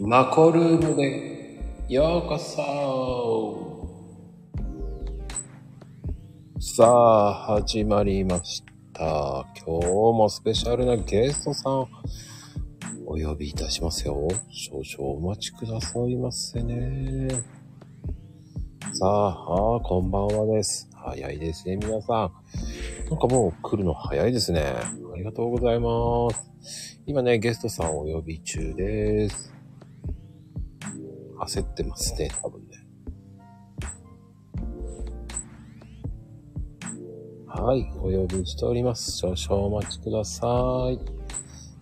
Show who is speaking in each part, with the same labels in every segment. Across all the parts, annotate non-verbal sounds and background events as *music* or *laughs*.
Speaker 1: マコルームでようこそさあ始まりました今日もスペシャルなゲストさんお呼びいたしますよ少々お待ちくださいませねさああーこんばんはです早いですね皆さんなんかもう来るの早いですねありがとうございます今ねゲストさんお呼び中です焦ってますね、多分ね。はい、お呼びしております。少々お待ちください。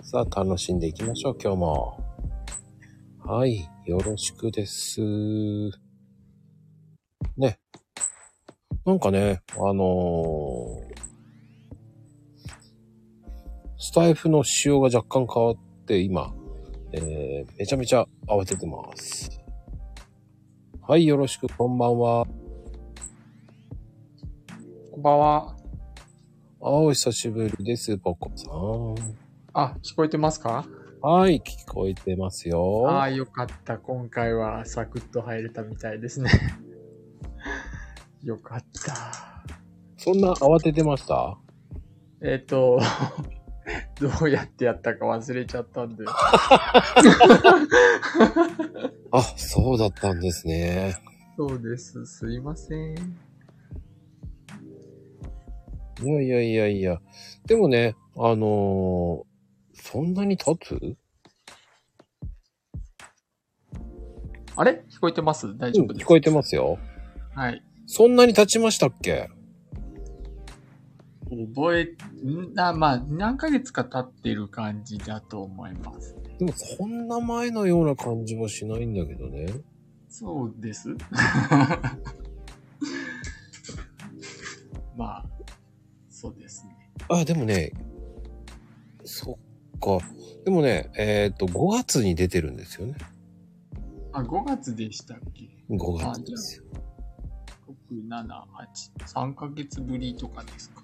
Speaker 1: さあ、楽しんでいきましょう、今日も。はい、よろしくです。ね。なんかね、あのースタイフの仕様が若干変わって、今、えー、めちゃめちゃ慌ててます。はい、よろしく、こんばんは。
Speaker 2: こんばんは。
Speaker 1: あお久しぶりです、ポコさん。
Speaker 2: あ、聞こえてますか
Speaker 1: はい、聞こえてますよ。
Speaker 2: ああ、よかった。今回はサクッと入れたみたいですね。 *laughs* よかった。
Speaker 1: そんな慌ててました
Speaker 2: えっ、と、 *laughs* どうやってやったか忘れちゃったんで。
Speaker 1: あ、そうだったんですね。
Speaker 2: そうです。すいません。
Speaker 1: いやいやいやいや。でもね、あのーそんなに経つ
Speaker 2: あれ聞こえてます大丈夫です。
Speaker 1: 聞こえてますよ。
Speaker 2: はい。
Speaker 1: そんなに経ちましたっけ
Speaker 2: 覚え、んあまあ、何ヶ月か経っている感じだと思います。
Speaker 1: でもそんな前のような感じはしないんだけどね。
Speaker 2: そうです。 *laughs* まあ、そうですね。
Speaker 1: あ、でもね、そっか。でもね、えっ、と、5月に出てるんですよね。
Speaker 2: あ、5月でしたっけ
Speaker 1: 5月ですよ。
Speaker 2: ?6、7、8、3ヶ月ぶりとかですか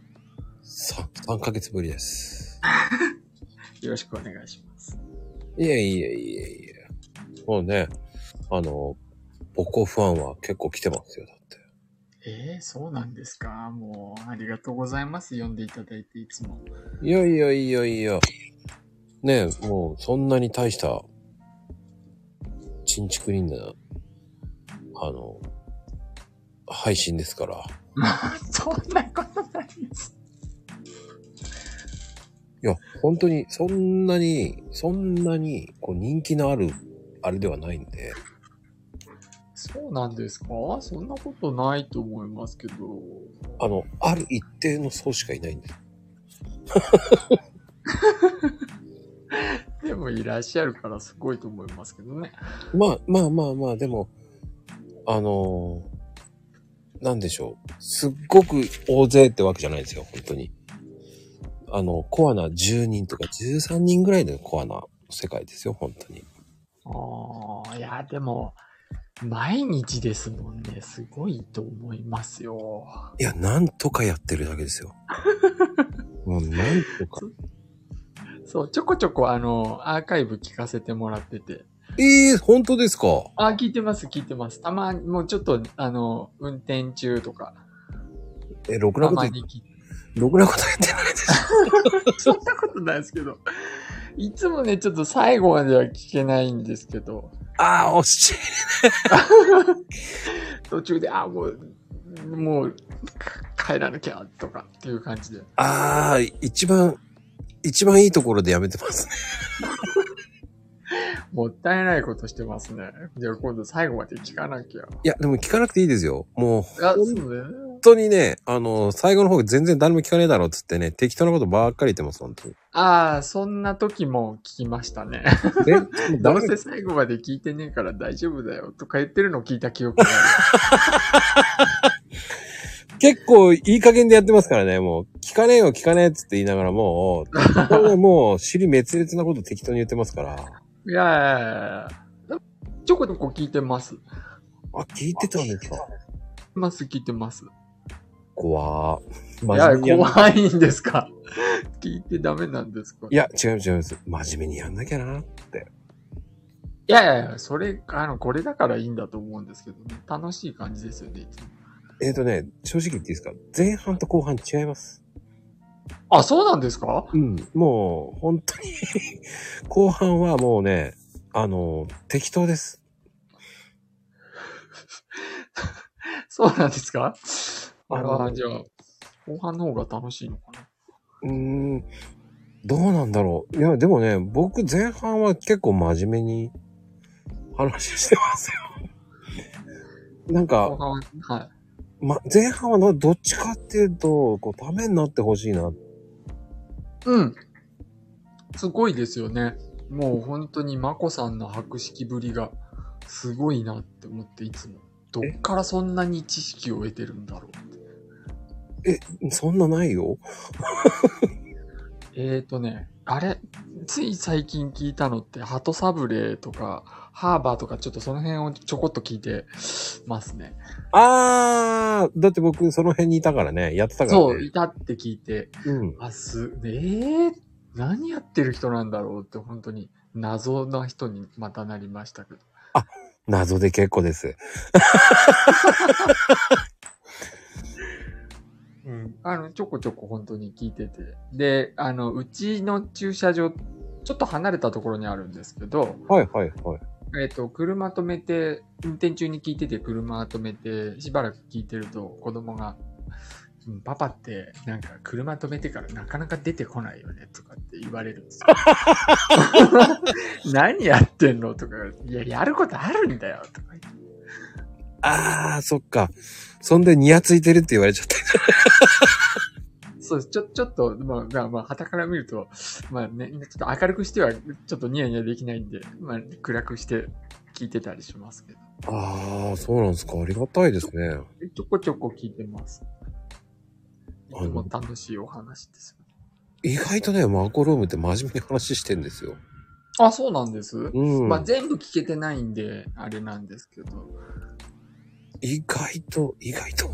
Speaker 1: 3, 3ヶ月ぶりです。
Speaker 2: よろしくお願いします。
Speaker 1: いえいえいえいえ。もうね、あの、母校ファンは結構来てますよ、だって。
Speaker 2: えー、そうなんですかもう、ありがとうございます。読んでいただいて、いつも。 *laughs*
Speaker 1: いやいやいやいや。ねえ、もうそんなに大した、ちんちくりんな、あの、配信ですから。
Speaker 2: そんなことないです。
Speaker 1: いや、本当に、そんなに、そんなに、こう、人気のある、あれではないんで。
Speaker 2: そうなんですかそんなことないと思いますけど。
Speaker 1: あの、ある一定の層しかいないんです。
Speaker 2: でも、いらっしゃるからすごいと思いますけどね。
Speaker 1: まあ、まあまあまあ、でも、あのーなんでしょう。すっごく大勢ってわけじゃないですよ、本当に。あの、コアな10人とか13人ぐらいのコアな世界ですよ、本当に。
Speaker 2: ああ、いや、でも、毎日ですもんね。すごいと思いますよ。
Speaker 1: いや、なんとかやってるだけです
Speaker 2: *laughs*
Speaker 1: よ。もう、なんとか。
Speaker 2: そう、ちょこちょこあの、アーカイブ聞かせてもらってて。
Speaker 1: ええ本当ですか
Speaker 2: あ、聞いてます、聞いてます。たまに、もうちょっと、あの、運転中とか。
Speaker 1: え、ろくな
Speaker 2: た
Speaker 1: こと
Speaker 2: ま
Speaker 1: 言って、
Speaker 2: に聞いて。
Speaker 1: ろくなこと言ってないです。
Speaker 2: そんなことないですけど。いつもね、ちょっと最後までは聞けないんですけど、
Speaker 1: ああ、惜しい。
Speaker 2: 途中で、あ、もう、もう、か帰らなきゃ、とかっていう感じで。
Speaker 1: ああ、一番、一番いいところでやめてますね。
Speaker 2: もったいないことしてますね。じゃあ今度最後まで聞かなきゃ。
Speaker 1: いや、でも聞かなくていいですよ。もう、
Speaker 2: あ、そ
Speaker 1: 本
Speaker 2: うね。
Speaker 1: 当にね、あの、最後の方全然誰も聞かねえだろうっつってね、適当なことばっかり言ってます、本当に。
Speaker 2: ああ、そんな時も聞きましたね。 *laughs*
Speaker 1: え、
Speaker 2: ど
Speaker 1: ダ
Speaker 2: う
Speaker 1: メ
Speaker 2: せ最後まで聞いてねえから大丈夫だよとか言ってるのを聞いた記憶があ
Speaker 1: 結構いい加減でやってますからね、もう、聞かねえよ、聞かねえっつって言いながらもう、これは
Speaker 2: *laughs*
Speaker 1: もう、尻滅裂なこと適当に言ってますから。 *laughs*
Speaker 2: る。いやいやいやいやちょこちょこ聞いてます。
Speaker 1: あ、聞いてたんですか
Speaker 2: ます、聞いてます。
Speaker 1: 怖ー。
Speaker 2: いや、
Speaker 1: 真面目にやん
Speaker 2: 怖いんですか聞いてダメなんですか
Speaker 1: いや、違う違うです。真面目にやんなきゃな。
Speaker 2: いやいやいや、それ、あの、これだからいいんだと思うんですけどね。楽しい感じですよね、いつも。
Speaker 1: えっ、とね、正直言っていいですか前半と後半違います。
Speaker 2: あ、そうなんですか
Speaker 1: うん。もう、本当に、 *laughs* 後半はもうね、あの、適当です。
Speaker 2: そうなんですか
Speaker 1: あ
Speaker 2: あ
Speaker 1: の
Speaker 2: あ、じゃあ、後半の方が楽しいのかな
Speaker 1: うーん、どうなんだろう。いや、でもね、僕前半は結構真面目に話してますよ。 *laughs* なんか、
Speaker 2: 後半は、はい。
Speaker 1: ま、前半はなどっちかっていうと、こう、ためになってほしいな。
Speaker 2: うん。すごいですよね。もう本当にマコさんの博識ぶりがすごいなって思っていつも。どっからそんなに知識を得てるんだろうって。
Speaker 1: そんなないよ。
Speaker 2: えーとね、あれ、つい最近聞いたのって、ハトサブレーとか、ハーバーとかちょっとその辺をちょこっと聞いてますね。
Speaker 1: あー、だって僕その辺にいたからね、やってたからね。
Speaker 2: そう、いたって聞いて、
Speaker 1: うん。
Speaker 2: あ、す、えー、何やってる人なんだろうって本当に謎な人にまたなりましたけど。
Speaker 1: 謎で結構です。
Speaker 2: うん、あのちょこちょこ本当に聞いててであのうちの駐車場ちょっと離れたところにあるんですけど、
Speaker 1: はいはいはい。
Speaker 2: えっと車止めて運転中に聞いてて車止めてしばらく聞いてると子供が「うんパパってなんか車止めてからなかなか出てこないよね」とかって言われるんですよ。何やってんのとか「いややることあるんだよ」とか言って
Speaker 1: あー、そっか。そんでニヤついてるって言われちゃった。
Speaker 2: そうです。ちょ、ちょっと、まあ、まあ、まあ、旗から見ると、まあね、ちょっと明るくしては、ちょっとニヤニヤできないんで、まあ、暗くして聞いてたりしますけど。
Speaker 1: あー、そうなんですか。ありがたいですね。
Speaker 2: ちょこちょこ聞いてます。
Speaker 1: あ
Speaker 2: と
Speaker 1: の
Speaker 2: ても楽しいお話ですよ。
Speaker 1: 意外とね、マコロームって真面目に話してんですよ。
Speaker 2: あ、そうなんです。
Speaker 1: うん。
Speaker 2: まあ、全部聞けてないんで、あれなんですけど。
Speaker 1: 意外と、意外と。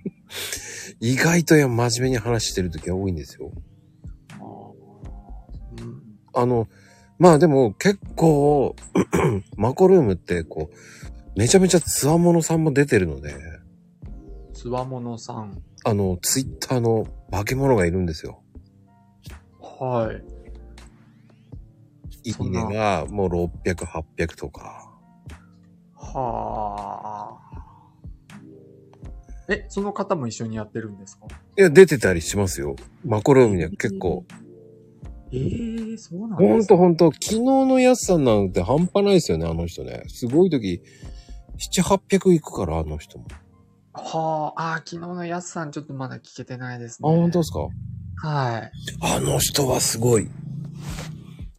Speaker 1: *laughs* 意外といや、真面目に話してる時が多いんですよ。
Speaker 2: あーうん、
Speaker 1: あの、まあでも結構、 *clears throat* マコルームってこう、めちゃめちゃつわものさんも出てるので、
Speaker 2: つわものさん。
Speaker 1: あの、ツイッターの化け物がいるんですよ。
Speaker 2: はい。
Speaker 1: い
Speaker 2: そ
Speaker 1: い
Speaker 2: ん
Speaker 1: ね
Speaker 2: な
Speaker 1: がもう600、800とか。
Speaker 2: はあ。え、その方も一緒にやってるんですか
Speaker 1: いや、出てたりしますよ。マコルームには結構。
Speaker 2: ええー、そうなん
Speaker 1: ほ
Speaker 2: で
Speaker 1: ん
Speaker 2: すか
Speaker 1: とほんと、昨日のやすさんなんて半端ないですよね、あの人ね。すごい時、7、800いくから、あの人も。
Speaker 2: はあ、あー昨日のやすさんちょっとまだ聞けてないです
Speaker 1: あ、
Speaker 2: ね。
Speaker 1: 本当ですか
Speaker 2: はい。
Speaker 1: あの人はすごい。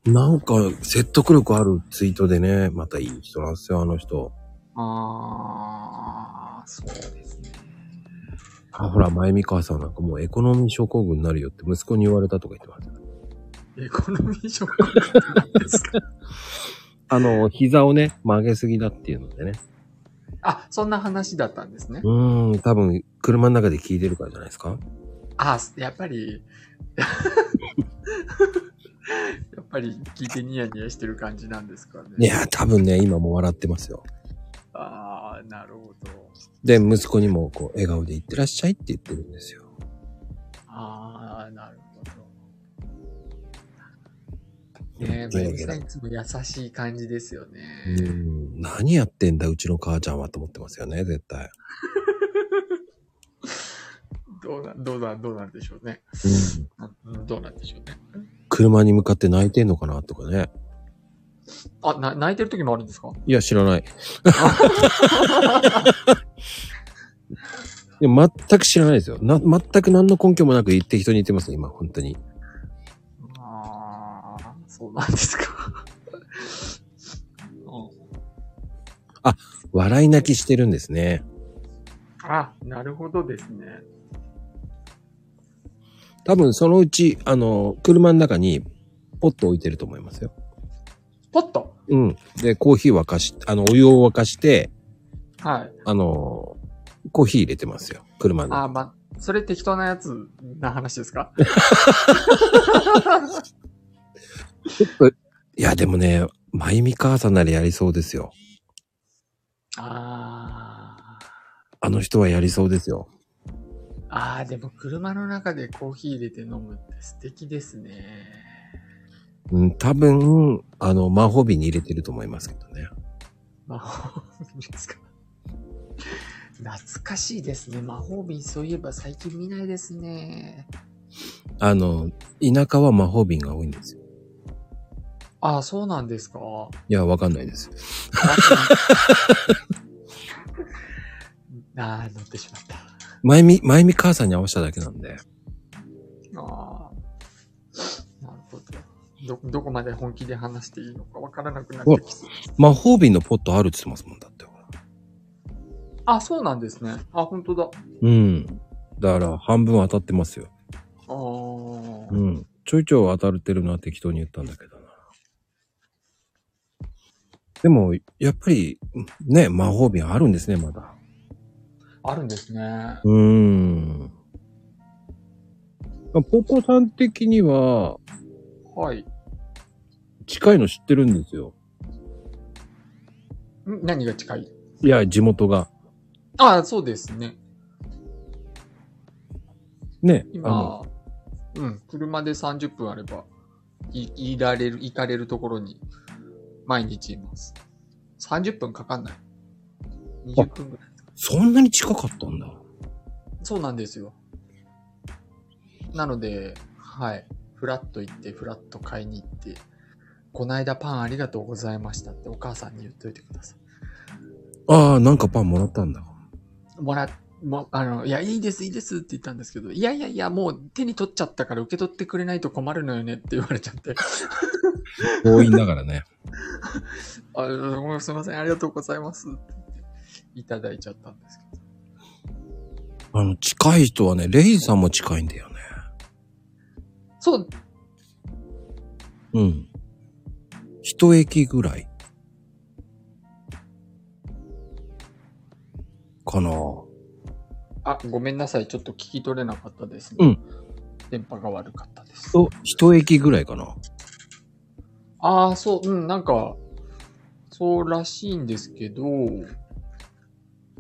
Speaker 1: なんか、説得力あるツイートでね、またいい人なんですよ、あの人。
Speaker 2: ああ、そうですね。
Speaker 1: あほら、前見川さんなんかもうエコノミー症候群になるよって息子に言われたとか言ってます。
Speaker 2: エコノミーショックって何ですか
Speaker 1: あの、膝をね、曲げすぎだっていうのでね。
Speaker 2: あ、そんな話だったんですね
Speaker 1: う。ーん、多分、車の中で聞いてるからじゃないですか。
Speaker 2: あーやっぱり、やっぱり聞いてニヤニヤしてる感じなんですかね。
Speaker 1: いや、多分ね、今も笑ってますよ。
Speaker 2: ああ、なるほど。
Speaker 1: で、息子にも、こう、笑顔で行ってらっしゃいって言ってるんですよ。
Speaker 2: ああ、なるほど。ねえ、
Speaker 1: ゲ
Speaker 2: ま
Speaker 1: ラ
Speaker 2: ゆ
Speaker 1: ゲラ
Speaker 2: さんいつも優しい感じですよね。
Speaker 1: うーん、何やってんだ、うちの母ちゃんはと思ってますよね、絶対。
Speaker 2: どうな、どうな、どうなんでしょうね。
Speaker 1: うん、
Speaker 2: うんどうなんでしょうね。
Speaker 1: 車に向かって泣いてんのかな、とかね。
Speaker 2: あ、な、泣いてる時もあるんですか
Speaker 1: いや、知らない。 *laughs* いや全く知らないですよ。な、全く何の根拠もなく言って人に言ってますね、今、本当に。
Speaker 2: ああ、そうなんですか。うん
Speaker 1: 笑い泣きしてるんですね。
Speaker 2: あ、なるほどですね。
Speaker 1: 多分、そのうち、あの、車の中に、ポット置いてると思いますよ。
Speaker 2: ポッと
Speaker 1: うん。で、コーヒー沸かし、あの、お湯を沸かして、
Speaker 2: はい。
Speaker 1: あの、コーヒー入れてますよ。車
Speaker 2: あー
Speaker 1: の。
Speaker 2: ま、それ適当なやつな話ですか
Speaker 1: いや、でもね、マイミカーサならやりそうですよ。
Speaker 2: あ
Speaker 1: あの人はやりそうですよ。
Speaker 2: ー。あー、でも車の中でコーヒー入れて飲むって素敵ですね。
Speaker 1: うん、多分、あの、魔法瓶に入れてると思いますけどね。
Speaker 2: 魔法瓶ですか。懐かしいですね。魔法瓶、そういえば最近見ないですね。
Speaker 1: あの、田舎は魔法瓶が多いんですよ。
Speaker 2: ああ、そうなんですか。 *laughs*
Speaker 1: いや、わかんないです。
Speaker 2: ああ、乗ってしまった。
Speaker 1: マイミ、マイミカーサに合わせただけなんで。
Speaker 2: ああ。なるほど。ど、どこまで本気で話していいのかわからなくなっ
Speaker 1: お
Speaker 2: てきそう。
Speaker 1: 魔法瓶のポットあるって言ってますもんだって。
Speaker 2: あ、そうなんですね。あ、本当だ。
Speaker 1: うん。だから、半分当たってますよ。
Speaker 2: あー
Speaker 1: うん。ちょいちょい当たってるのは適当に言ったんだけどな。でも、やっぱり、ね、魔法瓶あるんですね、まだ。
Speaker 2: あるんですね。
Speaker 1: うーん。ポポさん的には、
Speaker 2: はい。
Speaker 1: 近いの知ってるんですよ。
Speaker 2: ん何が近い
Speaker 1: いや、地元が。
Speaker 2: ああ、そうですね。
Speaker 1: ね。あの
Speaker 2: 今、うん、車で30分あれば、い、いられる、行かれるところに、毎日います。30分かかんない。20分ぐらい。
Speaker 1: そんなに近かったんだ。
Speaker 2: そうなんですよ。なので、はい。フラッと行って、フラッと買いに行って、こないだパンありがとうございましたってお母さんに言っといてくださ
Speaker 1: ああ、なんかパンもらったんだ。
Speaker 2: い。もら、も、あの、いや、いいです、いいですって言ったんですけど、いやいやいや、もう手に取っちゃったから受け取ってくれないと困るのよねって言われちゃって、
Speaker 1: 強引だからね。 *laughs*
Speaker 2: あもうすいません、ありがとうございますって言っていただいちゃったんですけど。
Speaker 1: あの、近い人はね、レイさんも近いんだよね。
Speaker 2: そう、
Speaker 1: うん。一駅ぐらい。かな
Speaker 2: あ、ごめんなさい、ちょっと聞き取れなかったですね。
Speaker 1: うん。
Speaker 2: 電波が悪かったです。
Speaker 1: お、一駅ぐらいかな
Speaker 2: ああ、そう、うん、なんか、そうらしいんですけど、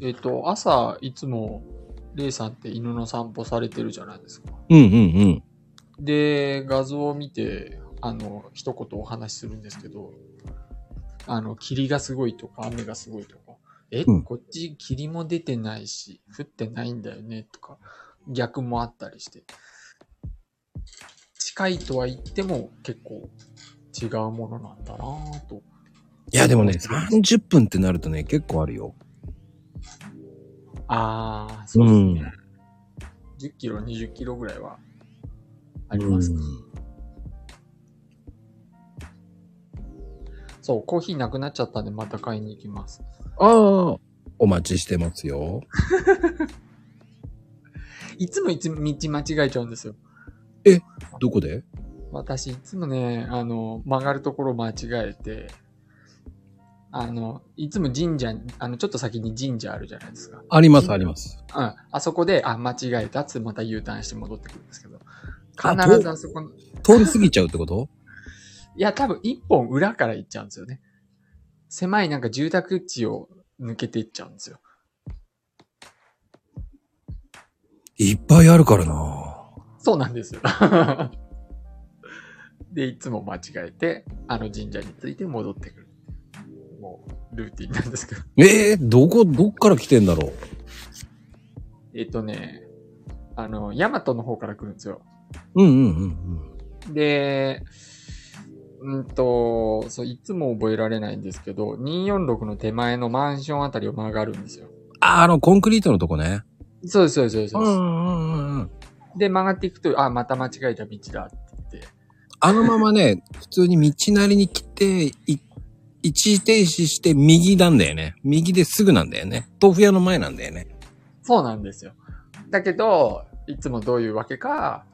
Speaker 2: えっ、と、朝、いつも、レイさんって犬の散歩されてるじゃないですか。
Speaker 1: うんうんうん。
Speaker 2: で、画像を見て、あの、一言お話しするんですけど、あの、霧がすごいとか、雨がすごいとか、え、
Speaker 1: うん
Speaker 2: こっち霧も出てないし、降ってないんだよね、とか、逆もあったりして。近いとは言っても結構違うものなんだなぁと。
Speaker 1: いやでもね、30分ってなるとね、結構あるよ。
Speaker 2: ああ、そうですね。10キロ、20キロぐらいはありますか。
Speaker 1: うん
Speaker 2: そう、コーヒーなくなっちゃったんでまた買いに行きます。
Speaker 1: ああ、お待ちしてますよ。
Speaker 2: いつもいつも道間違えちゃうんですよ。
Speaker 1: *laughs* どこで
Speaker 2: 私、いつもね、あの、曲がるところ間違えて、あの、いつも神社に、あの、ちょっと先に神社あるじゃないですか。
Speaker 1: ありますあります。
Speaker 2: うん。あそこで、あ、間違えたっつってまた U ターンして戻ってくるんですけど、
Speaker 1: あ
Speaker 2: 必ずあそこの、い
Speaker 1: 通り過ぎちゃうってこと
Speaker 2: や、多分一本裏から行っちゃうんですよね。狭いなんか住宅地を抜けていっちゃうんですよ。
Speaker 1: いっぱいあるからな。
Speaker 2: そうなんですよ。 *laughs* で、いつも間違えて、あの神社について戻ってくる。もう、ルーティンなんですけど。
Speaker 1: ええどこ、どっから来てんだろう
Speaker 2: えっとね、あの、ヤマトの方から来るんですよ。
Speaker 1: うんうんうんうん。
Speaker 2: で、うんと、そう、いつも覚えられないんですけど、246の手前のマンションあたりを曲がるんですよ。
Speaker 1: あ、あの、コンクリートのとこね。
Speaker 2: そうです、そうです、そうですそうです。
Speaker 1: んうんうん。
Speaker 2: で、曲がっていくと、あ、また間違えた道だって言って、
Speaker 1: あのままね、普通に道なりに来て、い一時停止して右なんだよね。右ですぐなんだよね。豆腐屋の前なんだよね。
Speaker 2: そうなんですよ。だけど、いつもどういうわけか、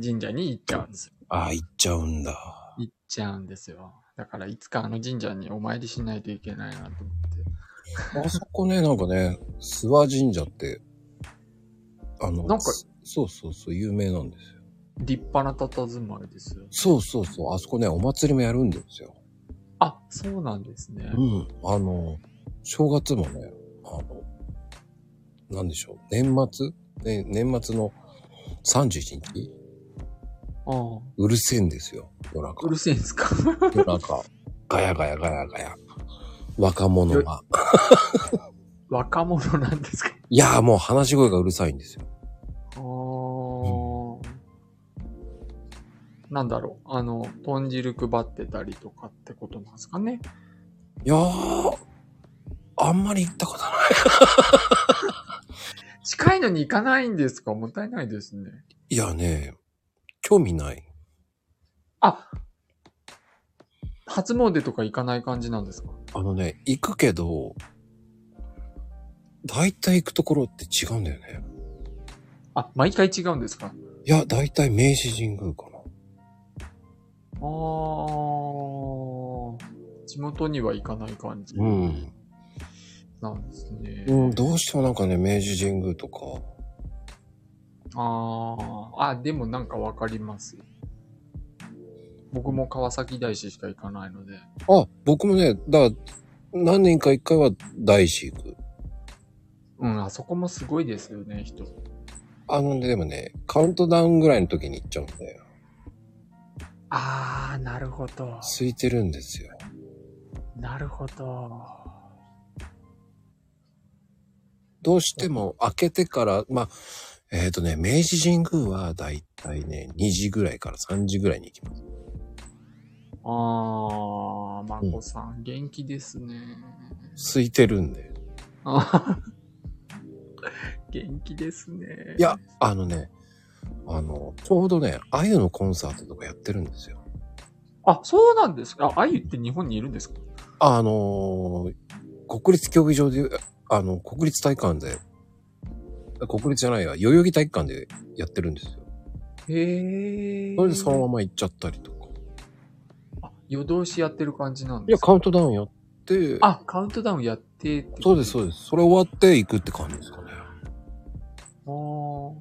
Speaker 2: 神社に行っちゃうんですよ。
Speaker 1: ああ、行っちゃうんだ。
Speaker 2: 行っちゃうんですよ。だから、いつかあの神社にお参りしないといけないなと思って。
Speaker 1: あそこね、なんかね、諏訪神社って、あの、
Speaker 2: なんか
Speaker 1: そそうそうそう、有名なんですよ。
Speaker 2: 立派な佇まいですよ。
Speaker 1: そうそうそう、あそこね、お祭りもやるんですよ。
Speaker 2: あ、そうなんですね。
Speaker 1: うん。あの、正月もね、あの、なんでしょう。年末、ね、年末の31日
Speaker 2: ああ。
Speaker 1: うるせえんですよ。夜中
Speaker 2: う。るせえんすか *laughs*
Speaker 1: 夜中。ガヤガヤガヤガヤ。若者が。
Speaker 2: 若者なんですか
Speaker 1: いやーもう話し声がうるさいんですよ。
Speaker 2: あーなんだろう。あの、豚汁配ってたりとかってことなんですかね。
Speaker 1: いやー、あんまり行ったことない。
Speaker 2: 近いのに行かないんですかもったいないですね。
Speaker 1: いやね、興味ない。
Speaker 2: あ初詣とか行かない感じなんですか
Speaker 1: あのね、行くけど、大体行くところって違うんだよね。
Speaker 2: あ、毎回違うんですか
Speaker 1: いや、大体明治神宮かな。
Speaker 2: あー地元には行かない感じ
Speaker 1: うん。
Speaker 2: なんですね。
Speaker 1: うん、どうしてもなんかね、明治神宮とか、
Speaker 2: あーあ、でもなんかわかります。僕も川崎大師しか行かないので。
Speaker 1: あ、僕もね、だから、何年か一回は大師行く。
Speaker 2: うん、あそこもすごいですよね、人。
Speaker 1: あの、でもね、カウントダウンぐらいの時に行っちゃうんだよ。
Speaker 2: ああ、なるほど。
Speaker 1: 空いてるんですよ。
Speaker 2: なるほど。
Speaker 1: どうしても開けてから、まあ、えっ、とね、明治神宮はだいたいね、2時ぐらいから3時ぐらいに行きます。
Speaker 2: ああ、まこさん、元気ですね。
Speaker 1: 空いてるんで。
Speaker 2: あー元気ですね。
Speaker 1: いや、あのね、あの、ちょうどね、あゆのコンサートとかやってるんですよ。
Speaker 2: あ、そうなんですか。あ、あゆって日本にいるんですか
Speaker 1: あのー国立競技場で、あの、国立体育館で、国立じゃないや、代々木体育館でやってるんですよ。
Speaker 2: へえ。
Speaker 1: それでそのまま行っちゃったりとか。
Speaker 2: あ夜通しやってる感じなん
Speaker 1: い
Speaker 2: で
Speaker 1: や、
Speaker 2: すか
Speaker 1: カウントダウンやって、
Speaker 2: あ、カウントダウンやってって
Speaker 1: そうです、
Speaker 2: う
Speaker 1: そうです。それ終わって行くって感じですかね。そ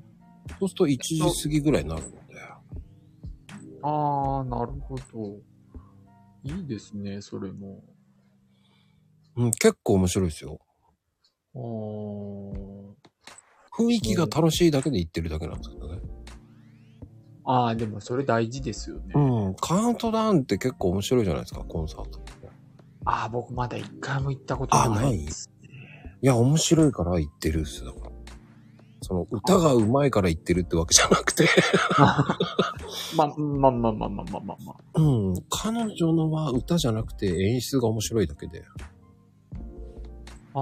Speaker 1: うすると1時過ぎぐらいになるので。
Speaker 2: あーあー、なるほど。いいですね、それも。
Speaker 1: うん、結構面白いですよ。
Speaker 2: あ
Speaker 1: 雰囲気が楽しいだけで行ってるだけなんですけどね。
Speaker 2: ーあー、でもそれ大事ですよね。
Speaker 1: うん、カウントダウンって結構面白いじゃないですか、コンサートって。
Speaker 2: ああ、僕まだ一回も行ったことないです。
Speaker 1: いや、面白いから言ってるっす、だから。その、歌が上手いから言ってるってわけじゃなくて。 *laughs*
Speaker 2: ま、まあまあまあまあまあまあまあ。
Speaker 1: うん。彼女のは歌じゃなくて演出が面白いだけで。
Speaker 2: ああ、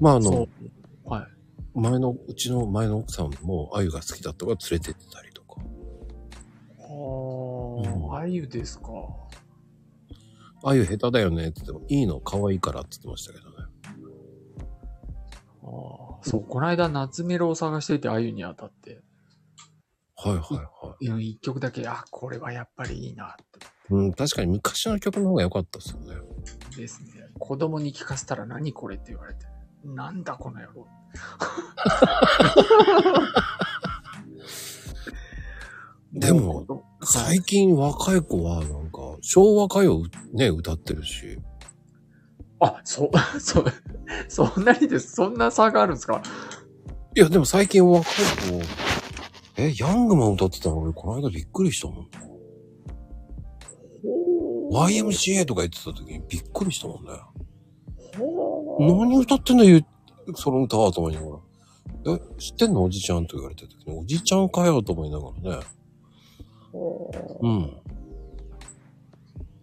Speaker 1: まあ、あ
Speaker 2: そ
Speaker 1: の
Speaker 2: う、。はい。
Speaker 1: 前の、うちの前の奥さんも、あゆが好きだったから連れてってたりとか。
Speaker 2: ああ、あゆですか。
Speaker 1: あゆ下手だよねって言っても、いいの、可愛いからって言ってましたけどね。
Speaker 2: あーそう、こないだ夏メロを探していて、あゆに当たって、
Speaker 1: はいはいはい。
Speaker 2: うん一曲だけ、あ、これはやっぱりいいな、
Speaker 1: うん、確かに昔の曲の方が良かったっすよね。
Speaker 2: ってですね。子供に聞かせたら何これって言われて、なんだこの野郎。
Speaker 1: *laughs* でも
Speaker 2: う子供、はい
Speaker 1: 最近若い子は、なんか、昭和歌謡ね、歌ってるし。
Speaker 2: あ、そ、そ、そんなにです。そんな差があるんですか
Speaker 1: いや、でも最近若い子、え、ヤングマン歌ってたの俺、この間びっくりしたもんね。YMCA とか言ってた時にびっくりしたもんね。何歌ってんだよ、その歌は、と思いながら。え、知ってんのおじちゃんと言われた時に、おじちゃんかよ、と思いながらね。うん。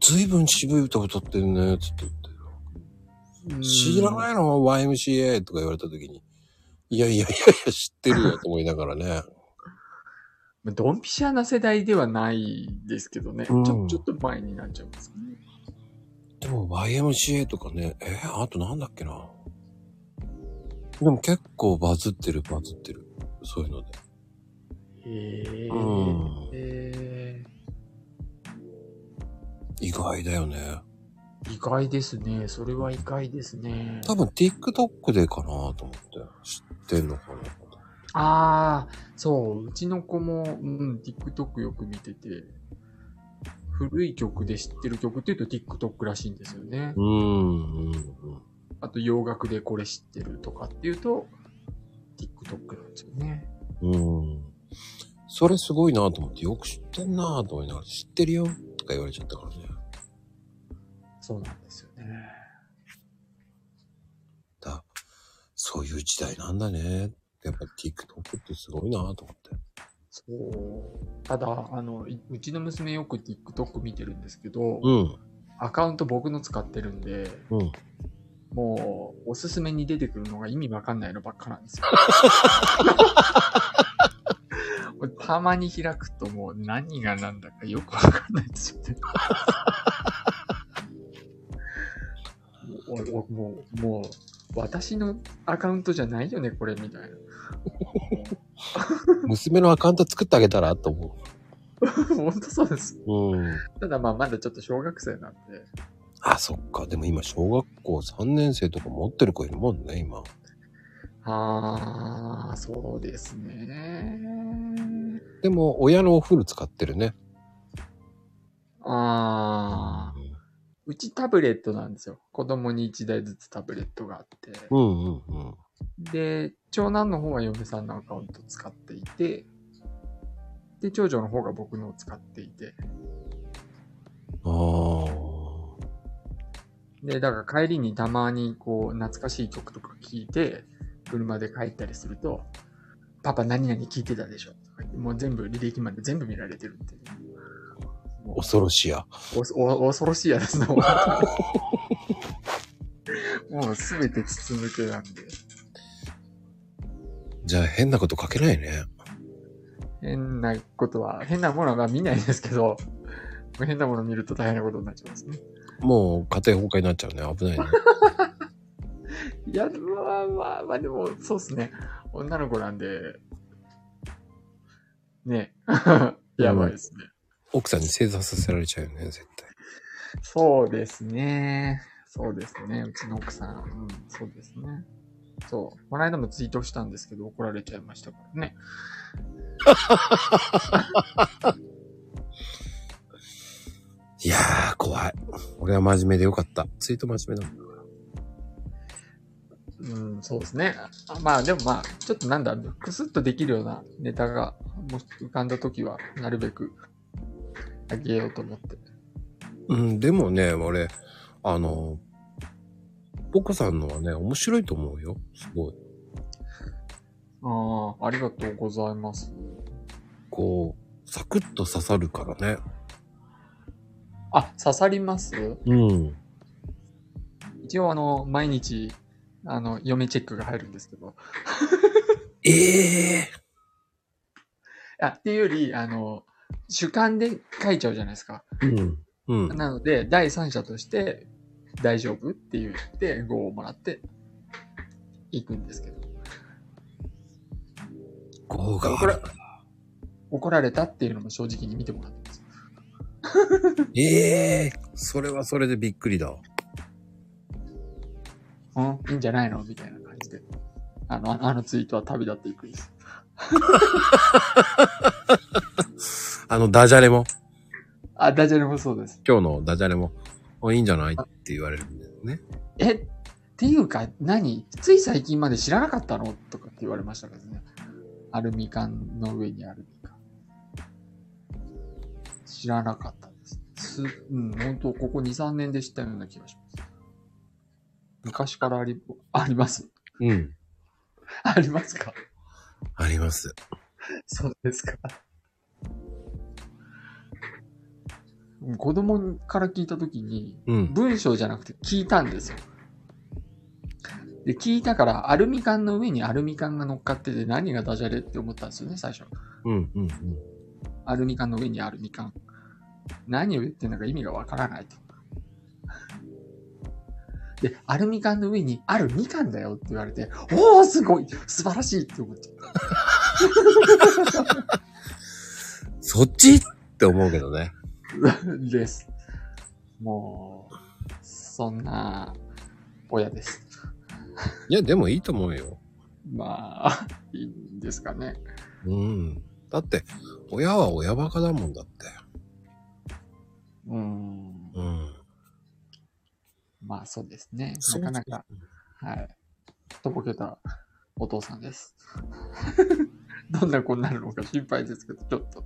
Speaker 1: ずいぶん渋い歌歌ってんね、つって言って。知らないいの ?YMCA とか言われた時に。いやいやいやいや、知って *laughs* るよ、と思いながらね。
Speaker 2: ドンピシャな世代ではないですけどね。
Speaker 1: うん
Speaker 2: ちょちょっと前になっちゃいますかね。
Speaker 1: でも YMCA とかね、えーあとなんだっけな。でも結構バズってる、バズってる。そういうので。
Speaker 2: へ
Speaker 1: うん
Speaker 2: え
Speaker 1: 意外だよね。
Speaker 2: ー。意外ですね。それは意外ですね。
Speaker 1: 多分 TikTok でかなと思って。知ってんのかな。
Speaker 2: ああ、そう、うちの子も、うん、TikTok よく見てて、古い曲で知ってる曲っていうと TikTok らしいんですよね。
Speaker 1: うーん。うん
Speaker 2: あと洋楽でこれ知ってるとかっていうと、TikTok なんですよね。
Speaker 1: うん。うん。それすごいなと思って、よく知ってんなと思いながら、知ってるよとか言われちゃったからね。
Speaker 2: そうなんですよね。
Speaker 1: だそういう時代なんだね。やっぱ TikTok ってすごいなと思って。
Speaker 2: そう。ただ、あの、いうちの娘よく TikTok 見てるんですけど、
Speaker 1: うん。
Speaker 2: アカウント僕の使ってるんで、
Speaker 1: うん。
Speaker 2: もう、おすすめに出てくるのが意味わかんないのばっかなんですよ。これたまに開くともう何が何だかよくわかんないですよ *laughs* ね。もう、もう、もう、私のアカウントじゃないよね、これ、みたいな。 *laughs*
Speaker 1: 娘のアカウント作ってあげたらと思
Speaker 2: 本当そうです。
Speaker 1: う。うん。
Speaker 2: ただまあ、まだちょっと小学生なんで、
Speaker 1: あ、そっか。でも今、小学校3年生とか持ってる子いるもんね、今。
Speaker 2: ああ、そうですね。
Speaker 1: でも、親のお風呂使ってるね。
Speaker 2: ああ、うちタブレットなんですよ。子供に1台ずつタブレットがあって。
Speaker 1: うんうんうん。
Speaker 2: で、長男の方は嫁さんのアカウント使っていて、で、長女の方が僕のを使っていて。
Speaker 1: あ
Speaker 2: で、だから帰りにたまにこう、懐かしい曲とか聴いて、車で帰ったりすると、パパ何々聴いてたでしょとか言ってもう全部履歴まで全部見られてるっていう。
Speaker 1: あ、恐ろしや。
Speaker 2: おお恐ろしいやつだもん。
Speaker 1: *laughs*
Speaker 2: もうすべて筒抜けなんで。
Speaker 1: じゃあ変なこと書けないね。
Speaker 2: 変なことは、変なものは見ないですけど、変なもの見ると大変なことになっちゃいますね。
Speaker 1: もう家庭崩壊になっちゃうね。危ないね。
Speaker 2: いや、まあまあまあ、でも、そうっすね。女の子なんで、ね *laughs* やばいですね。
Speaker 1: 奥さんに正座させられちゃうよね、絶対。
Speaker 2: そうですね。そうですね。うちの奥さん。うん、そうですね。そう。この間もツイートしたんですけど、怒られちゃいましたからね。
Speaker 1: いやー、怖い。俺は真面目でよかった。ツイート真面目だもん。
Speaker 2: うん、そうですね。あまあでもまあ、ちょっとなんだ、くすっとできるようなネタが、もし浮かんだ時は、なるべく、あげようと思って。
Speaker 1: うん、でもね、俺、あの、ポコさんのはね、面白いと思うよ。すごい。
Speaker 2: ああ、ありがとうございます。
Speaker 1: こう、サクッと刺さるからね。
Speaker 2: あ、刺さります
Speaker 1: うん。
Speaker 2: 一応あの、毎日、あの、嫁チェックが入るんですけど。
Speaker 1: ええ
Speaker 2: あ、っていうより、あの、主観で書いちゃうじゃないですか。
Speaker 1: ー。うん。うん。
Speaker 2: なので、第三者として、大丈夫って言って、5をもらって、行くんですけど。
Speaker 1: 豪華。
Speaker 2: これ怒られたっていうのも正直に見てもらってます。
Speaker 1: ええそれはそれでびっくりだ。
Speaker 2: うん、いいんじゃないのみたいな感じで。あの、あのツイートは旅立っていくんです。
Speaker 1: あの、ダジャレも、
Speaker 2: あ、ダジャレもそうです。
Speaker 1: 今日のダジャレも、あいいんじゃないって言われるんだよね。
Speaker 2: え、っていうか、何つい最近まで知らなかったのとかって言われましたからね。アルミ缶の上にアルミ缶。知らなかったです。すうん、本当ここ2、3年で知ったような気がします。昔からあり、 *laughs* あります。
Speaker 1: うん。
Speaker 2: ありますか
Speaker 1: あります。
Speaker 2: そうですか。 *laughs* 子供から聞いたときに、
Speaker 1: うん。
Speaker 2: 文章じゃなくて聞いたんですよ。で、聞いたから、アルミ缶の上にアルミ缶が乗っかってて何がダジャレって思ったんですよね、最初。
Speaker 1: うん。うん。
Speaker 2: アルミ缶の上にアルミ缶。何を言ってんのか意味がわからないと。で、アルミ缶の上にあるみかんだよって言われて、おーすごい素晴らしいって思っちゃった。
Speaker 1: そっちって思うけどね。
Speaker 2: *laughs* です。もう、そんな、親です。 *laughs*
Speaker 1: いや、でもいいと思うよ。
Speaker 2: まあ、いいんですかね。
Speaker 1: うん。だって、親は親バカだもんだって。
Speaker 2: うん。
Speaker 1: うん。
Speaker 2: まあそうですね。
Speaker 1: そう
Speaker 2: なかなか、はい。とぼけたお父さんです。 *laughs* どんな子になるのか心配ですけど、ちょっと。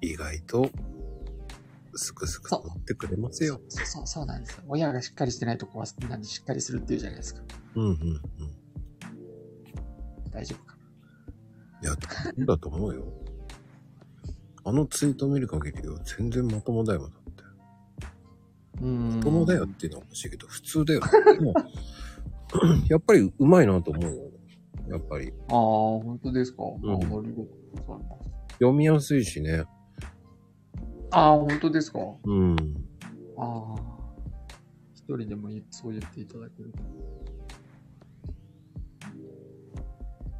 Speaker 1: 意外と、すくすくとなってくれますよ。
Speaker 2: そそう、そうなんですよ。親がしっかりしてないとこはみんなにしっかりするっていうじゃないですか。
Speaker 1: うんうんうん。
Speaker 2: 大丈夫かな。
Speaker 1: いや、だと思うよ。あのツイート見る限りは全然まともだよ、だって。
Speaker 2: うん。
Speaker 1: まともだよっていうのは欲しいけど、普通 *laughs* だよ。でもやっぱりうまいなと思うよ。やっぱり。
Speaker 2: ああ、本当ですか。
Speaker 1: ん
Speaker 2: あありがとうございます。
Speaker 1: 読みやすいしね。
Speaker 2: ああ、本当ですか。
Speaker 1: うん。
Speaker 2: ああ。一人でも言そう言っていただけると。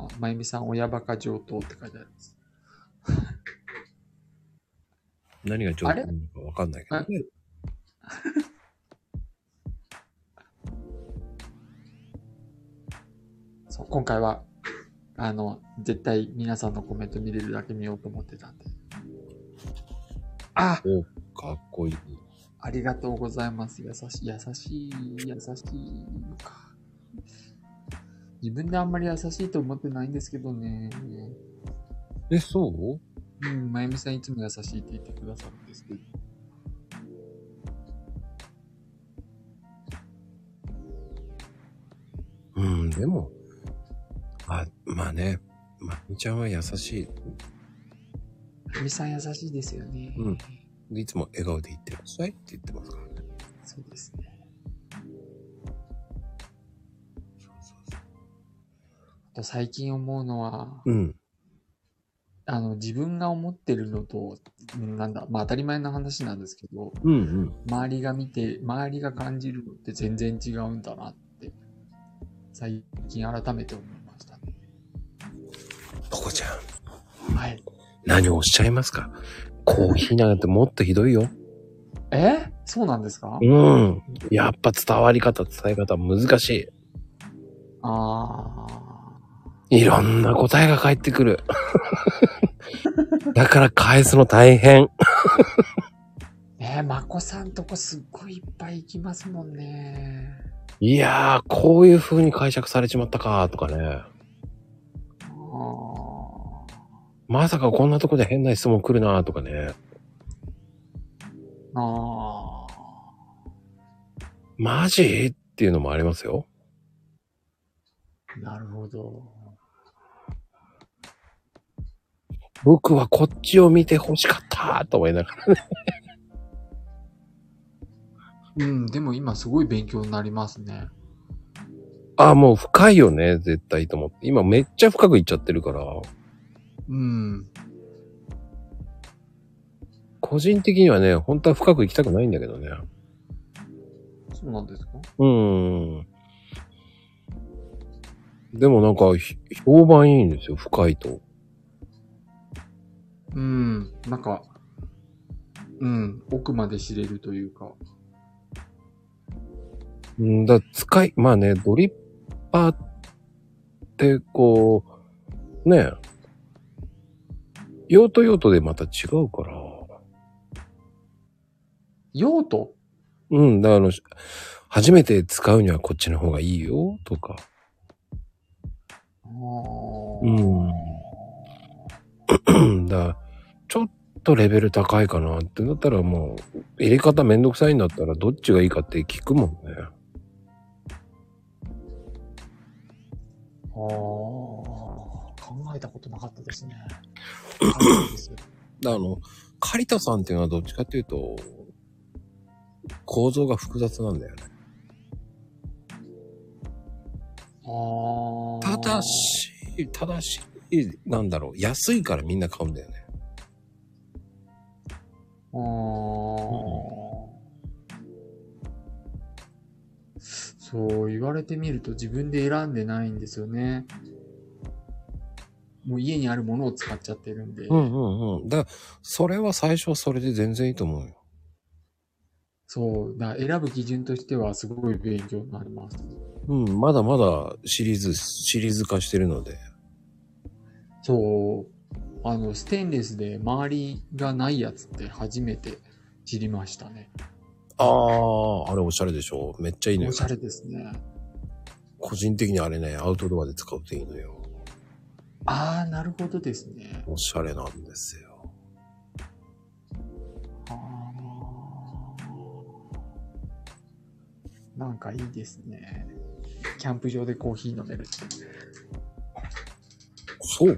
Speaker 2: あ、まゆみさん、親バカ上等って書いてあります。
Speaker 1: 何が上手なのかわかんないけどね。
Speaker 2: そう、今回は、あの、絶対皆さんのコメント見れるだけ見ようと思ってたんで。あ
Speaker 1: お、かっこいい。
Speaker 2: ありがとうございます。優しい、優しい、優しいのか。自分であんまり優しいと思ってないんですけどね。
Speaker 1: え、そう
Speaker 2: うん、まゆみさんいつも優しいって言ってくださるんですけど。
Speaker 1: うん、でも、あ、まあね、まみちゃんは優し
Speaker 2: まゆみさん優しいですよね。
Speaker 1: うんい。いつも笑顔で言ってらっしゃいって言ってますからね。
Speaker 2: そうですね。
Speaker 1: そうそうそ
Speaker 2: あと最近思うのは、
Speaker 1: う。うん。
Speaker 2: あの、自分が思ってるのと、うんなんだ、まあ当たり前の話なんですけど、
Speaker 1: うんうん。
Speaker 2: 周りが見て、周りが感じるのって全然違うんだなって、最近改めて思いましたね。
Speaker 1: とこちゃん、
Speaker 2: はい。
Speaker 1: 何をおっしゃいますかコーヒーなんてもっとひどいよ。
Speaker 2: えそうなんですか
Speaker 1: うん。やっぱ伝わり方、伝え方難し
Speaker 2: あ
Speaker 1: い。いろんな答えが返ってくる。だから返すの大変。
Speaker 2: ー。えー、まこさんとこすっごいいっぱい行きますもんね。
Speaker 1: いやー、こういう風に解釈されちまったか、とかね。
Speaker 2: あー
Speaker 1: まさかこんなとこで変な質問来るな、とかね。
Speaker 2: あ
Speaker 1: マジっていうのもありますよ。
Speaker 2: ー。なるほど。
Speaker 1: 僕はこっちを見て欲しかったと思いながら。
Speaker 2: うん、でも今すごい勉強になりますね。
Speaker 1: ああ、もう深いよね、絶対と思って。今めっちゃ深くいっちゃってるから、
Speaker 2: うん。
Speaker 1: 個人的にはね、本当は深く行きたくないんだけどね。
Speaker 2: そうなんですか
Speaker 1: うーん。でもなんか、ひ評判いいんですよ、深いと。
Speaker 2: うん、なんか、うん、奥まで知れるというか。
Speaker 1: うんだ使い、まあね、ドリッパーって、こう、ね、用途用途でまた違うから。
Speaker 2: 用途
Speaker 1: うん、だからあの、し初めて使うにはこっちの方がいいよ、とか。
Speaker 2: あ
Speaker 1: うん。 *clears throat* だからちょっとレベル高いかなってなったらもう、入れ方めんどくさいんだったらどっちがいいかって聞くもんね。
Speaker 2: あ。考えたことなかったです
Speaker 1: *laughs*
Speaker 2: ね。はいですよ
Speaker 1: だからあの、カリタさんっていうのはどっちかっていうと、構造が複雑なんだよね。
Speaker 2: あ
Speaker 1: た
Speaker 2: あ。
Speaker 1: だ。し、ただし、なんだろう、安いからみんな買うんだよね。
Speaker 2: あーそう言われてみると自分で選んでないんですよね。もう家にあるものを使っちゃってるんで。
Speaker 1: うんうんうん。だから、それは最初はそれで全然いいと思うよ。
Speaker 2: そう、だから選ぶ基準としてはすごい勉強になります。
Speaker 1: うん、まだまだシリーズ、シリーズ化してるので。
Speaker 2: そう。あの、ステンレスで周りがないやつって初めて知りましたね。
Speaker 1: ああ、あれおしゃれでしょめっちゃいいのよ
Speaker 2: おし。ゃれですね。
Speaker 1: 個人的にあれね、アウトドアで使うといいのよ。
Speaker 2: ああ、なるほどですね。
Speaker 1: おしゃれなんですよ。
Speaker 2: あーなんかいいですね。キャンプ場でコーヒー飲めるって
Speaker 1: そう
Speaker 2: いい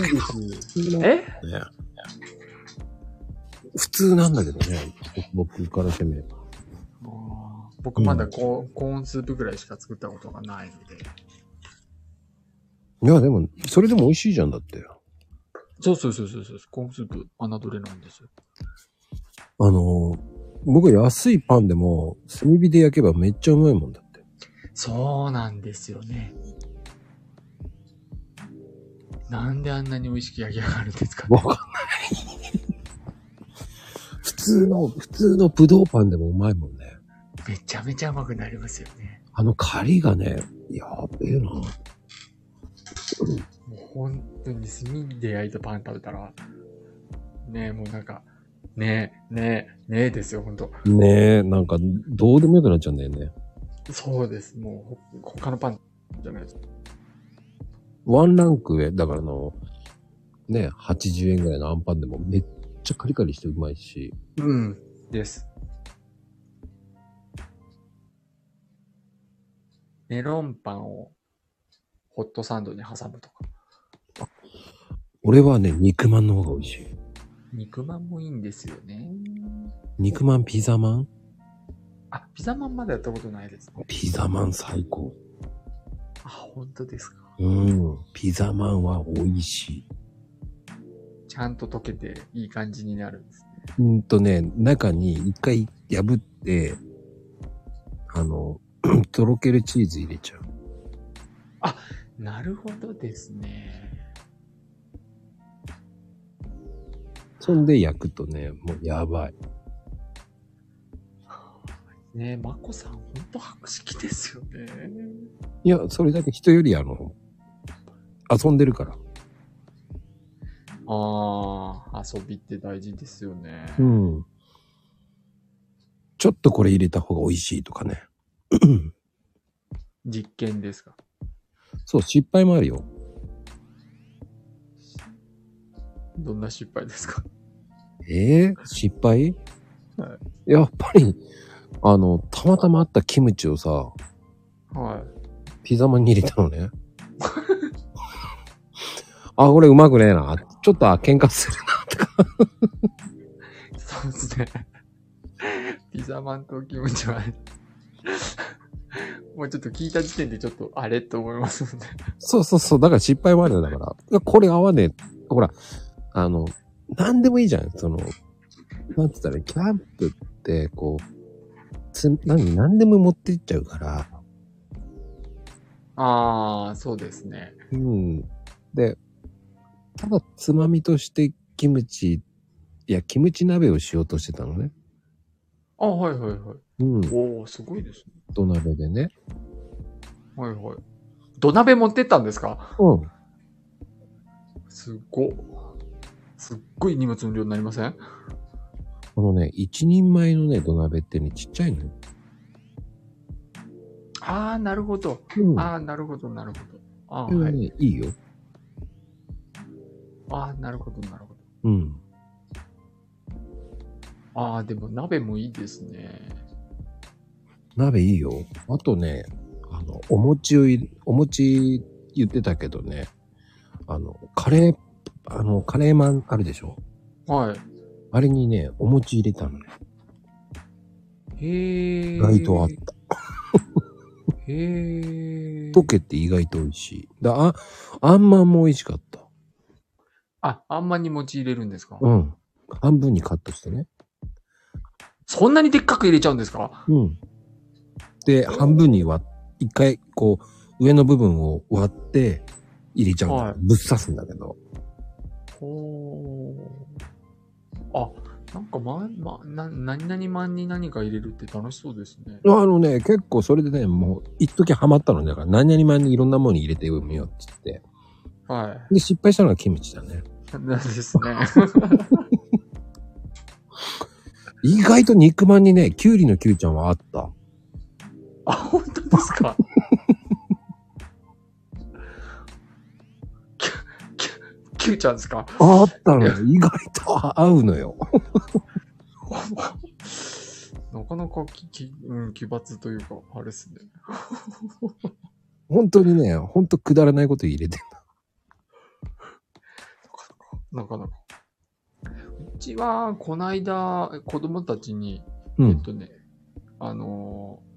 Speaker 2: ですえ
Speaker 1: ね。普通なんだけどね。僕からしてみれば。
Speaker 2: 僕まだコ,、コーンスープぐらいしか作ったことがないので。
Speaker 1: いや、でも、それでも美味しいじゃんだって。
Speaker 2: そうそうそうそうそう。コーンスープ、侮れないんですよ。
Speaker 1: あのー、僕安いパンでも炭火で焼けばめっちゃうまいもんだって。
Speaker 2: そうなんですよね。なんであんなに美味しく焼き上がるんですかね。
Speaker 1: わかんない。普通の、普通のぶどうパンでもうまいもんね。
Speaker 2: めちゃめちゃ甘くなりますよね。
Speaker 1: あのカリがね、やべえな。
Speaker 2: もう本当に炭で焼いたパン食べたら、ねえ、もうなんか、ねえ、ねえ、ねえですよ、本当
Speaker 1: ねえ、なんか、どうでもよくなっちゃうんだよね。
Speaker 2: そうです。もう、ほ他のパンじゃないです。
Speaker 1: ワンランク上、だからあの、ね、80円ぐらいのアンパンでもめっちゃカリカリしてうまいし。
Speaker 2: うん。です。メロンパンをホットサンドに挟むとか。
Speaker 1: 俺はね、肉まんの方が美味しい。
Speaker 2: 肉まんもいいんですよね。
Speaker 1: 肉まん、ピザまん
Speaker 2: あ、ピザまんまでやったことないです。
Speaker 1: ピザまん最高。
Speaker 2: あ、本当ですか。
Speaker 1: うん。ピザまんは美味しい。
Speaker 2: ちゃんと溶けていい感じになるんですね。
Speaker 1: うんとね、中に一回破って、あの、 *clears throat* とろけるチーズ入れちゃう。
Speaker 2: なるほどですね。
Speaker 1: そんで焼くとね、もうやばい。
Speaker 2: ねえ、まこさん、本当白色ですよね。
Speaker 1: いや、それだけ人よりあの、遊んでるから。
Speaker 2: ああ、遊びって大事ですよね。
Speaker 1: ん。ちょっとこれ入れた方が美味しいとかね。
Speaker 2: 実験ですか。
Speaker 1: そう、失敗もあるよ。
Speaker 2: どんな失敗ですか。
Speaker 1: ええ失敗
Speaker 2: は
Speaker 1: やっぱり、あの、たまたまあったキムチをさ、
Speaker 2: は
Speaker 1: ピザまんに入れたの *laughs* ね。あ、これうまくねえな。ちょっとあ喧嘩するな。
Speaker 2: い。そうですね。ピザマンとキムチは、もうちょっと聞いた時点でちょっとあれと思いますので。
Speaker 1: そうそうそう。だから失敗もあるんだからいや。これ合わねえ。ほら、あの、なんでもいいじゃん。その、なんつったらいい、キャンプって、こう、つ、何、何でも持っていっちゃうから。
Speaker 2: ああ、そうですね。
Speaker 1: うん。で、ただつまみとしてキムチ、いや、キムチ鍋をしようとしてたのね。
Speaker 2: あはいはいはい。
Speaker 1: うん。
Speaker 2: おお、すごいですね。
Speaker 1: 土鍋でね。
Speaker 2: はいはい。土鍋持ってったんですか
Speaker 1: うん。
Speaker 2: すっごっ。すっごい荷物の量になりません
Speaker 1: このね、一人前のね、土鍋ってね、ちっちゃいのよ。
Speaker 2: ああ、なるほど。
Speaker 1: うん。
Speaker 2: ああ、なるほど、なるほど。ああ、
Speaker 1: これ
Speaker 2: は。
Speaker 1: はいね、いいよ。
Speaker 2: ああ、なるほど、なるほど。
Speaker 1: うん。
Speaker 2: ああ、でも鍋もいいですね。
Speaker 1: 鍋いいよ。あとね、あの、お餅を入れ、お餅言ってたけどね、あの、カレー、あの、カレーマンあるでしょ
Speaker 2: はい。
Speaker 1: あれにね、お餅入れたのね。
Speaker 2: へえ。
Speaker 1: 意外とあった。
Speaker 2: へえ。
Speaker 1: 溶けて意外と美味しい。だあ、あんまんも美味しかった。
Speaker 2: あ、あんまに餅入れるんですか、
Speaker 1: うん。半分にカットしてね。
Speaker 2: そんなにでっかく入れちゃうんですか
Speaker 1: うん。で、半分に割っ、一回、こう、上の部分を割って、入れちゃうんだよ、
Speaker 2: はい
Speaker 1: ぶっ刺すんだけど。
Speaker 2: おーあ、なんかま、ま、な、何々まんに何か入れるって楽しそうですね。
Speaker 1: あのね、結構それでね、もう、一時ハマったのねだから、何々まんにいろんなものに入れてみようって言って、
Speaker 2: は
Speaker 1: で、失敗したのがキムチだね。
Speaker 2: い。 *laughs* なんですね。
Speaker 1: 意外と肉まんにね、キュウリのキュウちゃんはあった。
Speaker 2: あ、本当ですかキュ、キュ、キューちゃんですか
Speaker 1: あったのよ。意外と合うのよ。
Speaker 2: なかなかき、き、うん、奇抜というか、あれですね。
Speaker 1: 本当にね、本当くだらないこと入れてる。
Speaker 2: なかなか。うちは、こないだ、子供たちに、
Speaker 1: う
Speaker 2: えっ
Speaker 1: ん。
Speaker 2: とね、あのー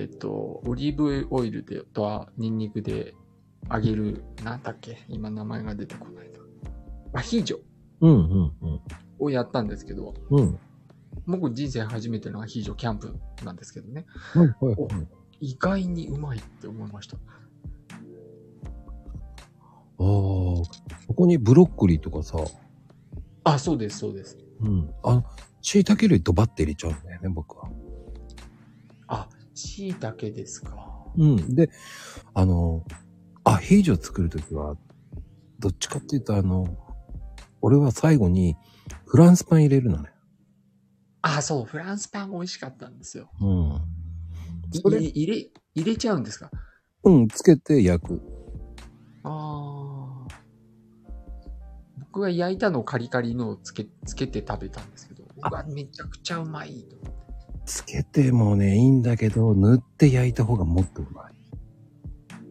Speaker 2: えっ、と、オリーブオイルで、とは、ニンニクで揚げる、なんだっけ今名前が出てこないな。アヒージョ
Speaker 1: うんうんうん。
Speaker 2: をやったんですけど、
Speaker 1: うん。
Speaker 2: 僕人生初めてのアヒージョキャンプなんですけどね。
Speaker 1: はいはいはい。
Speaker 2: 意外にうまいって思いました。
Speaker 1: ああ、そこにブロッコリーとかさ、
Speaker 2: あ、そうです、そうです。
Speaker 1: うん。あの、椎茸類ドバって入れちゃうんだよね、僕は。
Speaker 2: 椎茸ですか。
Speaker 1: うん。で、あの、アヒージョ作るときは、どっちかっていうと、あの、俺は最後にフランスパン入れるのね。
Speaker 2: あ、そう、フランスパン美味しかったんですよ。
Speaker 1: うん。
Speaker 2: い
Speaker 1: それ
Speaker 2: い入れ、入れちゃうんですか
Speaker 1: うん、つけて焼く。
Speaker 2: ああ。僕は焼いたのをカリカリのをつけ、つけて食べたんですけど、うわ、めちゃくちゃうまいと。
Speaker 1: つけてもね、いいんだけど、塗って焼いた方がもっとうまい。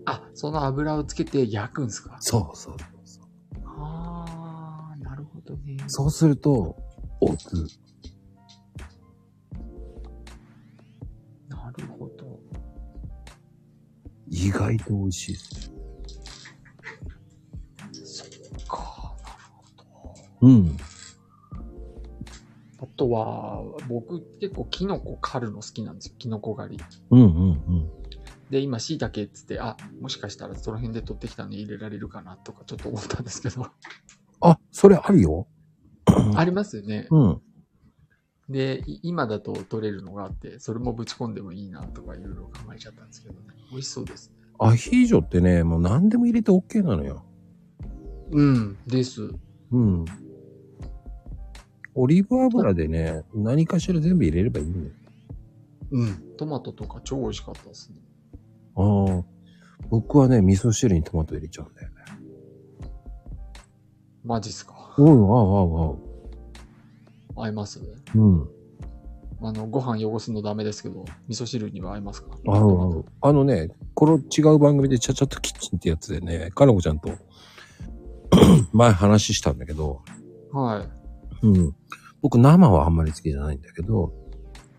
Speaker 2: あ、その油をつけて焼くんですか
Speaker 1: そうそうそうそう。
Speaker 2: ああ、なるほどね。
Speaker 1: そうすると、おつ。
Speaker 2: なるほど。
Speaker 1: 意外と美味しいです。
Speaker 2: そっか。
Speaker 1: うん。
Speaker 2: あとは、僕結構キノコ狩るの好きなんですよ。キノコ狩り。
Speaker 1: うんうん
Speaker 2: で、今、椎茸っつって、あ、もしかしたらその辺で取ってきたの入れられるかなとかちょっと思ったんですけど。
Speaker 1: うん。あ、それあるよ。
Speaker 2: ありますよね。
Speaker 1: うん。
Speaker 2: で、い今だと取れるのがあって、それもぶち込んでもいいなとかいろいろ考えちゃったんですけどね。美味しそうですね。
Speaker 1: アヒージョってね、もう何でも入れて OK なのよ。
Speaker 2: うん、です。
Speaker 1: うん。オリーブ油でね、何かしら全部入れればいいんだよ。
Speaker 2: うん。トマトとか超美味しかったですね。
Speaker 1: ああ。僕はね、味噌汁にトマト入れちゃうんだよね。
Speaker 2: マジっすか。
Speaker 1: うん、合う合う
Speaker 2: 合います
Speaker 1: 合う。うん。
Speaker 2: あの、ご飯汚すのダメですけど、味噌汁には合いますか
Speaker 1: 合う合う。あのね、この違う番組でちゃちゃっとキッチンってやつでね、かのこちゃんと *clears throat* 前話したんだけど、
Speaker 2: はい。
Speaker 1: うん。僕生はあんまり好きじゃないんだけど、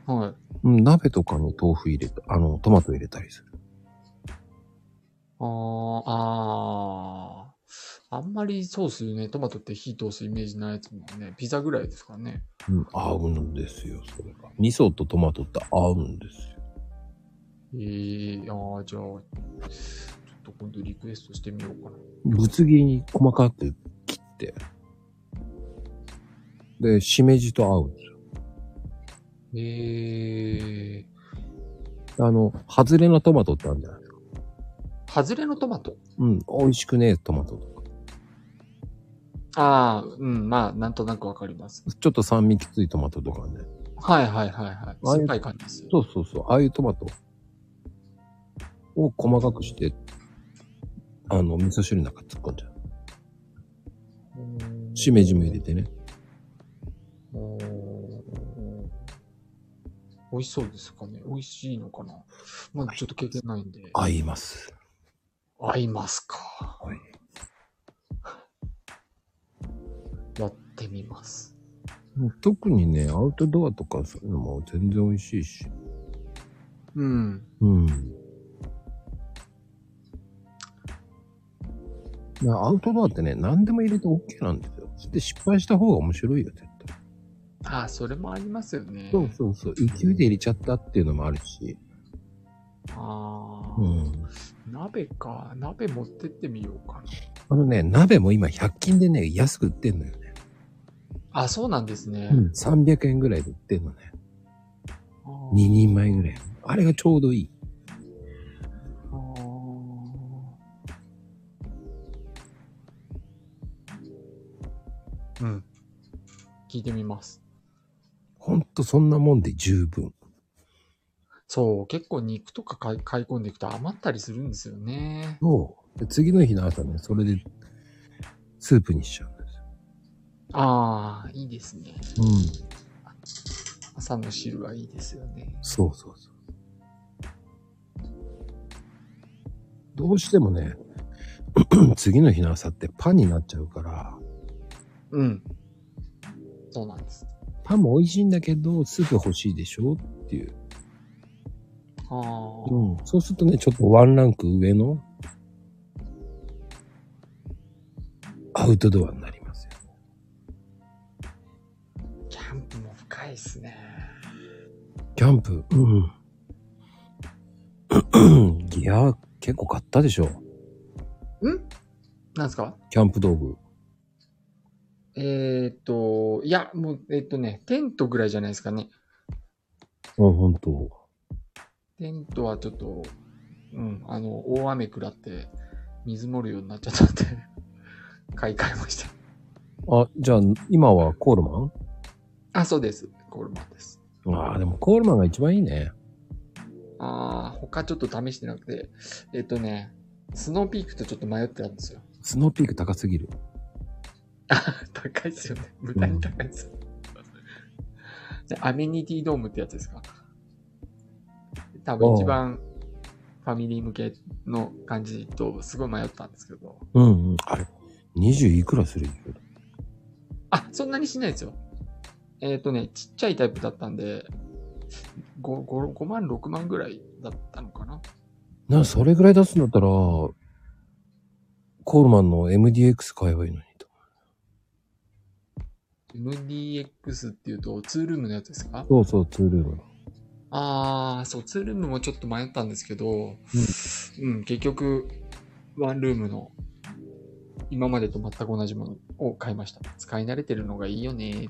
Speaker 2: はい。
Speaker 1: うん、鍋とかに豆腐入れた、あの、トマト入れたりする。
Speaker 2: あー、あー。あんまりそうっすよね。トマトって火通すイメージないやつもんね。ピザぐらいですからね。
Speaker 1: うん、合うんですよ、それが。味噌とトマトって合うんですよ。
Speaker 2: えー、あー、じゃあ、ちょっと今度リクエストしてみようかな。
Speaker 1: ぶつ切りに細かく切って。で、しめじと合うんですよ。
Speaker 2: えー、
Speaker 1: あの、外れのトマトってあるんじゃない
Speaker 2: 外れのトマト
Speaker 1: うん、美味しくねえトマトとか。
Speaker 2: ああ、うん、まあ、なんとなくわかります。
Speaker 1: ちょっと酸味きついトマトとかね。
Speaker 2: はいはいはいはい。酸っぱい感じですよ。
Speaker 1: そうそうそう、ああいうトマトを細かくして、あの、味噌汁の中突っ込んじゃう。しめじも入れてね。
Speaker 2: おー。美味しそうですかね。美味しいのかな。まあ、ちょっと経験ないんで。
Speaker 1: 合います。
Speaker 2: 合いますか。
Speaker 1: はい。
Speaker 2: *laughs* やってみます。
Speaker 1: 特にね、アウトドアとかそういうのも全然美味しいし。
Speaker 2: うん。
Speaker 1: うん。まあアウトドアってね、何でも入れて OK なんですよ。で、失敗した方が面白いよ、絶対。
Speaker 2: ああ、それもありますよね。
Speaker 1: そうそうそう。勢いで入れちゃったっていうのもあるし。
Speaker 2: ああ、
Speaker 1: うん。
Speaker 2: 鍋か。鍋持ってってみようかな。
Speaker 1: あのね、鍋も今100均でね、安く売ってんのよね。
Speaker 2: あ、そうなんですね。
Speaker 1: うん。300円ぐらいで売ってんのね。
Speaker 2: あー
Speaker 1: 2人前ぐらい。あれがちょうどいい。
Speaker 2: あーうん。聞いてみます。
Speaker 1: ほんとそんなもんで十分。
Speaker 2: そう、結構肉とか買い買い込んでいくと余ったりするんですよね。
Speaker 1: そう。で次の日の朝ね、それで、スープにしちゃうんですよ。
Speaker 2: ああ、いいですね。
Speaker 1: うん。
Speaker 2: 朝の汁はいいですよね。
Speaker 1: そうそうそう。どうしてもね、 *clears throat* 次の日の朝ってパンになっちゃうから、
Speaker 2: うん。そうなんです。
Speaker 1: パンも美味しいんだけど、スープ欲しいでしょっていう。
Speaker 2: ああ。
Speaker 1: うん。そうするとね、ちょっとワンランク上の、アウトドアになりますよ。
Speaker 2: キャンプも深いですね。
Speaker 1: キャンプ、うん。 *clears throat* ギア、結構買ったでしょ
Speaker 2: なんですか
Speaker 1: キャンプ道具。
Speaker 2: えーっと、いや、もう、えーっとね、テントぐらいじゃないですかね。
Speaker 1: うん、本当。
Speaker 2: テントはちょっと、うん、あの、大雨食らって、水漏るようになっちゃったんで、 *laughs* 買い替えました。
Speaker 1: あ、じゃあ、今はコールマ
Speaker 2: あ、そうです。コールマンです。
Speaker 1: ンああ、でもコールマンが一番いいね。
Speaker 2: あー、他ちょっと試してなくて、えーっとね、スノーピークとちょっと迷ってたんですよ。
Speaker 1: スノーピーク高すぎる。
Speaker 2: 高いですよね。無駄に高いですよ。でアメニティドームってやつですか多分一番ファミリー向けの感じとすごい迷ったんですけど。
Speaker 1: うんうん。あれ、20いくらするんだけど。
Speaker 2: あ、そんなにしないですよ。えっ、とね、ちっちゃいタイプだったんで、5, 5, 5万、6万ぐらいだったのかな
Speaker 1: な、それぐらい出すんだったら、コールマンの MDX 買えばいいのにと。
Speaker 2: ?MDX っていうとツールームのやつですか
Speaker 1: そうそう、ツールームの。
Speaker 2: あー、そう、ツールームもちょっと迷ったんですけど、うん、結局、ワンルームの、今までと全く同じものを買いました。使い慣れてるのがいいよね。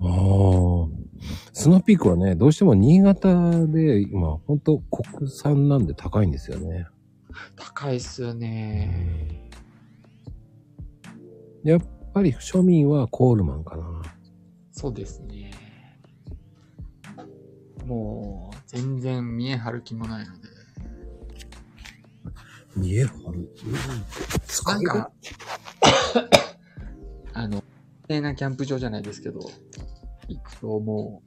Speaker 1: ああ。スノーピークはね、どうしても新潟で今、ほんと国産なんで高いんですよね。
Speaker 2: 高いっすよね。
Speaker 1: やっぱり庶民はコールマンかな。
Speaker 2: そうですね。もう、全然見え張る気もないので。
Speaker 1: 見え張る。使
Speaker 2: なんか、 *coughs* あの、綺麗なキャンプ場じゃないですけど、行くとも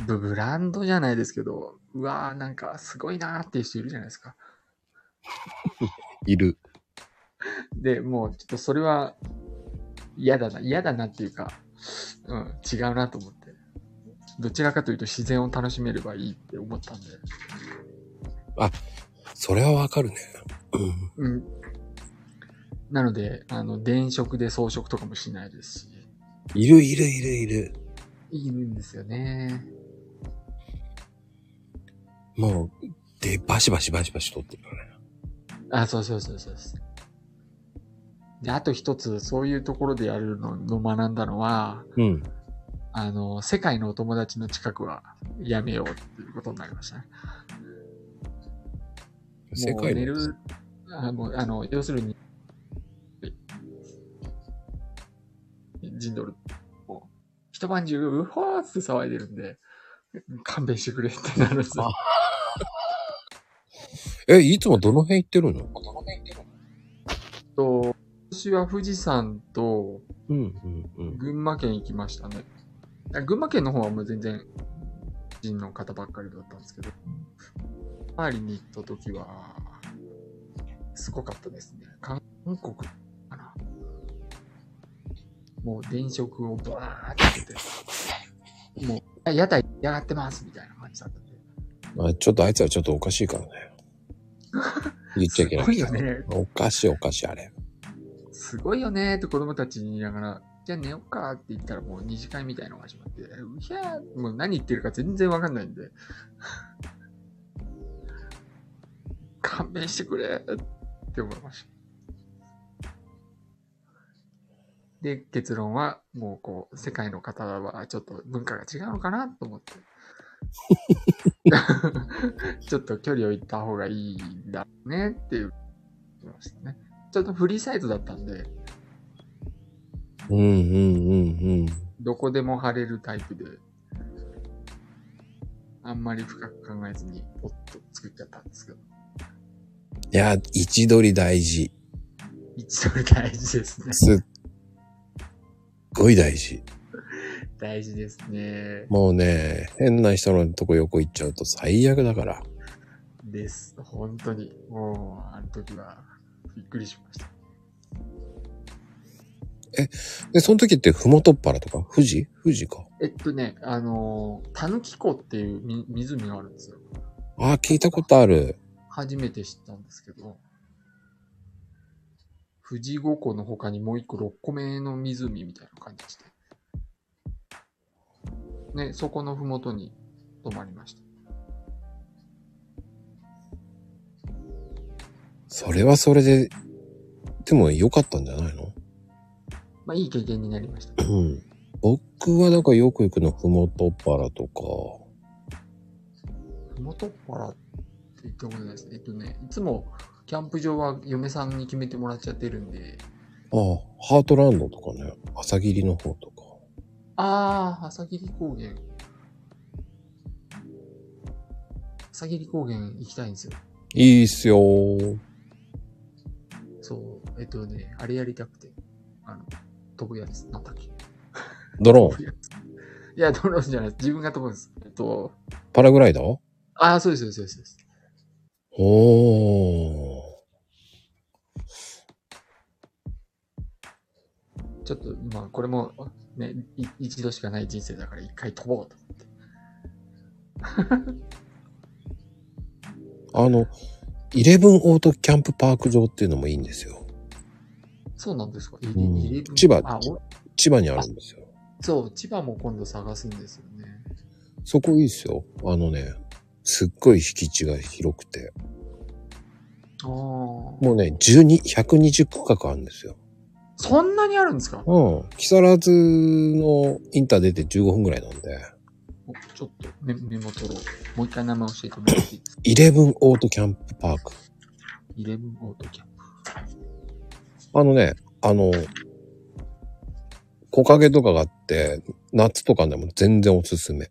Speaker 2: う、ブブランドじゃないですけど、うわーなんかすごいなーっていう人いるじゃないですか。
Speaker 1: いる。
Speaker 2: で、もうちょっとそれは嫌だな、嫌だなっていうか、うん、違うなと思って。どちらかというと自然を楽しめればいいって思ったんで。
Speaker 1: それはわかるね。
Speaker 2: うん。なので、あの、電飾で装飾とかもしないですし、
Speaker 1: いるいるいるいる。
Speaker 2: いいんですよね。
Speaker 1: もう、で、バシバシバシバシ撮ってるよね。
Speaker 2: あ、そうそうそうそうです。で、あと一つ、そういうところでやるのの学んだのは、
Speaker 1: うん。
Speaker 2: あの、世界のお友達の近くはやめようっていうことになりましたね。
Speaker 1: 世
Speaker 2: もう
Speaker 1: 界
Speaker 2: 寝
Speaker 1: の。
Speaker 2: る、あもうあの、要するに、陣取る。もう一晩中、うほーっつって騒いでるんで、勘弁してくれってなるんですよ
Speaker 1: あえ、いつもどの辺行ってるのどの辺行ってるの
Speaker 2: と、今年は富士山と
Speaker 1: うんうんうん。
Speaker 2: 群馬県行きましたね。あ群馬県の方はもう全然人の方ばっかりだったんですけど、周りに行った時は、すごかったですね。韓国かな。もう電飾をバーってつけて、もう屋台やがってますみたいな感じだったんで。
Speaker 1: あちょっとあいつはちょっとおかしい
Speaker 2: *laughs*
Speaker 1: からね。言っちゃいけない。
Speaker 2: すごいよね。
Speaker 1: おかしいおかしいあれ。
Speaker 2: すごいよねーって子供たちに言いながら、じゃあ寝ようかって言ったらもう二次会みたいのが始まって、うひゃー、もう何言ってるか全然わかんないんで。 *laughs* 勘弁してくれって思いました。で、結論は、もうこう、世界の方はちょっと文化が違うのかなと思って。 *laughs* ちょっと距離を行った方がいいんだねっていう、ましたね。ちょっとフリーサイズだったんで、
Speaker 1: うんうんうん
Speaker 2: どこでも晴れるタイプで、あんまり深く考えずに、ポッと作っちゃったんですけど。
Speaker 1: うん。いや、位置取り大事。
Speaker 2: 一度大事ですね。
Speaker 1: すっごい大事。
Speaker 2: 大事ですね。
Speaker 1: もうね、変な人のとこ横行っちゃうと最悪だから。
Speaker 2: です。本当に。もう、あの時は、びっくりしました。
Speaker 1: で、その時って、ふもとっぱらとか、富士富士か。
Speaker 2: えっとね、あのー、たぬき湖っていうみ湖があるんですよ。
Speaker 1: ああ、聞いたことある。
Speaker 2: 初めて知ったんですけど、富士五湖の他にもう一個6個目の湖みたいな感じで。ね、そこのふもとに泊まりました。
Speaker 1: それはそれで、でも良かったんじゃないの
Speaker 2: まあ、いい経験になりました。
Speaker 1: うん。僕はなんかよく行くの、ふもとっぱらとか。
Speaker 2: ふもとっぱらって言ったことないですね。えっとね、いつもキャンプ場は嫁さんに決めてもらっちゃってるんで、
Speaker 1: ああ、ハートランドとかね。朝霧の方とか。
Speaker 2: あー、朝霧高原。朝霧高原行きたいんですよ。
Speaker 1: いいっすよー。
Speaker 2: そう、えっとね、あれやりたくて、あの、飛ぶやつ、なんだっけ。
Speaker 1: ドローン、
Speaker 2: いや、ドローンじゃないです。自分が飛ぶんです。えっと、
Speaker 1: パラグライダー
Speaker 2: ああ、そうです、そうです、そうです。
Speaker 1: おー。
Speaker 2: ちょっと今、これも、ね、い一度しかない人生だから一回飛ぼうと。
Speaker 1: あの、イレブンオートキャンプパーク場っていうのもいいんですよ。
Speaker 2: そうなんですか、
Speaker 1: ん
Speaker 2: 入れ入れ
Speaker 1: 千葉
Speaker 2: あお
Speaker 1: 千葉にあるんですよ。
Speaker 2: そう、千葉も今度探すんですよね。
Speaker 1: そこいいっすよ。あのね、すっごい敷地が広くて。
Speaker 2: ああ。
Speaker 1: もうね、12、120区画あるんですよ。
Speaker 2: そんなにあるんですか
Speaker 1: うん。木更津のインター出て15分ぐらいなんで、
Speaker 2: おちょっとメメモ取ろう。もう一回名前教えてもらっていいですか
Speaker 1: イレブンオートキャンプパーク。
Speaker 2: イレブンオートキャンプ。
Speaker 1: あのね、あの、木陰とかがあって、夏とかでも全然おすすめ。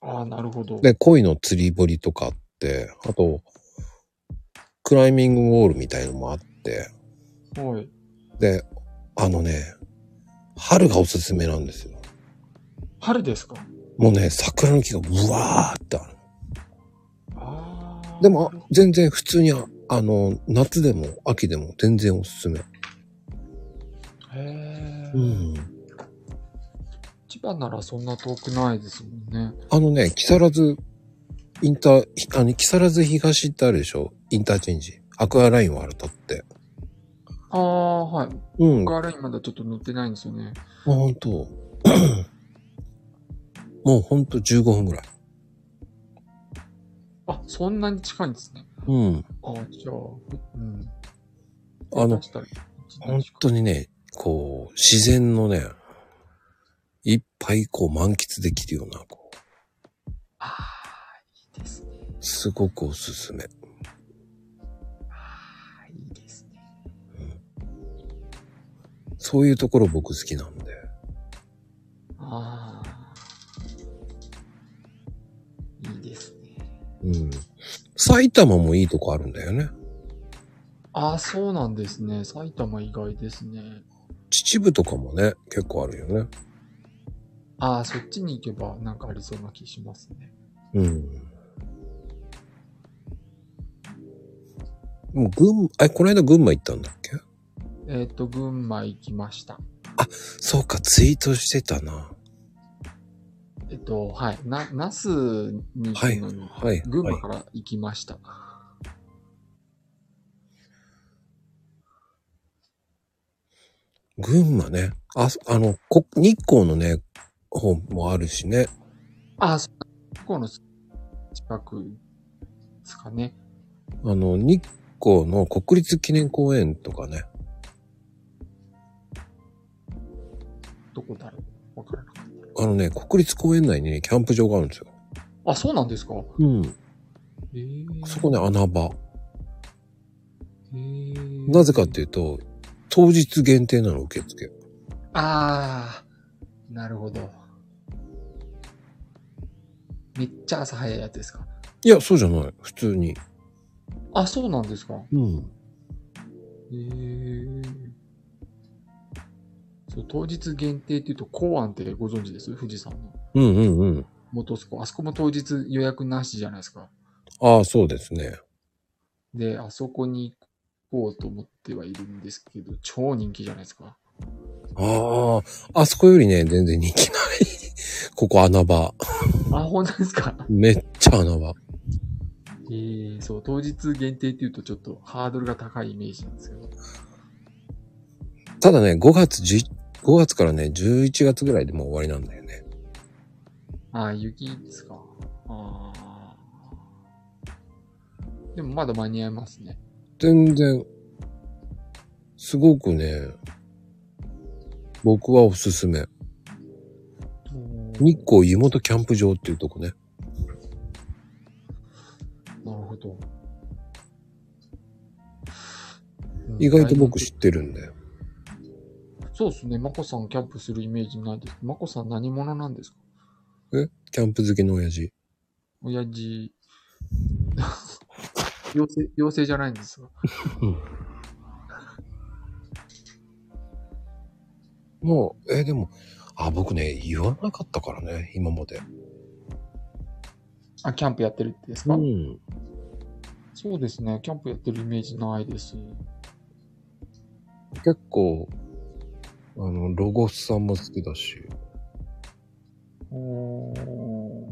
Speaker 2: ああ、なるほど。
Speaker 1: で、鯉の釣り堀とかあって、あと、クライミングウォールみたいのもあって、
Speaker 2: はい。
Speaker 1: で、あのね、春がおすすめなんですよ。
Speaker 2: 春ですか
Speaker 1: もうね、桜の木がブワーってある。
Speaker 2: ああ。
Speaker 1: でも、全然普通にあ、あの、夏でも秋でも全然おすすめ。
Speaker 2: へえ、
Speaker 1: うん。
Speaker 2: 千葉ならそんな遠くないですもんね。
Speaker 1: あのね、木更津、インター、ひあの、木更津東ってあるでしょインターチェンジ。アクアラインを渡って。
Speaker 2: ああ、はい。
Speaker 1: うん。
Speaker 2: 僕はラインまだちょっと乗ってないんですよね。
Speaker 1: あ、ほんと。 *coughs* もうほんと15分ぐらい。
Speaker 2: あ、そんなに近いんですね。
Speaker 1: うん。
Speaker 2: ああ、じゃあ、うん。
Speaker 1: あの
Speaker 2: 下手したら一
Speaker 1: ほん
Speaker 2: 日近く
Speaker 1: とにね、こう、自然のね、いっぱいこう満喫できるような、こう、
Speaker 2: ああ、いいですね。
Speaker 1: すごくおすすめ。
Speaker 2: ああ、いいですね。
Speaker 1: そういうところ僕好きなんで。
Speaker 2: ああ。いいですね。
Speaker 1: うん。埼玉もいいとこあるんだよね。
Speaker 2: ああ、そうなんですね。埼玉以外ですね。
Speaker 1: 秩父とかもね、結構あるよね。
Speaker 2: ああ、そっちに行けばなんかありそうな気しますね。
Speaker 1: うん。もう群、え、この間群馬行ったんだっけ
Speaker 2: えっ、と、群馬行きました。
Speaker 1: そうか、ツイートしてたな。
Speaker 2: えっと、はい。な、那須に行くのに、
Speaker 1: はい。
Speaker 2: 群
Speaker 1: は
Speaker 2: 馬
Speaker 1: い
Speaker 2: から行きました。
Speaker 1: 群馬ね。あ、そあの、こ日光のね、方もあるしね。
Speaker 2: ああ、そここの近くですかね。
Speaker 1: あの、日光の国立記念公園とかね。
Speaker 2: どこだろうわからなかっ
Speaker 1: あのね、国立公園内にね、キャンプ場があるんですよ。
Speaker 2: た。あ、そうなんですか
Speaker 1: うん。
Speaker 2: ええ
Speaker 1: そこね、穴場。
Speaker 2: へえ
Speaker 1: なぜかっていうと、当日限定なの受付。
Speaker 2: あー、なるほど。めっちゃ朝早いやつですか。
Speaker 1: いや、そうじゃない。普通に。
Speaker 2: あ、そうなんですか。
Speaker 1: うん。
Speaker 2: へーそう当日限定っていうと、公安ってご存知です富士山の。
Speaker 1: うんうんうん。
Speaker 2: 元そこ。あそこも当日予約なしじゃないですか。
Speaker 1: ああ、そうですね。
Speaker 2: で、あそこに行こうと思ってはいるんですけど、超人気じゃないですか。
Speaker 1: ああ、あそこよりね、全然人気ない。 *laughs* ここ穴場。
Speaker 2: あ、本当ですか。
Speaker 1: めっちゃ穴場。
Speaker 2: *laughs* えー、そう、当日限定っていうとちょっとハードルが高いイメージなんですけど。
Speaker 1: ただね、5月10、5月からね、11月ぐらいでもう終わりなんだよね。
Speaker 2: あー、雪ですか。あーでもまだ間に合いますね。
Speaker 1: 全然、すごくね、僕はおすすめ。日光湯本キャンプ場っていうとこね。
Speaker 2: なるほど。
Speaker 1: 意外と僕知ってるんだよ。
Speaker 2: そうですね。マコさんキャンプするイメージないです。マコさん何者なんですか
Speaker 1: えキャンプ好きの親父。
Speaker 2: 親父。 *laughs* 妖精、妖精じゃないんですが。
Speaker 1: もう、え、でも、あ、僕ね、言わなかったからね、今まで。
Speaker 2: あ、キャンプやってるってですか、
Speaker 1: うん。
Speaker 2: そうですね。キャンプやってるイメージないです。
Speaker 1: 結構、あの、ロゴスさんも好きだし。
Speaker 2: おー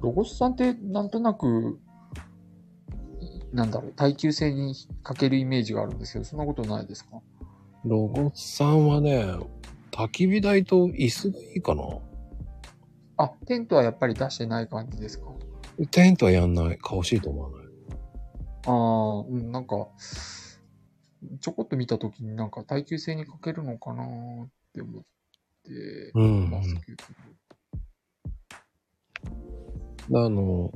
Speaker 2: ロゴスさんってなんとなく、なんだろう、耐久性に欠けるイメージがあるんですけど、そんなことないですか
Speaker 1: ロゴスさんはね、焚き火台と椅子がいいかな。
Speaker 2: あ、テントはやっぱり出してない感じですか
Speaker 1: テントはやんない。か欲しいと思わない。
Speaker 2: ああ、うん、なんか、ちょこっと見たときになんか耐久性に欠けるのかなーって思って
Speaker 1: うん
Speaker 2: ますけど。
Speaker 1: あの、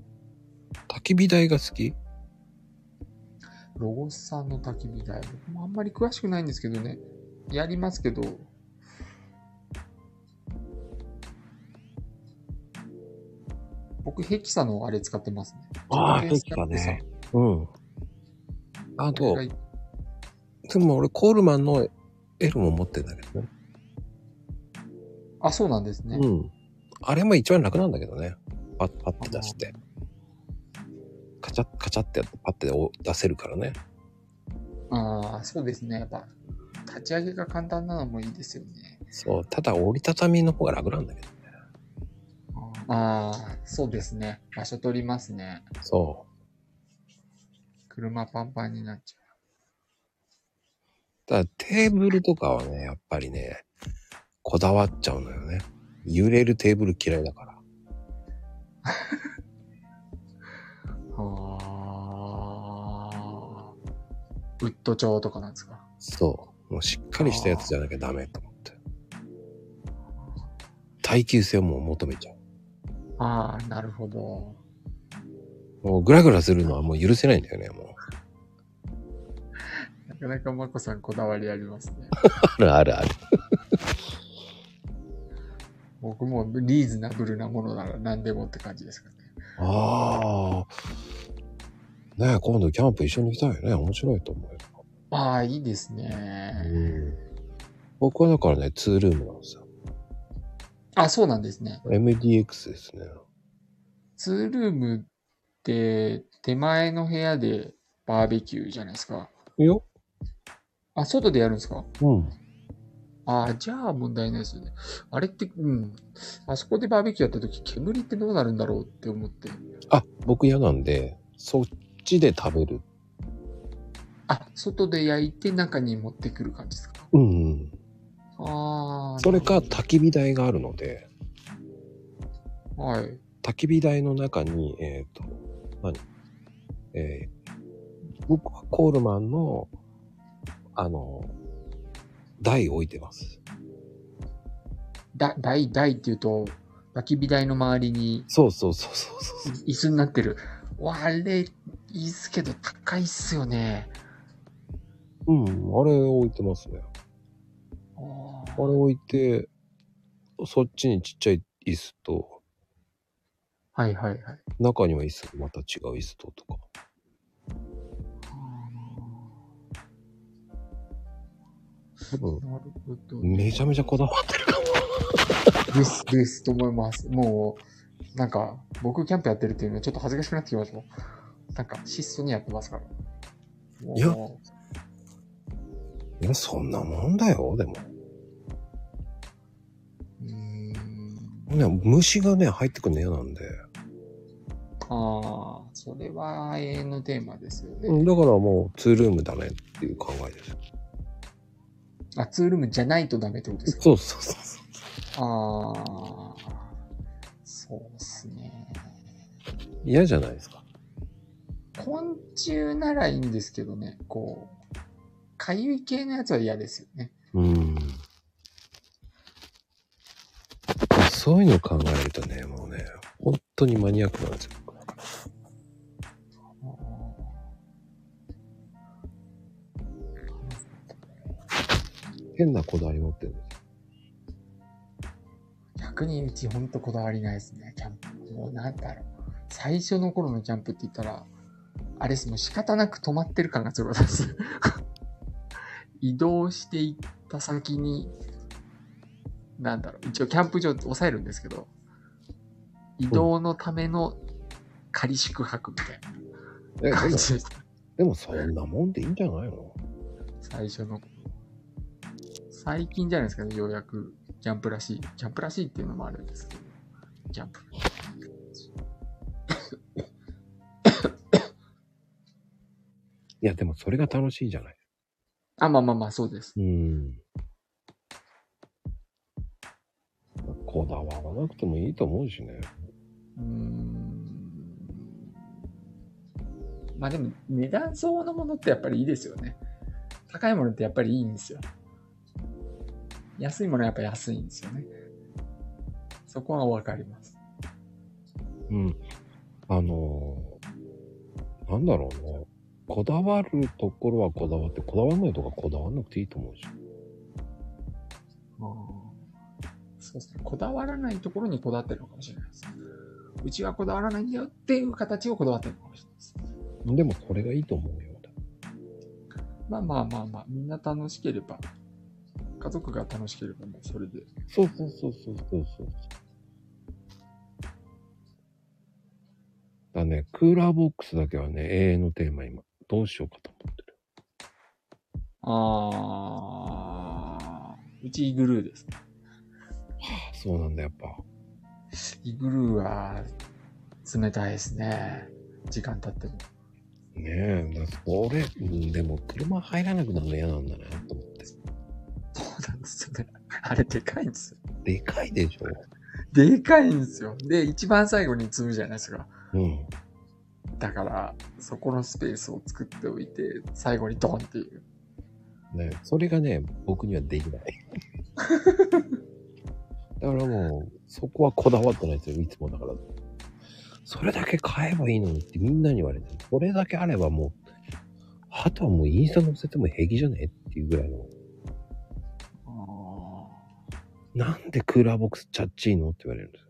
Speaker 1: 焚き火台が好き
Speaker 2: ロゴスさんの焚き火台、僕もあんまり詳しくないんですけどね。やりますけど、僕、ヘキサのあれ使ってますね。
Speaker 1: ああ
Speaker 2: ちょっと使ってさ
Speaker 1: ヘキ。うん。あと
Speaker 2: こ、れが
Speaker 1: でも俺コールマンの L も持ってんだけどね。
Speaker 2: あ、そうなんですね。
Speaker 1: うん。あれも一番楽なんだけどね。パッ、パッて出して。カチャッ、カチャってやってパッてお出せるからね。
Speaker 2: ああ、そうですね。やっぱ、立ち上げが簡単なのもいいですよね。
Speaker 1: そう。ただ折りたたみの方が楽なんだけど。
Speaker 2: ああ、そうですね。場所取りますね。
Speaker 1: そ
Speaker 2: 車パンパンになっちゃ
Speaker 1: う。ただテーブルとかはね、やっぱりね、こだわっちゃうのよね。揺れるテーブル嫌いだから。
Speaker 2: う。ああ。ウッド調とかなんですか。
Speaker 1: そう。もうしっかりしたやつじゃなきゃダメと思って。耐久性をもう求めちゃ
Speaker 2: ああ、なるほど。
Speaker 1: う。もうグラグラするのはもう許せないんだよね、もう。 *laughs*
Speaker 2: なかなかまこさんこだわりありますね。
Speaker 1: あるあるある。
Speaker 2: 僕もリーズナブルなものなら何でもって感じですかね。
Speaker 1: ああ。ねえ、今度キャンプ一緒に行きたいよね。面白いと思うよ。
Speaker 2: ああ、いいですね。
Speaker 1: うん。僕はだからね、ツールームなんですよ。
Speaker 2: あ、そうなんですね。
Speaker 1: MDX ですね。
Speaker 2: ツールームって手前の部屋でバーベキューじゃないですか。
Speaker 1: いいよ。
Speaker 2: あ、外でやるんですか
Speaker 1: うん。
Speaker 2: ああ、じゃあ問題ないですよね。あれって、うん。あそこでバーベキューやった時、煙ってどうなるんだろうって思って。
Speaker 1: あ、僕嫌なんで、そっちで食べる。
Speaker 2: あ、外で焼いて中に持ってくる感じですか
Speaker 1: うん、うん。
Speaker 2: ああ。
Speaker 1: それか、
Speaker 2: なる
Speaker 1: 焚き火台があるので、
Speaker 2: ほどはい。
Speaker 1: 焚き火台の中に、えっ、と、何えー僕はコールマンの、あの、台置いてます。
Speaker 2: だ、台、台っていうと、焚き火台の周りに
Speaker 1: そうそうそうそうそう。
Speaker 2: 椅子になってる。わあ、あれ、いいっすけど、高いっすよね。
Speaker 1: うん、あれ置いてますね。あれ置いて、そっちにちっちゃい椅子と、
Speaker 2: はいはいはい。
Speaker 1: 中には椅子、また違う椅子ととか。多分、
Speaker 2: なるほど。
Speaker 1: めちゃめちゃこだわってるかも。
Speaker 2: です、ですと思います。もう、なんか、僕キャンプやってるっていうのはちょっと恥ずかしくなってきましたもん。なんか、質素にやってますから。
Speaker 1: いや
Speaker 2: もう
Speaker 1: いや、そんなもんだよ、でも。
Speaker 2: うーん。
Speaker 1: ね、虫がね、入ってくるの嫌なんで。
Speaker 2: ああ、それは永遠のテーマですよね。
Speaker 1: うんだからもう、ツールームだねっていう考えです。
Speaker 2: あ、ツールームじゃないとダメってことですか
Speaker 1: そうそうそうそう。
Speaker 2: ああ、そうですね。
Speaker 1: 嫌じゃないですか。
Speaker 2: 昆虫ならいいんですけどね、こう、かゆい系のやつは嫌ですよね。
Speaker 1: うん。そういうのを考えるとね、もうね、本当にマニアックなんですよ。
Speaker 2: あー
Speaker 1: 変なこだわり持ってるんですよ。
Speaker 2: 逆にうちほんとこだわりないですね、キャンプ。もうなんだろう。最初の頃のキャンプって言ったら、あれです、もう仕方なく止まってる感がすごいです。 *laughs* 移動していった先に、なんだろう、一応キャンプ場抑えるんですけど、移動のための仮宿泊みたい
Speaker 1: え
Speaker 2: な
Speaker 1: *laughs*
Speaker 2: 感
Speaker 1: でも
Speaker 2: じです。
Speaker 1: でもそんなもんでいいんじゃないの
Speaker 2: 最初の。最近じゃないですかね、ようやくキャンプらしい。キャンプらしいっていうのもあるんですけど。キャンプ。
Speaker 1: いや、でもそれが楽しいじゃない。
Speaker 2: あ、まあまあまあ、そうです。
Speaker 1: うん。こだわらなくてもいいと思うしね。
Speaker 2: うーん。まあでも、値段相応のものってやっぱりいいですよね。高いものってやっぱりいいんですよ。安いものはやっぱ安いんですよね。そこはわかります。
Speaker 1: うん。あのーなんだろうね。こだわるところはこだわって、こだわらないとかこだわらなくていいと思うし。
Speaker 2: そうですね。こだわらないところにこだわってるのかもしれないです。うちはこだわらないんだよっていう形をこだわってるのかもしれないです。
Speaker 1: でもそれがいいと思うよ。
Speaker 2: まあまあまあまあ、みんな楽しければ、家族が楽しければもうそれで。
Speaker 1: そうそうそうそうそうそう。だね、クーラーボックスだけはね、永遠のテーマ今、どうしようかと思ってる。
Speaker 2: あー、うちイグルーです。
Speaker 1: はあ、そうなんだ、やっぱ。
Speaker 2: イグルーは冷たいですね。時間経っても。
Speaker 1: ねえ、だそれ、うんでも車入らなくなるの嫌なんだな、と思って。
Speaker 2: そうなんですよね。あれでかいんですよ。
Speaker 1: でかいでしょ。
Speaker 2: でかいんですよ。で、一番最後に積むじゃないですか。
Speaker 1: うん。
Speaker 2: だから、そこのスペースを作っておいて、最後にドンっていう。
Speaker 1: ね、それがね、僕にはできない。だからもう、そこはこだわってないですよ、いつもだから。それだけ買えばいいのにってみんなに言われてる、それだけあればもう、あとはもうインスタ載せても平気じゃねっていうぐらいの、なんでクーラーボックスチャッチーのって言われるんですよ。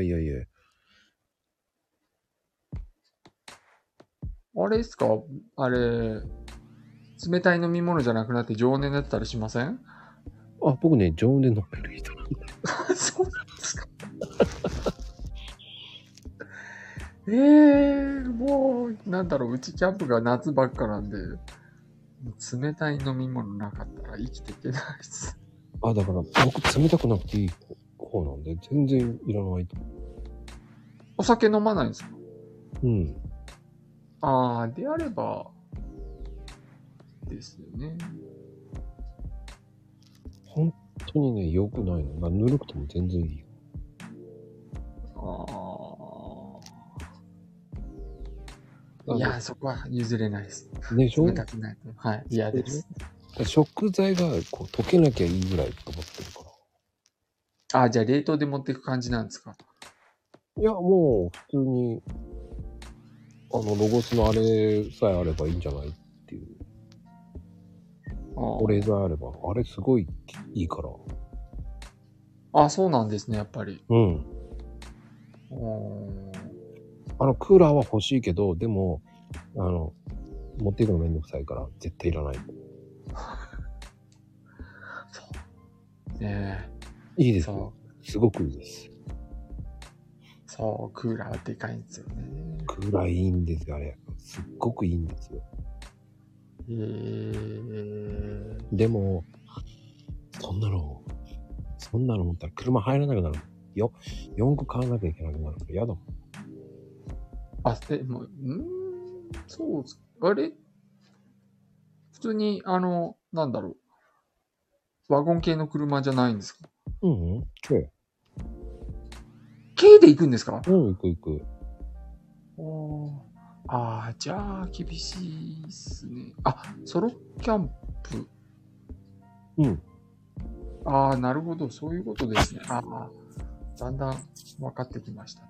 Speaker 1: いやいやいや、
Speaker 2: あれですかあれ、冷たい飲み物じゃなくなって常温になったりしません
Speaker 1: あ、僕ね、常温で飲める人なんだ。
Speaker 2: そうなんですか *laughs* えー、もう、なんだろう、うちキャンプが夏ばっかなんで、冷たい飲み物なかったら生きていけないです。
Speaker 1: あ、だから僕冷たくなくていい方なんで、全然いらないと。
Speaker 2: お酒飲まないんですか
Speaker 1: うん。
Speaker 2: ああ、であれば、ですよね。
Speaker 1: 本当にね、良くないの。まあ、ぬるくても全然いいよ。
Speaker 2: あ
Speaker 1: あ
Speaker 2: あ。い
Speaker 1: の
Speaker 2: や、そこは譲れないです。
Speaker 1: でしょ
Speaker 2: 冷たくないと。はい、嫌です。
Speaker 1: 食材がこう溶けなきゃいいぐらいと思ってるから。
Speaker 2: ああ、じゃあ冷凍で持っていく感じなんですか。
Speaker 1: いや、もう普通に、あの、ロゴスのあれさえあればいいんじゃないっていう。保冷剤あれば、あれすごいいいから。
Speaker 2: あ、そうなんですね、やっぱり。
Speaker 1: うん。
Speaker 2: うーん
Speaker 1: あの、クーラーは欲しいけど、でも、あの、持っていくのめんどくさいから、絶対いらない。
Speaker 2: ね
Speaker 1: いい
Speaker 2: え。
Speaker 1: ですよ
Speaker 2: そ。
Speaker 1: すごくいいです。
Speaker 2: う、そう、クーラーでかいんですよね。
Speaker 1: クーラーいいんですよ、あれ。すっごくいいんですよ。
Speaker 2: えー、
Speaker 1: でも、そんなの、そんなの持ったら車入らなくなる。よ、4個買わなきゃいけなくなるから嫌だもん。
Speaker 2: あ、でも、うーん、そうっす、あれ普通に、あの、なんだろう。ワゴン系の車じゃないんですか
Speaker 1: うんうん。軽
Speaker 2: 軽で行くんですか
Speaker 1: うん、行く行く。
Speaker 2: おーああ、じゃあ、厳しいっすね。あ、ソロキャンプ。
Speaker 1: うん。
Speaker 2: ああ、なるほど。そういうことですね。ああ、だんだん分かってきましたね。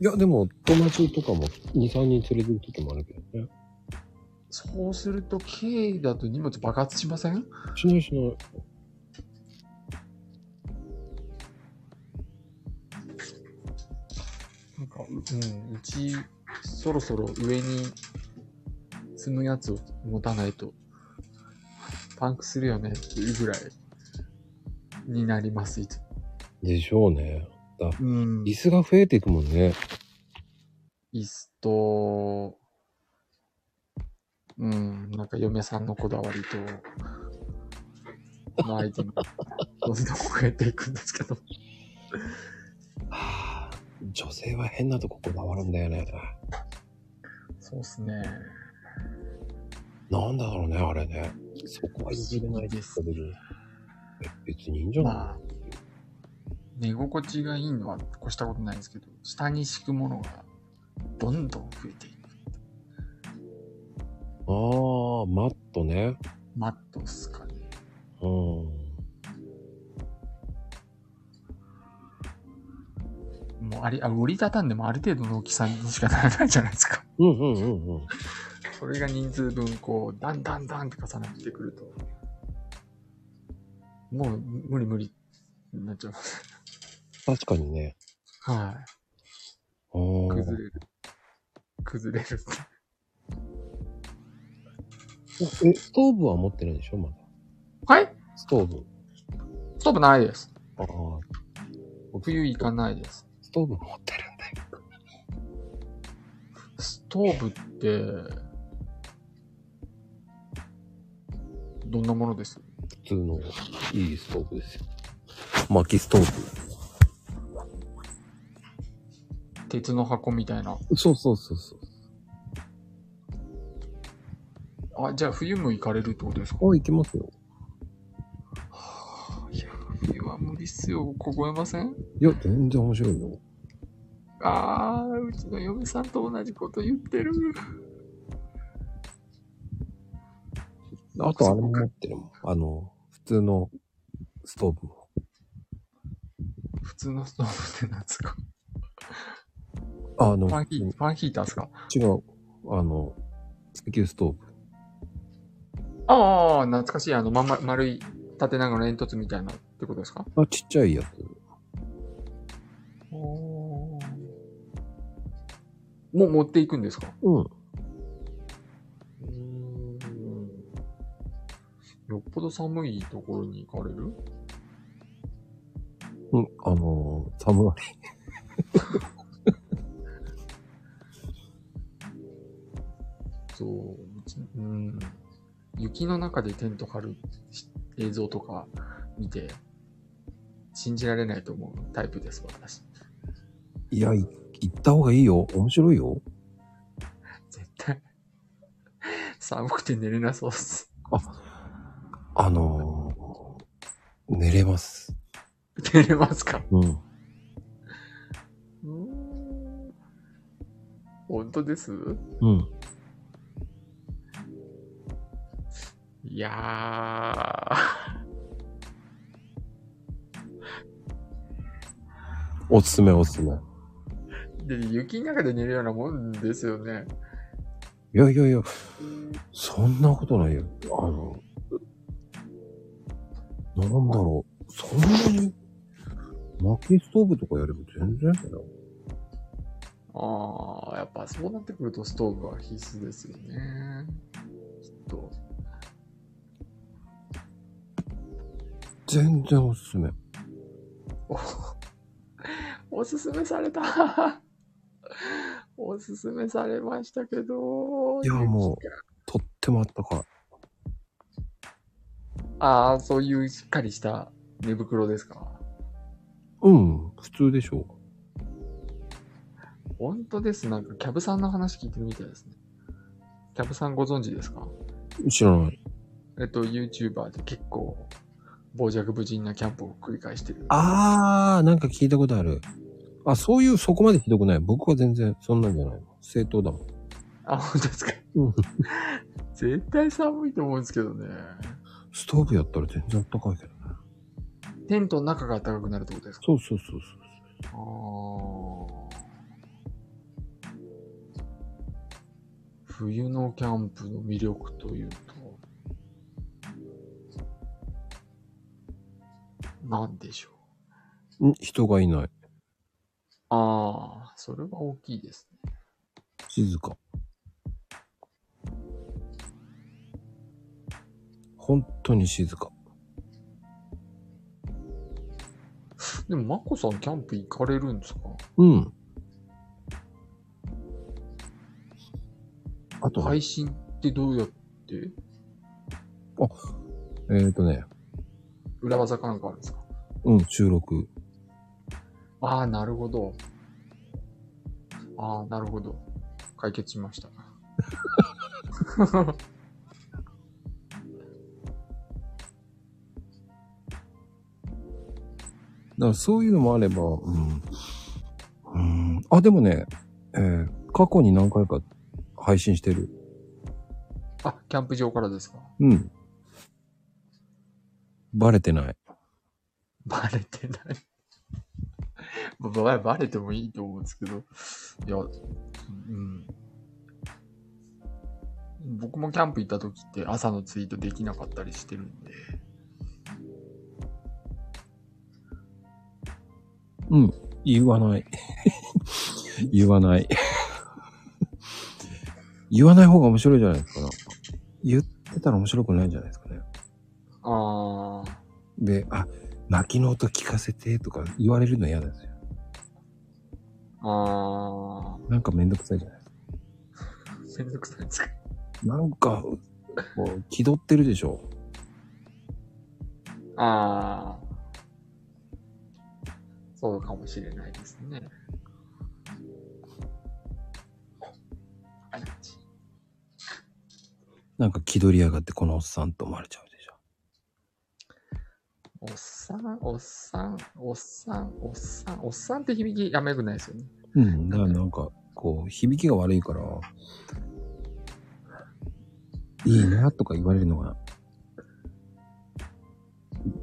Speaker 1: いや、でも、友達とかも2、3人連れてる時もあるけどね。
Speaker 2: そうすると、軽だと荷物爆発しません
Speaker 1: しないしない。
Speaker 2: なんか、ううん、うち、そろそろ上に積むやつを持たないと、パンクするよねっていうぐらいになります、いつも。
Speaker 1: でしょうね。
Speaker 2: うん
Speaker 1: 椅子が増えていくもんね。
Speaker 2: 椅子と、うん、なんか嫁さんのこだわりと、の相手に、どんどん増えていくんですけど。
Speaker 1: はあ、女性は変なとここだわるんだよね。
Speaker 2: そうっすね。
Speaker 1: なんだろうね、あれね。そこは譲れないけど。え別にいいんじゃない、
Speaker 2: まあ、寝心地がいいのは越したことないんですけど、下に敷くものがどんどん増えていく。
Speaker 1: ああ、マットね。
Speaker 2: マットっすかね。
Speaker 1: う
Speaker 2: もうあり、あ、折りたたんでもある程度の大きさにしかならないじゃないです *laughs* か。
Speaker 1: ん。うんうんうんうん。
Speaker 2: それが人数分、こう、だんだんだんって重なってくると、もう無理無理になっちゃいます。
Speaker 1: 確かにね。
Speaker 2: は
Speaker 1: あ
Speaker 2: い。
Speaker 1: ー
Speaker 2: 崩れる。崩れる。
Speaker 1: え、ストーブは持ってるんでしょまだ。
Speaker 2: はい
Speaker 1: ストーブ。
Speaker 2: ストーブないです。
Speaker 1: ああ。
Speaker 2: 冬行かないです。
Speaker 1: ストーブ持ってるんだよ。
Speaker 2: ストーブって、どんなものです
Speaker 1: 普通のいいストーブですよ。薪ストー
Speaker 2: 鉄の箱みたいな。
Speaker 1: ブ。そうそうそうそう。
Speaker 2: あ、じゃあ冬も行かれるってことですか
Speaker 1: あ、行きますよ。
Speaker 2: いや、冬は無理っすよ。凍えません
Speaker 1: いや、全然面白いよ。
Speaker 2: ああ、うちの嫁さんと同じこと言ってる。
Speaker 1: あとあれも持ってるもん。あの、普通のストーブも。
Speaker 2: 普通のストーブって何ですか
Speaker 1: あの、
Speaker 2: ファンヒー、ファンヒーターですか
Speaker 1: 違う。あの、石油ストーブ。
Speaker 2: ああ、懐かしい。あの、まんま、丸い縦長の煙突みたいなってことですか
Speaker 1: あ、ちっちゃいやつ。
Speaker 2: おもう持っていくんですか
Speaker 1: うん。
Speaker 2: よっぽど寒いところに行かれる
Speaker 1: うん、あのー、寒がり。
Speaker 2: そう、うちうん。雪の中でテント張るし映像とか見て、信じられないと思うタイプです、私。
Speaker 1: いや、い行った方がいいよ。面白いよ。
Speaker 2: 絶対。寒くて寝れなそうっす。
Speaker 1: あのー、寝れます。
Speaker 2: 寝れますか
Speaker 1: うん。
Speaker 2: うーん。本当です
Speaker 1: うん。
Speaker 2: いや
Speaker 1: おすすめおすすめ。
Speaker 2: *laughs* ー。で、雪の中で寝るようなもんですよね。
Speaker 1: いやいやいや、そんなことないよ。あの、なんだろう、そんなに、薪ストーブとかやれば全然だよ。
Speaker 2: ああ、やっぱそうなってくるとストーブは必須ですよね。きっと。
Speaker 1: 全然おすすめ。
Speaker 2: おすすめされた。 *laughs* おすすめされましたけど。
Speaker 1: いやもとってもあったかい。
Speaker 2: ああ、そういうしっかりした寝袋ですか。
Speaker 1: うん、普通でしょ
Speaker 2: 本当です。なんかキャブさんの話聞いてるみたいですね。キャブさんご存知ですか
Speaker 1: う。知らない。
Speaker 2: えっと、YouTuber で結構、傍若無人なキャンプを繰り返してる。
Speaker 1: あー、なんか聞いたことある。あ、そういう、そこまでひどくない。僕は全然、そんなんじゃない。正当だもん。
Speaker 2: あ、本当ですか
Speaker 1: うん。
Speaker 2: 絶対寒いと思うんですけどね。
Speaker 1: ストーブやったら全然あったかいけどね。
Speaker 2: テントの中が暖かくなるってことですか
Speaker 1: そうそうそうそう。
Speaker 2: あー冬のキャンプの魅力というと、なんでしょう。
Speaker 1: ん人がいない。
Speaker 2: ああ、それは大きいですね。
Speaker 1: 静か。本当に静か。
Speaker 2: でも、マコさん、キャンプ行かれるんですか
Speaker 1: うん。あと、
Speaker 2: 配信ってどうやって
Speaker 1: えっ、とね、
Speaker 2: 裏技かなんかあるんですか
Speaker 1: うん、収録。
Speaker 2: ああ、なるほど。ああ、なるほど。解決しました。
Speaker 1: だからそういうのもあれば、うん。うん。あ、でもね、えー過去に何回か配信してる。
Speaker 2: あ、キャンプ場からですか
Speaker 1: うん。バレてない。
Speaker 2: バレて *laughs* ないば。ばバレてもいいと思うんですけど。いや、うん。僕もキャンプ行った時って朝のツイートできなかったりしてるんで。
Speaker 1: 言わない。 *laughs* 言わない。 *laughs* 言わない方が面白いじゃないですか。言ってたら面白くないんじゃないですかね。
Speaker 2: ああ、
Speaker 1: で、あ、泣きの音聞かせてとか言われるの嫌ですよ。
Speaker 2: ああ、
Speaker 1: なんかめんどくさいじゃないですか。
Speaker 2: めんどくさいですか。
Speaker 1: なんか、こう、気取ってるでしょ。
Speaker 2: ああ、そうかもしれないですね。あいち
Speaker 1: なんか気取りやがってこのおっさんと思われちゃうでしょ。
Speaker 2: おっさん、おっさん、おっさん、おっさん、おっさんって響きあんま良くないですよね。
Speaker 1: うん、だからなんか、こう、響きが悪いから、いいなとか言われるのが、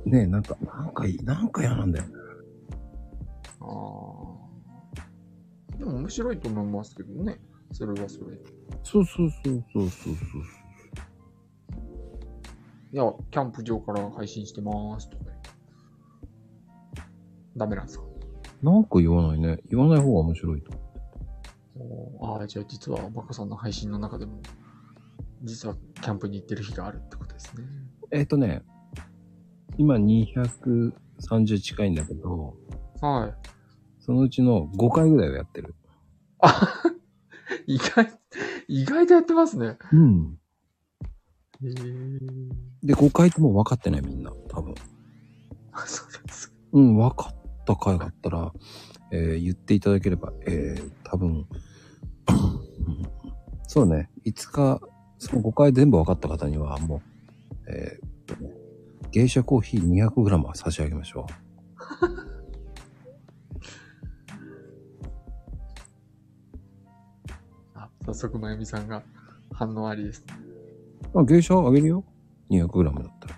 Speaker 1: ねえ、なんか、なんかいい、なんか嫌なんだよね。
Speaker 2: ああ。でも面白いと思いますけどね。それはそれ。い
Speaker 1: そうそうそうそうそうそう。
Speaker 2: や、キャンプ場から配信してますとか言う。ダメなんですか
Speaker 1: なんか言わないね。言わない方が面白いと。
Speaker 2: ああー、じゃあ実はバカさんの配信の中でも、実はキャンプに行ってる日があるってことですね。
Speaker 1: えっ、とね、今230近いんだけど、
Speaker 2: はい。
Speaker 1: そのうちの5回ぐらいはやってる。
Speaker 2: あ *laughs* 意外、意外とやってますね。
Speaker 1: うん。
Speaker 2: へえ。
Speaker 1: で、5回とも分かってないみんな、多分。
Speaker 2: あそうなんですか。
Speaker 1: うん、分かった回があったら、えー言っていただければ、えー多分、 *coughs* うんそうね、5日、その5回全部分かった方には、もう、えーっとね、芸者コーヒー 200g は差し上げましょ
Speaker 2: あ、早速、まゆみさんが反応ありですね。
Speaker 1: う。あ、芸者あげるよ。200g だったら。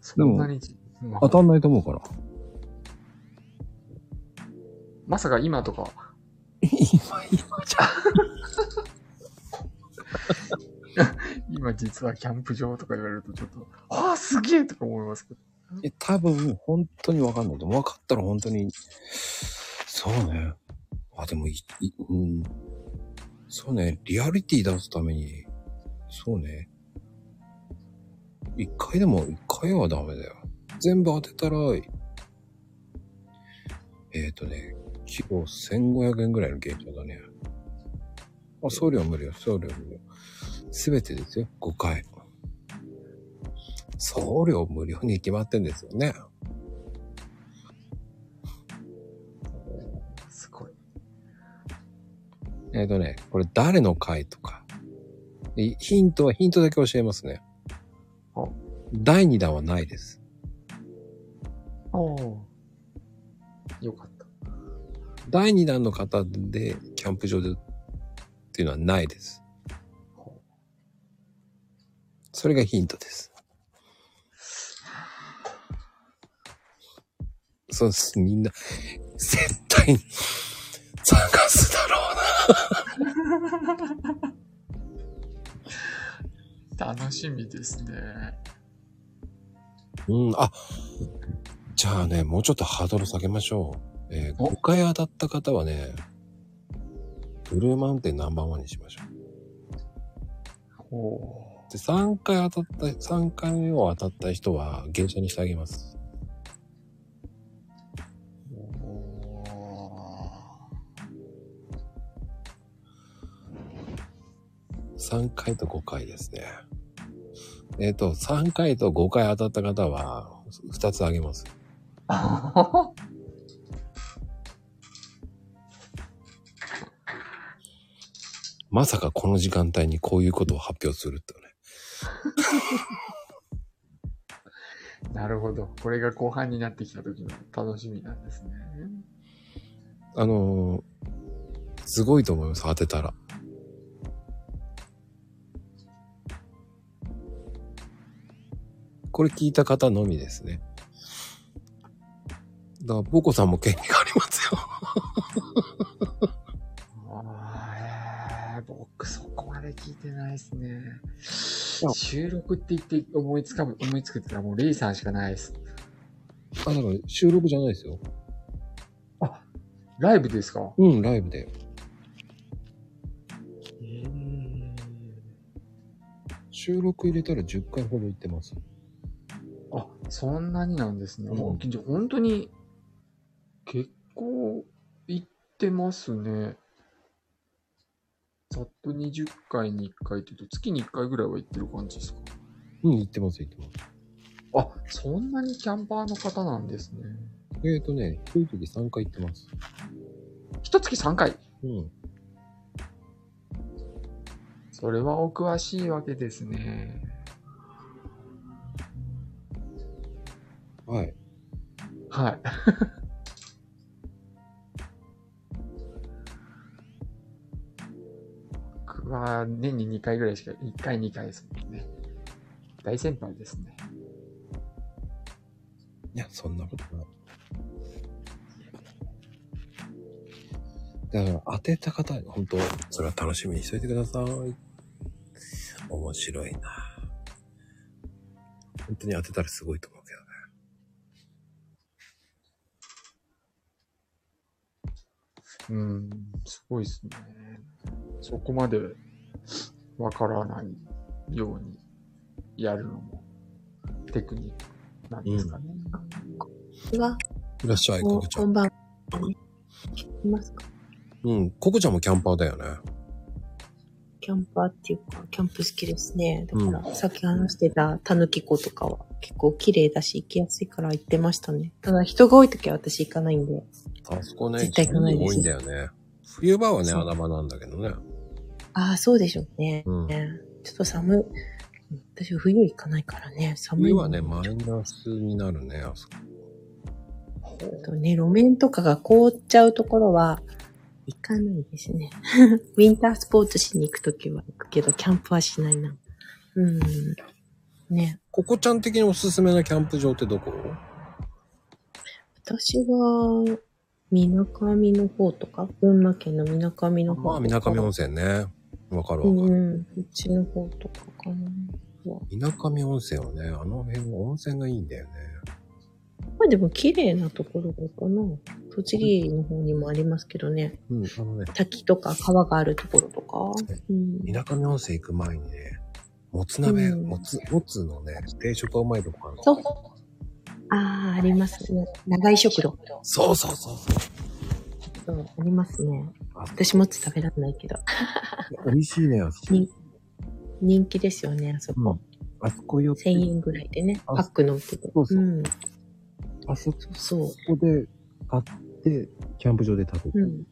Speaker 2: そんなに、ま
Speaker 1: 当たんないと思うから。
Speaker 2: まさか今とか、
Speaker 1: 今、今じゃ。
Speaker 2: *laughs* 今実はキャンプ場とか言われるとちょっと、ああ、すげえとか思いますけど。
Speaker 1: え多分、本当にわかんないと思う。分かったら本当に、そうね。あ、でもい、いうん。そうね。リアリティ出すために、そうね。一回でも、一回はダメだよ。全部当てたら、えっ、ー、とね、キロ1500円ぐらいの現状だね。あ、送料無料、送料無料。すべてですよ、5回。送料無料に決まってんですよね。
Speaker 2: すごい。
Speaker 1: えっ、とね、これ誰の回とか。いヒントはヒントだけ教えますね
Speaker 2: あ。
Speaker 1: 第2弾はないです。
Speaker 2: ああ。よかった。
Speaker 1: 第2弾の方で、キャンプ場でっていうのはないです。それがヒントです。そうです。みんな、絶対に探すだろうな。
Speaker 2: 楽しみですね。
Speaker 1: うん、あ、じゃあね、もうちょっとハードル下げましょう。えー、
Speaker 2: お
Speaker 1: 5回当たった方はね、ブルーマウンテンナンバーワンにしましょう。
Speaker 2: おお
Speaker 1: で、3回当たった、3回目を当たった人は、芸者にしてあげます。
Speaker 2: ー。お
Speaker 1: 3回と5回ですね。えっ、と、3回と5回当たった方は、2つあげます。
Speaker 2: ー *laughs*
Speaker 1: まさかこの時間帯にこういうことを発表するとね。
Speaker 2: なるほど。これが後半になってきた時の楽しみなんですね。
Speaker 1: あのーすごいと思います、当てたら。これ聞いた方のみですね。だから、ボコさんも権利がありますよ。
Speaker 2: ああ、えー、僕そこまで聞いてないですね。収録って言って思いつかむ、思いつくって言ったらもうレイさんしかないです。
Speaker 1: あ、だから収録じゃないですよ。
Speaker 2: ライブですか
Speaker 1: うん、ライブで。
Speaker 2: えー、
Speaker 1: 収録入れたら10回ほど行ってます。
Speaker 2: あ、そんなになんですね。
Speaker 1: うん
Speaker 2: じゃあ本当に結構行ってますね。ざっと20回に1回っていうと月に1回ぐらいは行ってる感じですか
Speaker 1: うん、行ってます、行ってます。
Speaker 2: あ、そんなにキャンパーの方なんですね。
Speaker 1: えーとね、一人時3回行ってます。
Speaker 2: 一月3回。
Speaker 1: うん。
Speaker 2: それはお詳しいわけですね。
Speaker 1: はい。
Speaker 2: はい。 *laughs* 僕は年に2回ぐらいしか、1回2回ですもんね。大先輩ですね。
Speaker 1: いや、そんなことない。だから、当てた方、本当それは楽しみにしといてください。面白いな。本当に当てたらすごいと思うけどね。
Speaker 2: うん、すごいですね。そこまでわからないようにやるのもテクニックなんですかね。
Speaker 3: はい
Speaker 1: らっしゃい、
Speaker 3: こ
Speaker 1: ココ
Speaker 3: ん
Speaker 1: ちゃ
Speaker 3: こ
Speaker 1: ん。
Speaker 3: んばんは。聞きますか
Speaker 1: うん、ココちゃんもキャンパーだよね。
Speaker 3: キャンパーっていうか、キャンプ好きですね。だから、
Speaker 2: うん
Speaker 3: さっき話してたたぬき湖とかは結構綺麗だし、行きやすいから行ってましたね。ただ、人が多い時は私行かないんで。
Speaker 1: あそこね、
Speaker 3: 絶対行かないです
Speaker 1: 多いんだよね。冬場はね、
Speaker 3: そう
Speaker 1: 穴場なんだけどね。
Speaker 3: ああ、そうでしょうね。
Speaker 1: うん
Speaker 3: ちょっと寒い。私、冬行かないからね。寒い
Speaker 1: 冬
Speaker 3: の。
Speaker 1: はね、マイナスになるね、あそこ。
Speaker 3: あとね、路面とかが凍っちゃうところは、行かないですね。 *laughs* ウィンタースポーツしに行くときは行くけど、キャンプはしないな。うん。ね。
Speaker 1: ココちゃん的におすすめなキャンプ場ってどこ
Speaker 3: 私は、みなかみの方とか、群馬県のみなかみの方と
Speaker 1: ま
Speaker 3: か。
Speaker 1: あ、みなかみ温泉ね。わかる
Speaker 3: う
Speaker 1: わかる。
Speaker 3: ん、うちの方とかかな。こ
Speaker 1: みなかみ温泉はね、あの辺は温泉がいいんだよね。
Speaker 3: れでも綺麗なところだかな。栃木の方にもありますけどね。
Speaker 1: うん、あのね、
Speaker 3: 滝とか川があるところとか。うん。
Speaker 1: みなかみ温泉行く前にね、もつ鍋、
Speaker 3: うん
Speaker 1: もつ、もつのね、定食がうまいとこあるの
Speaker 3: そう。ああ、ありますね。長い食堂。
Speaker 1: そうそうそうそう。
Speaker 3: そう、ありますね。
Speaker 1: あ
Speaker 3: 私もっと食べられないけど。
Speaker 1: 美味しいね、あそこ。
Speaker 3: に人気ですよね、あそこ。
Speaker 1: あそこよって、
Speaker 3: 1000円ぐらいでね、パ
Speaker 1: あ
Speaker 3: ックのってて。
Speaker 1: そうそう
Speaker 3: うん。
Speaker 1: あそ
Speaker 3: そうそ
Speaker 1: こで買って、キャンプ場で食べ
Speaker 3: う。う
Speaker 1: る。
Speaker 3: ん。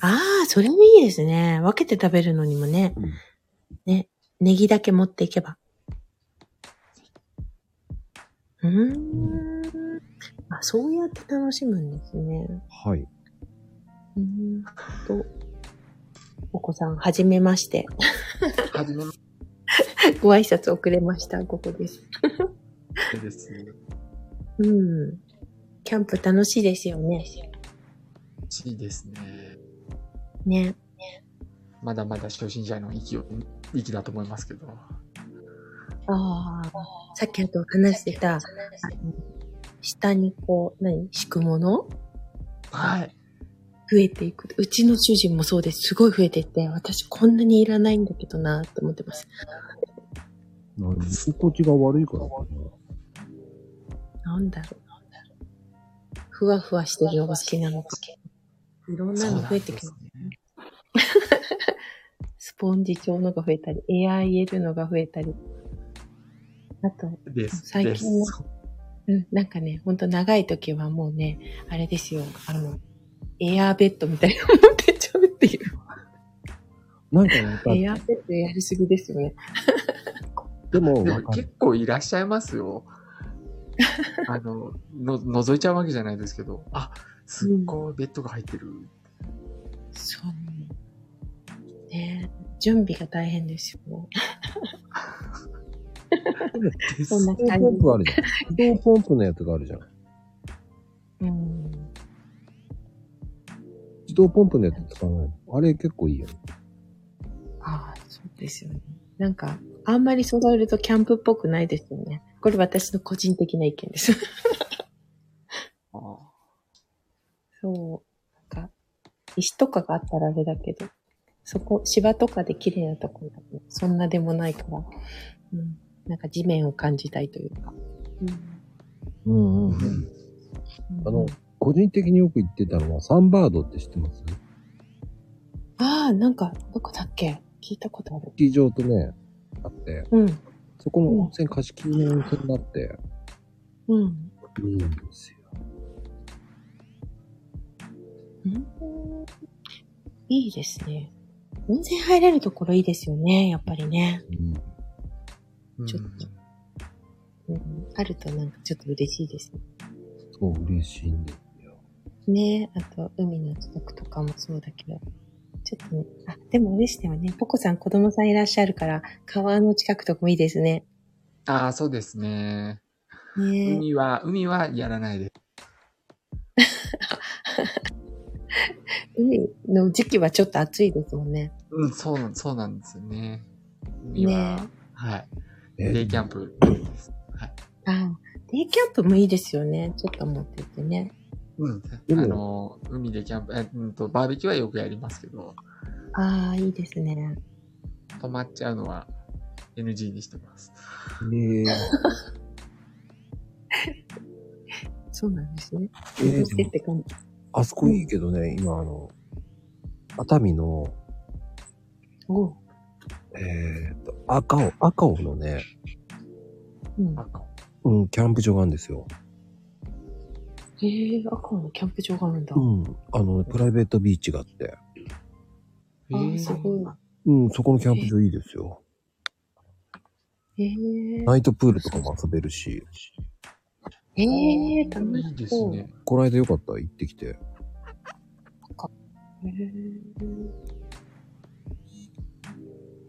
Speaker 3: ああ、それもいいですね。分けて食べるのにもね。
Speaker 1: うん
Speaker 3: ね、ネギだけ持っていけば。うーん。あ、そうやって楽しむんですね。
Speaker 1: はい。
Speaker 3: うーんと。お子さん、はじめまして。 *laughs*
Speaker 2: はじめまし
Speaker 3: ご挨拶遅れました。ここです。
Speaker 2: てですね。
Speaker 3: うん。キャンプ楽しいですよね。
Speaker 2: しいですね。
Speaker 3: ね。
Speaker 2: まだまだ初心者の域を、域だと思いますけど。
Speaker 3: ああ。さっきあと話してた、あの下にこう、何敷くもの
Speaker 2: はい。
Speaker 3: 増えていく。うちの主人もそうです。すごい増えてって、私こんなにいらないんだけどなって思ってます。
Speaker 1: 居心地が悪いからか
Speaker 3: なんだろう。なんだろう。ふわふわしてるのが好きなのか。いろんなの増えてきます。
Speaker 2: ね。
Speaker 3: スポンジ調のが増えたり、AIL のが増えたり。あと、
Speaker 2: です。
Speaker 3: 最近
Speaker 2: で
Speaker 3: は
Speaker 2: す
Speaker 3: うん、なんかね、ほんと長い時はもうね、あれですよ、あの、エアーベッドみたいなの持ってっちゃうっていう。
Speaker 1: な。なんかね、
Speaker 3: エアーベッドやりすぎですよね。
Speaker 1: でも、
Speaker 2: で
Speaker 1: わ
Speaker 2: も
Speaker 1: かる
Speaker 2: 結構いらっしゃいます
Speaker 3: *laughs*
Speaker 2: よ。あの、の、覗いちゃうわけじゃないですけど、あ、すっごいベッドが入ってる。
Speaker 3: そう。ね準備が大変ですよね。
Speaker 2: です
Speaker 3: そんな
Speaker 1: 自動
Speaker 3: 感
Speaker 1: ポンプあ
Speaker 3: じ。
Speaker 1: るじゃん。自動ポンプのやつがあるじゃん。
Speaker 3: うん。
Speaker 1: 自動ポンプのやつ使わないの。あれ結構いいよね。
Speaker 3: ああ、そうですよね。なんか、あんまり揃えるとキャンプっぽくないですよね。これ私の個人的な意見です。
Speaker 2: あ
Speaker 3: *laughs* そう。なんか、石とかがあったらあれだけど、そこ、芝とかで綺麗なところだと、そんなでもないから、うん。なんか地面を感じたいというか。
Speaker 1: うんううん。
Speaker 2: うんん
Speaker 1: あの、個人的によく言ってたのは、サンバードって知ってます
Speaker 3: ああ、なんか、どこだっけ聞いたことある。
Speaker 1: スキー場とね、あって、
Speaker 3: うん。
Speaker 1: そこの温泉貸し切りの温泉になって、
Speaker 3: うん。
Speaker 1: いいんですよ。
Speaker 3: うん、いいですね。温泉入れるところいいですよね、やっぱりね。
Speaker 1: うん。
Speaker 2: うん
Speaker 3: ちょっとうん。あるとなんかちょっと嬉しいですね。
Speaker 1: そう、嬉しいんですよ。
Speaker 3: ねあと、海の近くとかもそうだけど。ちょっとね、あ、でもあれでしたよね。ポコさん子供さんいらっしゃるから、川の近くとかもいいですね。
Speaker 2: ああ、そうですね。
Speaker 3: ね
Speaker 2: 海は、海はやらないです。
Speaker 3: 海の時期はちょっと暑いですもんね。
Speaker 2: うん、そうなん、そうなんですよね。海は、
Speaker 3: ね
Speaker 2: はい。
Speaker 1: え
Speaker 2: デイキャンプです。
Speaker 3: あデイキャンプもいいですよね。ちょっと持っててね。
Speaker 2: うん。
Speaker 1: でも
Speaker 2: あの、海でキャンプ、えうんと、バーベキューはよくやりますけど、
Speaker 3: ああ、いいですね。
Speaker 2: 泊まっちゃうのは NG にしてます。
Speaker 1: ね *laughs*
Speaker 3: そうなんですね。
Speaker 1: えええ
Speaker 3: してって感じ。
Speaker 1: あそこいいけどね、今あの、熱海の、
Speaker 3: おう
Speaker 1: えー、と、赤尾、赤尾のね、
Speaker 3: うん。
Speaker 2: あかん
Speaker 1: うん、キャンプ場があるんですよ。
Speaker 3: へえ、赤のキャンプ場があるんだ。
Speaker 1: うん。あの、プライベートビーチがあって。
Speaker 3: あーすご
Speaker 1: うん、そこのキャンプ場いいですよ。
Speaker 3: い。へ
Speaker 1: ナイトプールとかも遊べるし。
Speaker 3: え。へえ、楽
Speaker 2: いい
Speaker 3: し
Speaker 2: です
Speaker 3: そう。
Speaker 2: ね。
Speaker 1: こないだよかった、行ってきて。
Speaker 3: へー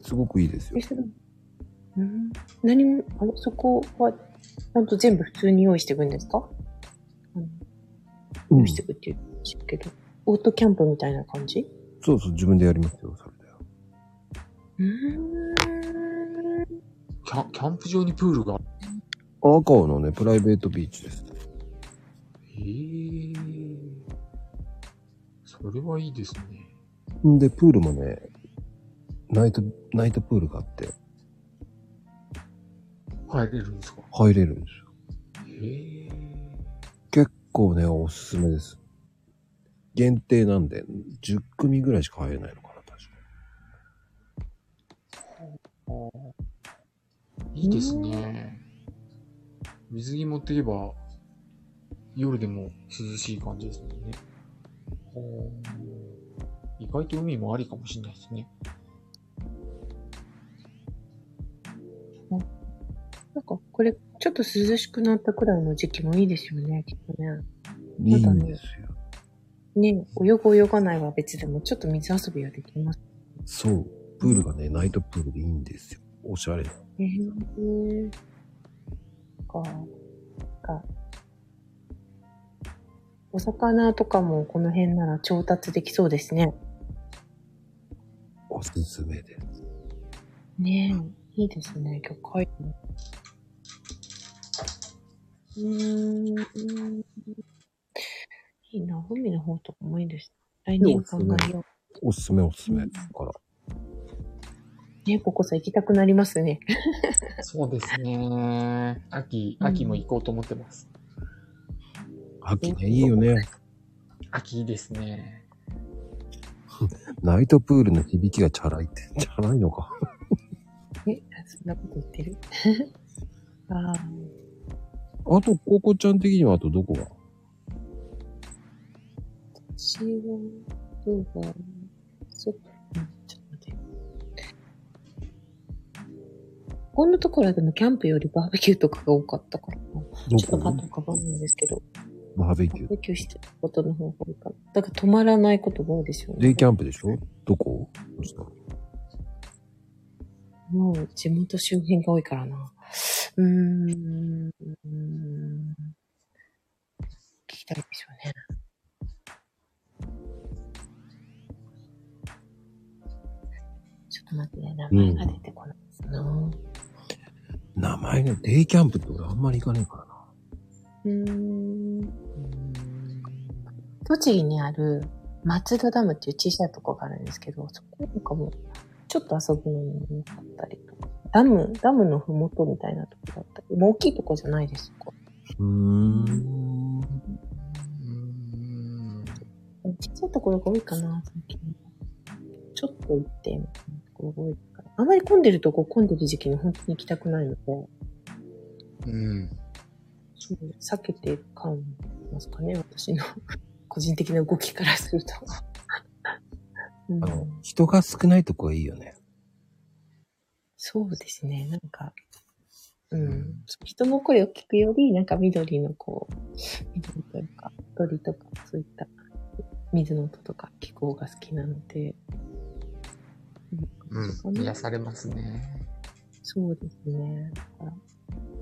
Speaker 1: すごくいいですよ
Speaker 3: え。それうん、何も、あれそこは、ちゃんと全部普通に用意していくんですか、うん、
Speaker 1: う
Speaker 3: 用
Speaker 1: ん
Speaker 3: 意していくっていう。しいけど。オートキャンプみたいな感じ
Speaker 1: そうそう、自分でやりますよ、それで。
Speaker 3: うーん。
Speaker 2: キャンキャンプ場にプールが。
Speaker 1: 赤尾のね、プライベートビーチです。
Speaker 2: へえ。それはいいですね。
Speaker 1: んで、プールもね、ナイト、ナイトプールがあって、
Speaker 2: 入れるんですか
Speaker 1: 入れるんですよ。
Speaker 2: へえ。
Speaker 1: 結構ね、おすすめです。限定なんで、10組ぐらいしか入れないのかな、確か
Speaker 2: いいですね。水着持っていけば、夜でも涼しい感じですもんね。ほー意外と海もありかもしれないですね。
Speaker 3: なんか、これ、ちょっと涼しくなったくらいの時期もいいですよね、きっとね。
Speaker 1: に。いい
Speaker 3: まだ
Speaker 1: ん
Speaker 3: ね
Speaker 1: ですよ。
Speaker 3: ね、泳ぐ泳がないは別でも、ちょっと水遊びはできます。
Speaker 1: そう。プールがね、ナイトプールでいいんですよ。おしゃれな。
Speaker 3: へえー。か、か。お魚とかもこの辺なら調達できそうですね。
Speaker 1: おすすめです。
Speaker 3: ねえ、いいですね、魚介。うーん。いいな、海の方とかもいいです。来年考えよ
Speaker 1: おすすめおすすめ。
Speaker 3: うん
Speaker 1: だから、
Speaker 3: う。ね、ここさ行きたくなりますね。 *laughs*
Speaker 2: そうですね。秋、
Speaker 3: うん
Speaker 2: 秋も行こうと思ってます。
Speaker 1: 秋ね、いいよね。
Speaker 2: 秋いいですね。
Speaker 1: ナイトプールの響きがチャラいって。チャラいのか。
Speaker 3: え、そんなこと言ってる *laughs* ああ、
Speaker 1: あと、ココちゃん的にはあとどこが
Speaker 3: 私は、どうだろうそっか、ちょっと待って。こんなところはでもキャンプよりバーベキューとかが多かったからな。ちょっと
Speaker 1: ど
Speaker 3: パ
Speaker 1: こ
Speaker 3: ッと浮かばないんですけど、
Speaker 1: バーベキ
Speaker 3: バ
Speaker 1: ュ
Speaker 3: ー
Speaker 1: ー。
Speaker 3: ベキューしてることの方が多いかな。だから止まらないことが多いですよ
Speaker 1: デ
Speaker 3: ね
Speaker 1: イ。キャンプでしょどこどうしたの
Speaker 3: もう地元周辺が多いからな。うーん。うーん聞きたいですよね。ちょっと待ってね、名前が出てこないですな。う
Speaker 1: 名前ね、デイキャンプって俺あんまり行かねえからな。
Speaker 3: ーん。
Speaker 2: うーん
Speaker 3: 栃木にある松戸ダムっていう小さいとこがあるんですけど、そこなんかもう、ちょっと遊ぶのに良かったりとか。ダム、ダムのふもとみたいなとこだったり。もう大きいとこじゃないですか。
Speaker 1: うーん。
Speaker 2: うーん
Speaker 3: 小さいところが多いかな、最近。ちょっと行って、みたいなところが多いから。あまり混んでるとこ、混んでる時期に本当に行きたくないので、
Speaker 2: うん。
Speaker 3: そう避けてる感もありますかね、私の個人的な動きからすると。うん
Speaker 1: あの、人が少ないとこがいいよね。
Speaker 3: そうですね、なんか、うん、人の声を聞くより、なんか緑のこう、緑というか、鳥とか、そういった水の音とか気候が好きなので、
Speaker 2: うん。癒されますね。
Speaker 3: そうですね。だから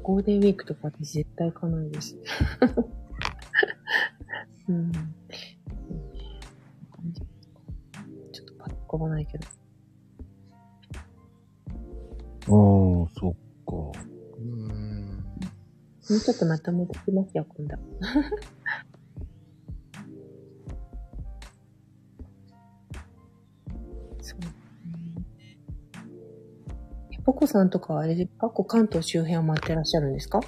Speaker 3: ゴールデンウィークとか私絶対行かないです。 *laughs* うん。ちょっとパッと浮かばないけど。
Speaker 1: ああ、そっか。
Speaker 2: うん。
Speaker 3: もうちょっとまとめてきますよ、今度。 *laughs* そう。えポコさんとかはあれで、過去関東周辺を回ってらっしゃるんですか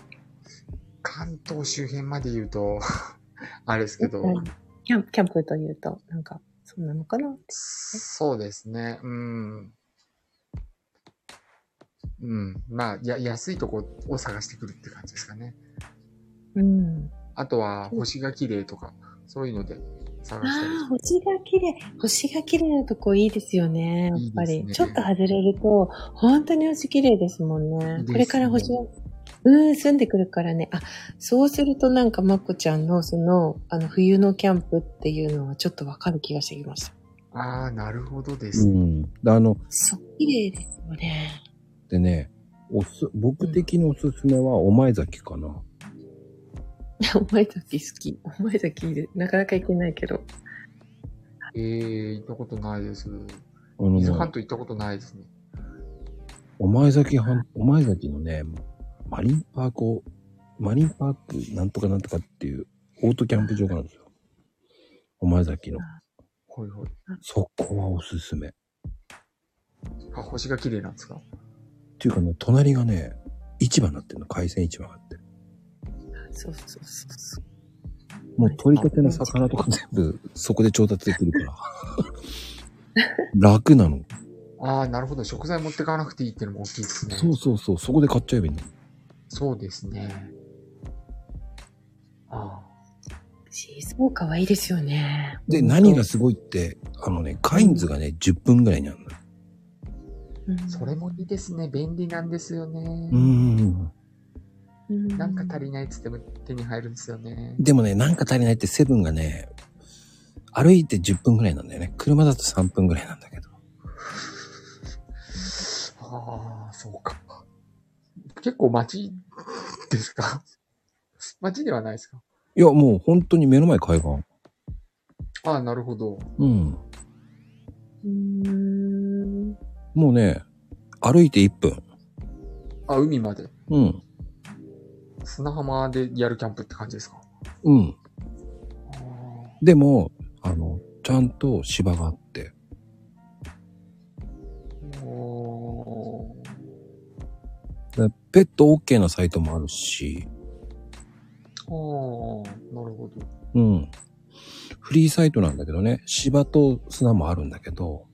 Speaker 2: 関東周辺まで言うと、 *laughs* あれですけど、
Speaker 3: うんキャンプ、キャンプというと、なんか、そうなのかな
Speaker 2: そうですね。うん。うん。まあ、や、安いとこを探してくるって感じですかね。
Speaker 3: うん。
Speaker 2: あとは、星が綺麗とか、そういうので探したり
Speaker 3: ああ、星が綺麗。星が綺麗なとこいいですよね。やっぱり。
Speaker 2: いいです
Speaker 3: ちょ
Speaker 2: ね
Speaker 3: っと外れると、本当に星綺麗ですもんね。
Speaker 2: いいですね
Speaker 3: これから星が、うん、住んでくるからね。あ、そうするとなんかまこちゃんのその、あの、冬のキャンプっていうのはちょっとわかる気がしてきました。
Speaker 2: ああ、なるほどで
Speaker 1: う
Speaker 2: すね。
Speaker 1: ん。であの、
Speaker 3: そう、綺麗ですよね。 *laughs*
Speaker 1: でね、おす、僕的におすすめはお前崎かな。
Speaker 3: お前崎好き。お前崎いる。なかなか行けないけど。
Speaker 2: えー、行ったことないです。
Speaker 1: あの
Speaker 2: 伊
Speaker 1: ね
Speaker 2: 豆半島行ったことないですね。
Speaker 1: お前崎半、お前崎のね、マリンパークを、マリンパークなんとかなんとかっていうオートキャンプ場があるんですよ。お前崎の。
Speaker 2: ほいほい。
Speaker 1: そこはおすすめ。っ
Speaker 2: あ、星が綺麗なんですか
Speaker 1: ていうかね、隣がね、市場になってるの。海鮮市場があって。
Speaker 3: そうそうそうそう。
Speaker 1: もう取り立ての魚とか全部そこで調達できるから。 *laughs* 楽なの。
Speaker 2: ああ、なるほど。食材持ってかなくていいってのも大きいですね。
Speaker 1: そうそうそう。そこで買っちゃえばいいの。
Speaker 2: そうですね。あ
Speaker 3: 静岡はいいですよね。
Speaker 1: で、何がすごいって、あのね、カインズがね、10分ぐらいにあるのよ。
Speaker 3: うん
Speaker 2: あ、それもいいですね。便利なんですよね。
Speaker 1: うーん。
Speaker 3: うん
Speaker 2: なんか足りないっつっても手に入るんですよね。
Speaker 1: でもね、なんか足りないってセブンがね、歩いて10分ぐらいなんだよね。車だと3分ぐらいなんだけど。
Speaker 2: ああ、そうか。結構街ですか街ではないですか
Speaker 1: いや、もう本当に目の前海岸。
Speaker 2: ああ、なるほど。
Speaker 1: うん。
Speaker 3: うん。
Speaker 1: もうね、歩いて1分。
Speaker 2: あ、海まで。
Speaker 1: うん。
Speaker 2: 砂浜でやるキャンプって感じですか
Speaker 1: うん。
Speaker 2: あー
Speaker 1: でも、あの、ちゃんと芝があって。
Speaker 2: おー
Speaker 1: だペット OK なサイトもあるし、
Speaker 2: ああ、なるほど。
Speaker 1: うん。フリーサイトなんだけどね、芝と砂もあるんだけど、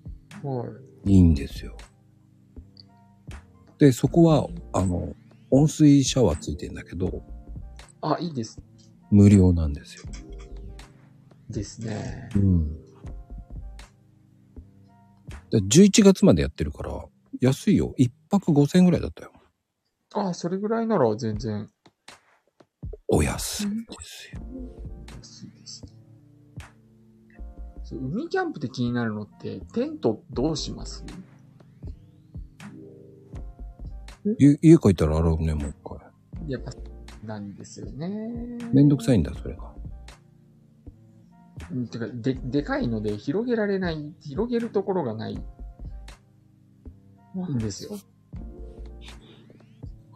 Speaker 2: はい。
Speaker 1: いいんですよ。で、そこは、あの、温水シャワーついてんだけど、
Speaker 2: あ、いいです。
Speaker 1: 無料なんですよ。
Speaker 2: ですね。
Speaker 1: うん。で11月までやってるから、安いよ。1泊5000円ぐらいだったよ。
Speaker 2: ああ、それぐらいなら全然
Speaker 1: お安いですよ。
Speaker 2: 安いですね。そう海キャンプで気になるのって、テントどうします
Speaker 1: ゆ家帰ったら洗うね、もう一回。
Speaker 2: やっぱ、なんですよね。
Speaker 1: めんどくさいんだ、それが。
Speaker 2: うんてか、で、でかいので広げられない、広げるところがないんですよ。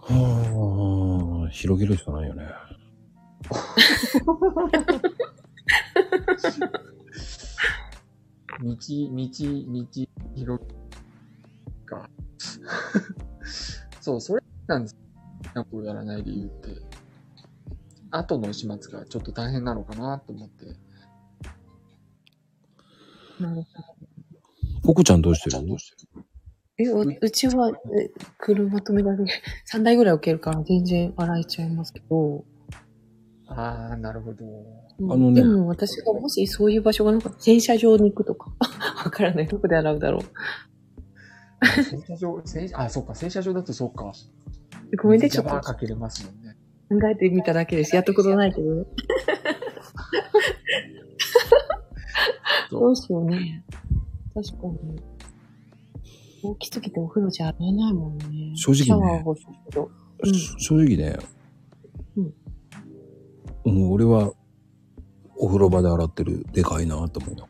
Speaker 1: はあ、広げるしかないよね。
Speaker 2: 道、道、道、広が。そう、それなんです。キャンプをやらない理由って。後の始末がちょっと大変なのかなと思って。
Speaker 3: なるほど
Speaker 1: ココちゃんどうしてる
Speaker 3: え、ううちは、え車止められる。3台ぐらい置けるから全然洗えちゃいますけど。
Speaker 2: ああ、なるほど。
Speaker 3: うん
Speaker 1: あのね
Speaker 3: でも私がもしそういう場所がなかったら、洗車場に行くとか。 *laughs* わからない。どこで洗うだろう。
Speaker 2: 洗車場、洗車、あ、そうか、洗車場だとそうか。
Speaker 3: ごめんね、ちょっ
Speaker 2: 水が
Speaker 3: と
Speaker 2: かけれますもんね。
Speaker 3: 考えてみただけです。やったことないけどね。どうしようね。確かに。大きすぎてお風呂じゃ洗えないもんね。
Speaker 1: 正直ね
Speaker 3: シャワー欲しいけど。うん
Speaker 1: 正直ね、
Speaker 3: うん
Speaker 1: うん、俺はお風呂場で洗ってるでかいなと思うな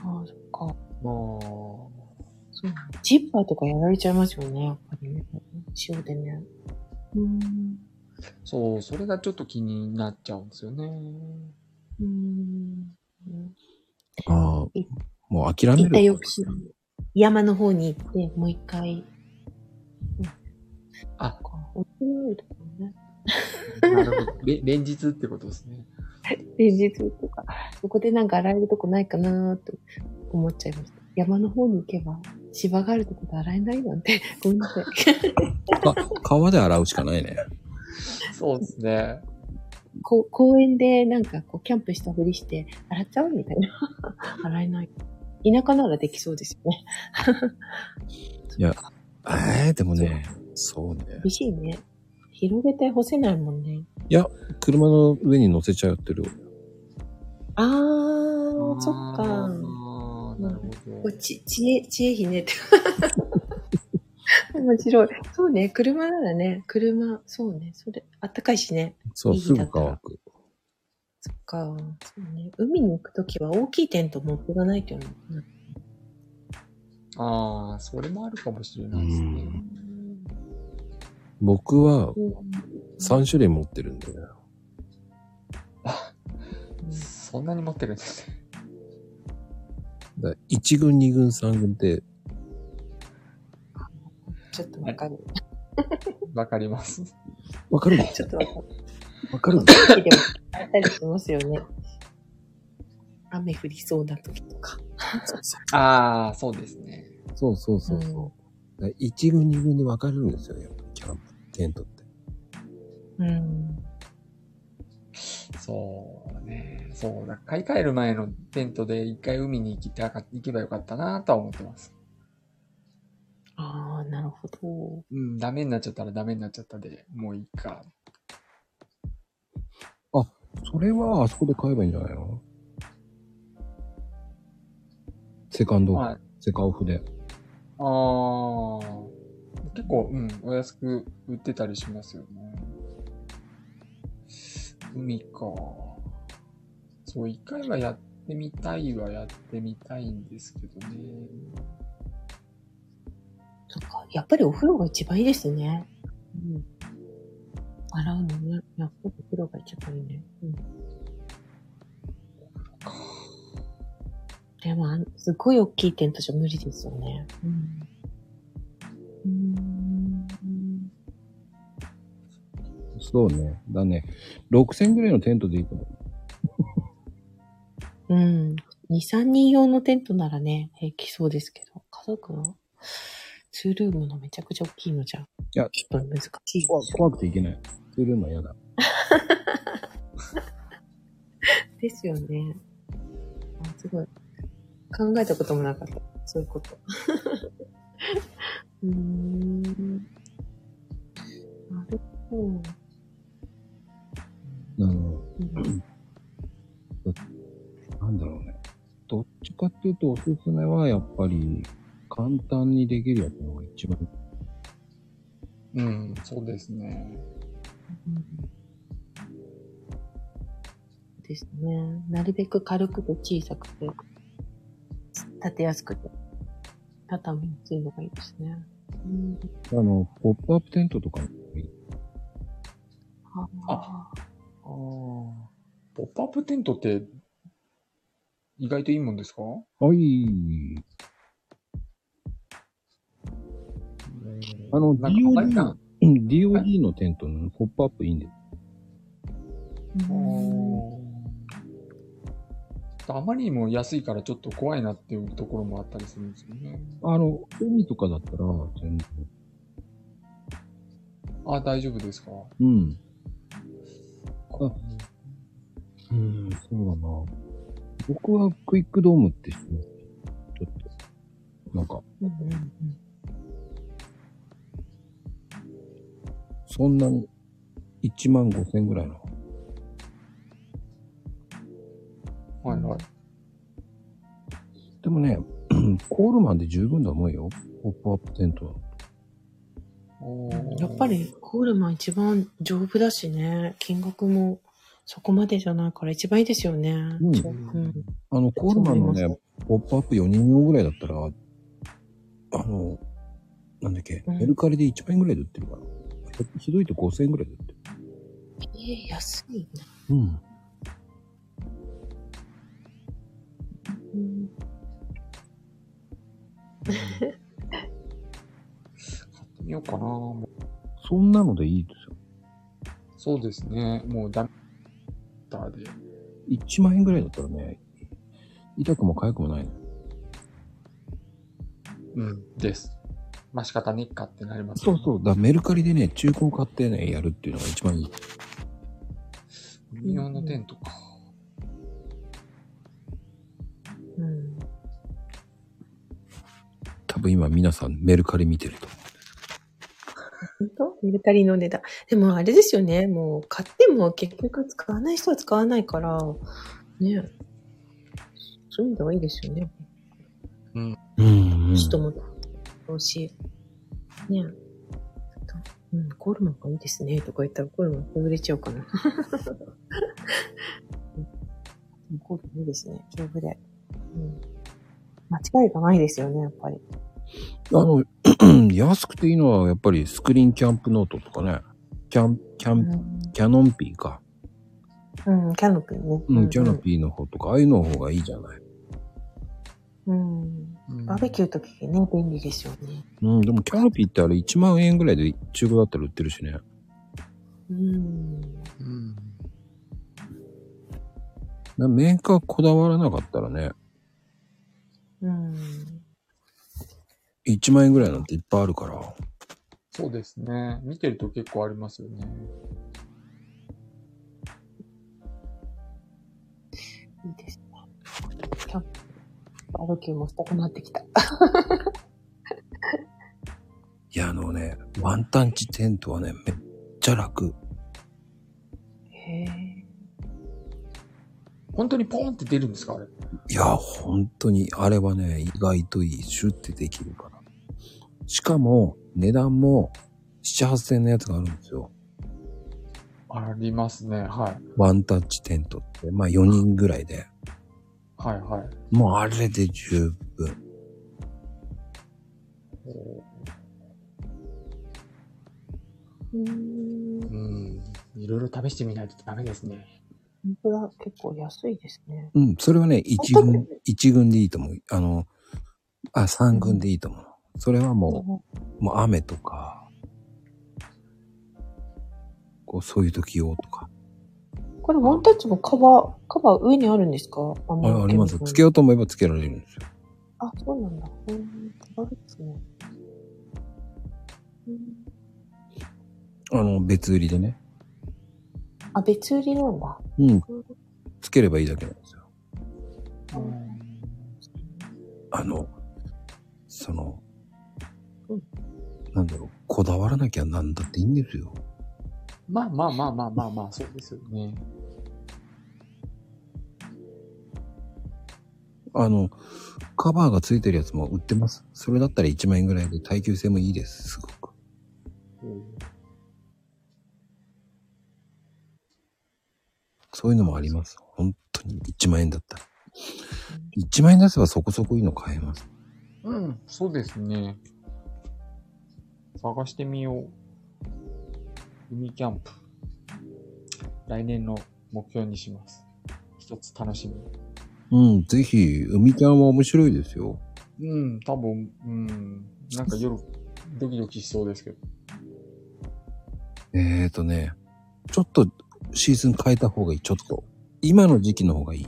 Speaker 3: ああ、そっか。
Speaker 2: まあ、
Speaker 3: そうジッパーとかやられちゃいますよね、やっぱりね。塩でね。うん。
Speaker 2: そう、それがちょっと気になっちゃうんですよね。
Speaker 3: うん。
Speaker 1: ああ
Speaker 3: い
Speaker 1: もう諦め
Speaker 3: 行った
Speaker 1: る
Speaker 3: 翌週、山の方に行って、もう一回。うん
Speaker 2: あ、
Speaker 3: お風呂とかね。
Speaker 2: なるほど。れ連日ってことですね。
Speaker 3: 連日とか、そこでなんか洗えるとこないかなーって思っちゃいました。山の方に行けば、芝があるとこで洗えないなんて、ごめんなさい。
Speaker 1: か川で洗うしかないね
Speaker 2: そうですね。
Speaker 3: こう公園でなんかこうキャンプしたふりして、洗っちゃうみたいな。 *laughs* 洗えない。田舎ならできそうですよね。
Speaker 1: ええでもねそうね
Speaker 3: 美しいね。広げて干せないもんね。
Speaker 1: 車の上に乗せちゃってる
Speaker 3: あー、そっ
Speaker 2: あ
Speaker 3: か。
Speaker 2: ーなるほ
Speaker 3: お
Speaker 2: ど。
Speaker 3: ち、知恵、知恵ひねって。 *laughs* 面白い。そうね、車ならね、車、そうね、それ、あったかいしね。
Speaker 1: そう、すぐ乾く。
Speaker 3: そっか。そうね、海に行くときは大きいテント持っていかないというのかな。
Speaker 2: ああ、それもあるかもしれないですね。
Speaker 1: 僕は
Speaker 3: うん
Speaker 1: 3種類持ってるんだよ。
Speaker 2: そんなに持ってるんですね。
Speaker 1: だ1軍、2軍、3軍って、
Speaker 3: ちょっとわかる。
Speaker 2: わかります。
Speaker 1: わかる
Speaker 3: ちょっとわかる。
Speaker 1: わかる
Speaker 3: 時でもあったりしますよね。雨降りそうな時とか。
Speaker 2: ああ、そうですね。
Speaker 1: そうそうそうそう。だ1軍、2軍で分かれるんですよ、やっぱキャンプ、テントって。
Speaker 3: うん。
Speaker 2: そうね。そうだ。買い替える前のテントで一回海に行きたか行けばよかったなとは思ってます。
Speaker 3: ああ、なるほど。
Speaker 2: うん、ダメになっちゃったらダメになっちゃったで、もういいか。
Speaker 1: それはあそこで買えばいいんじゃないのセカンド、
Speaker 2: はい。
Speaker 1: セカオフで。
Speaker 2: あー。結構、うん、お安く売ってたりしますよね。海か。そう、一回はやってみたいはやってみたいんですけどね。
Speaker 3: そっか。やっぱりお風呂が一番いいですね。うん。洗うのね。やっぱりお風呂が一番いいね。うん。でも、あのすごい大きいテントじゃ無理ですよね。うん。うん。
Speaker 1: そうね。だね。6000ぐらいのテントでいいと思う。
Speaker 3: うん。2、3人用のテントならね、平気そうですけど、家族のツールームのめちゃくちゃ大きいのじゃ、
Speaker 1: いや、
Speaker 3: ちょっと難しい。
Speaker 1: 怖怖くていけない。するのは嫌だ。
Speaker 3: ですよね。あすごい。考えたこともなかった。そういうこと。 *laughs* うーん。なるほ
Speaker 1: う
Speaker 3: ど。
Speaker 1: ん。
Speaker 3: うん
Speaker 1: なんだろうね。どっちかっていうとおすすめはやっぱり簡単にできるやつの方が一番。
Speaker 2: うん、そうですね。
Speaker 3: ですね。なるべく軽くて小さくて、立てやすくて、畳みやすいのがいいですね。うん、
Speaker 1: あの、ポップアップテントとかもいい。
Speaker 3: あ
Speaker 2: ああ。ポップアップテントって、意外といいもんですか
Speaker 1: はい。あの、
Speaker 2: なんか考え
Speaker 1: DOD
Speaker 2: た
Speaker 1: の、うん、DOD のテントのポップアップいいんです。
Speaker 3: うん
Speaker 2: あまりにも安いからちょっと怖いなっていうところもあったりするんですよね。
Speaker 1: あの、海とかだったら全然。
Speaker 2: あ、大丈夫ですか
Speaker 1: うん。うん、そうだな。僕はクイックドームって知ってますちょっと。なんか、
Speaker 3: うんうんうん
Speaker 1: そんなに1万5千ぐらいの。
Speaker 2: はいはい。
Speaker 1: でもね、 *clears throat* コールマンで十分だと思うよ。ポップアップテントは。
Speaker 2: おー
Speaker 3: やっぱ。りコールマン一番丈夫だしね、金額もそこまでじゃないから一番いいですよね。
Speaker 1: うん
Speaker 3: そう
Speaker 1: あの、コールマンの
Speaker 3: そう思い
Speaker 1: ね
Speaker 3: ま、
Speaker 1: ポップアップ4人用ぐらいだったら、あの、なんだっけ、
Speaker 3: うん
Speaker 1: メルカリで1万円ぐらいで売ってるから。ひひどいと5000円ぐらいで売ってる。
Speaker 3: えー安いな。
Speaker 1: うん。
Speaker 3: うん
Speaker 2: 買ってみようかな。も
Speaker 1: そんなのでいいですよ。
Speaker 2: うそうですね。もうダメだで。
Speaker 1: 1万円ぐらいだったらね、痛くも痒くもないの、
Speaker 2: うん、です。まあ仕方ねっかってなります、
Speaker 1: そうそう。だからメルカリでね、中古を買ってね、やるっていうのが一番いい。
Speaker 2: う。日本のテントか。
Speaker 3: うん
Speaker 1: 多分今皆さんメルカリ見てると。
Speaker 3: 本当メルカリの値段。でもあれですよね、もう買っても結局使わない人は使わないから、ね。そういうのがいいですよね。
Speaker 1: うん、うん。
Speaker 3: 人も買うし。ね。うん、コールマンがいいですね、とか言ったらコールマン崩れちゃうかな。うんコールマンいいですね、丈夫で。うん。間違いがないですよね、やっぱり。
Speaker 1: の、 *clears throat* 安くていいのはやっぱりスクリーンキャンプノートとかね。キャン、キャ
Speaker 3: う
Speaker 1: ン、
Speaker 3: ん、
Speaker 1: キャノンピーか。
Speaker 3: うん、キャノピーね。
Speaker 1: うん、キャノピーの方とか、ああいうの方がいいじゃない。
Speaker 3: ー。うん。
Speaker 2: うん
Speaker 3: バーベキューときね、便利ですよね。
Speaker 1: うん、でもキャノピーってあれ1万円ぐらいで中古だったら売ってるしね。
Speaker 3: うん。
Speaker 2: うん
Speaker 1: なメーカーこだわらなかったらね、
Speaker 3: うん。
Speaker 1: 1万円ぐらいなんていっぱいあるから。
Speaker 2: そうですね。見てると結構ありますよね。
Speaker 3: いいですね。キャンプ。バーベキューもしたくなってきた。
Speaker 1: いや、あのね、ワンタンチテントはね、めっちゃ楽。
Speaker 3: へえ。
Speaker 2: 本当にポーンって出るんですかあれ。
Speaker 1: いや、本当に、あれはね、意外といい。シュッてできるから。しかも、値段も、7、8000円のやつがあるんですよ。
Speaker 2: ありますね。はい。
Speaker 1: ワンタッチテントって。まあ、4人ぐらいで。
Speaker 2: はいはい。
Speaker 1: もう、あれで十分。
Speaker 3: うん。
Speaker 2: うん。いろいろ試してみないとダメですね。
Speaker 3: 本当だ、結構安いですね。
Speaker 1: うん、それはね、一
Speaker 3: 本当
Speaker 1: 軍
Speaker 3: に、
Speaker 1: 一軍でいいと思う。あの、あ、三軍でいいと思う。それはもう、もう雨とか、こう、そういう時用とか。
Speaker 3: これワンタッチもカバー、カバー上にあるんですかあ
Speaker 1: ああります。つけ
Speaker 3: よ
Speaker 1: ようと思えばつけられるんですよ。
Speaker 3: あ、そうなんだ。うん、手軽ですね。うん
Speaker 1: あの、別売りでね。
Speaker 3: あ、別売りなんだ。
Speaker 1: うん。つければいいだけなんですよ。
Speaker 2: うん
Speaker 1: あの、その
Speaker 3: うん、
Speaker 1: なんだろう、こだわらなきゃなんだっていいんですよ。
Speaker 2: まあまあまあまあまあまあ、そうですよね。
Speaker 1: あの、カバーがついてるやつも売ってます。それだったら1万円ぐらいで耐久性もいいです、すごく。そういうのもあります。本当に1万円だったら。1万円出せばそこそこいいの買えます。
Speaker 2: うん、そうですね。探してみよう。海キャンプ。来年の目標にします。一つ楽し
Speaker 1: うん、ぜひ、海キャンは面白いですよ。
Speaker 2: み。うん、多分、うん、なんか夜、ドキドキしそうですけど。
Speaker 1: えーとね、ちょっとシーズン変えた方がいい、ちょっと。今の時期の方がいい。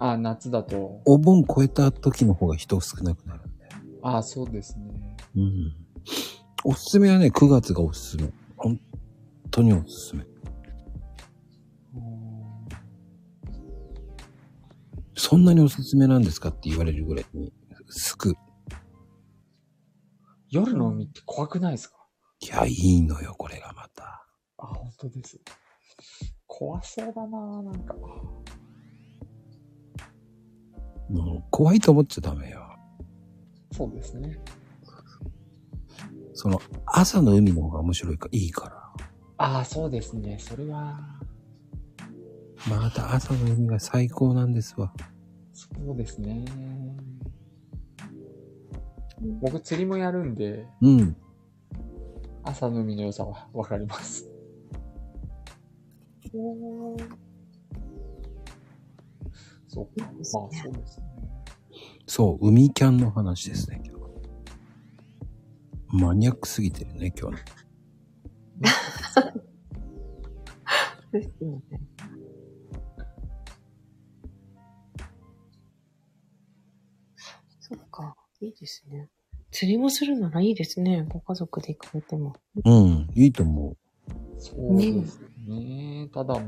Speaker 2: あ、夏だと。
Speaker 1: お盆超えた時の方が人少なくなるんで。
Speaker 2: あ、そうですね。
Speaker 1: うん。おすすめはね、9月がおすすめ。本当におすすめ。
Speaker 2: うん
Speaker 1: そんなにおすすめなんですかって言われるぐらいに、すく。
Speaker 2: 夜の海って怖くないですか
Speaker 1: いや、いいのよ、これがまた。
Speaker 2: あ、本当です。怖そうだななんか。
Speaker 1: うん怖いと思っちゃダメよ。
Speaker 2: そうですね。
Speaker 1: その、朝の海の方が面白いか、いいから。
Speaker 2: ああ、そうですね。それは、
Speaker 1: また朝の海が最高なんですわ。
Speaker 2: そうですね。僕、釣りもやるんで、
Speaker 1: うん。
Speaker 2: 朝の海の良さはわかります。
Speaker 3: うん
Speaker 2: そうか。まあ、そうですね。
Speaker 1: そう、海キャンの話ですね、今日。マニアックすぎてるね、今日ね。
Speaker 3: ですよね。そっか、いいですね。釣りもするならいいですね。ご家族で行かれても。
Speaker 1: うん、いいと思
Speaker 2: そうですね。ただまあ、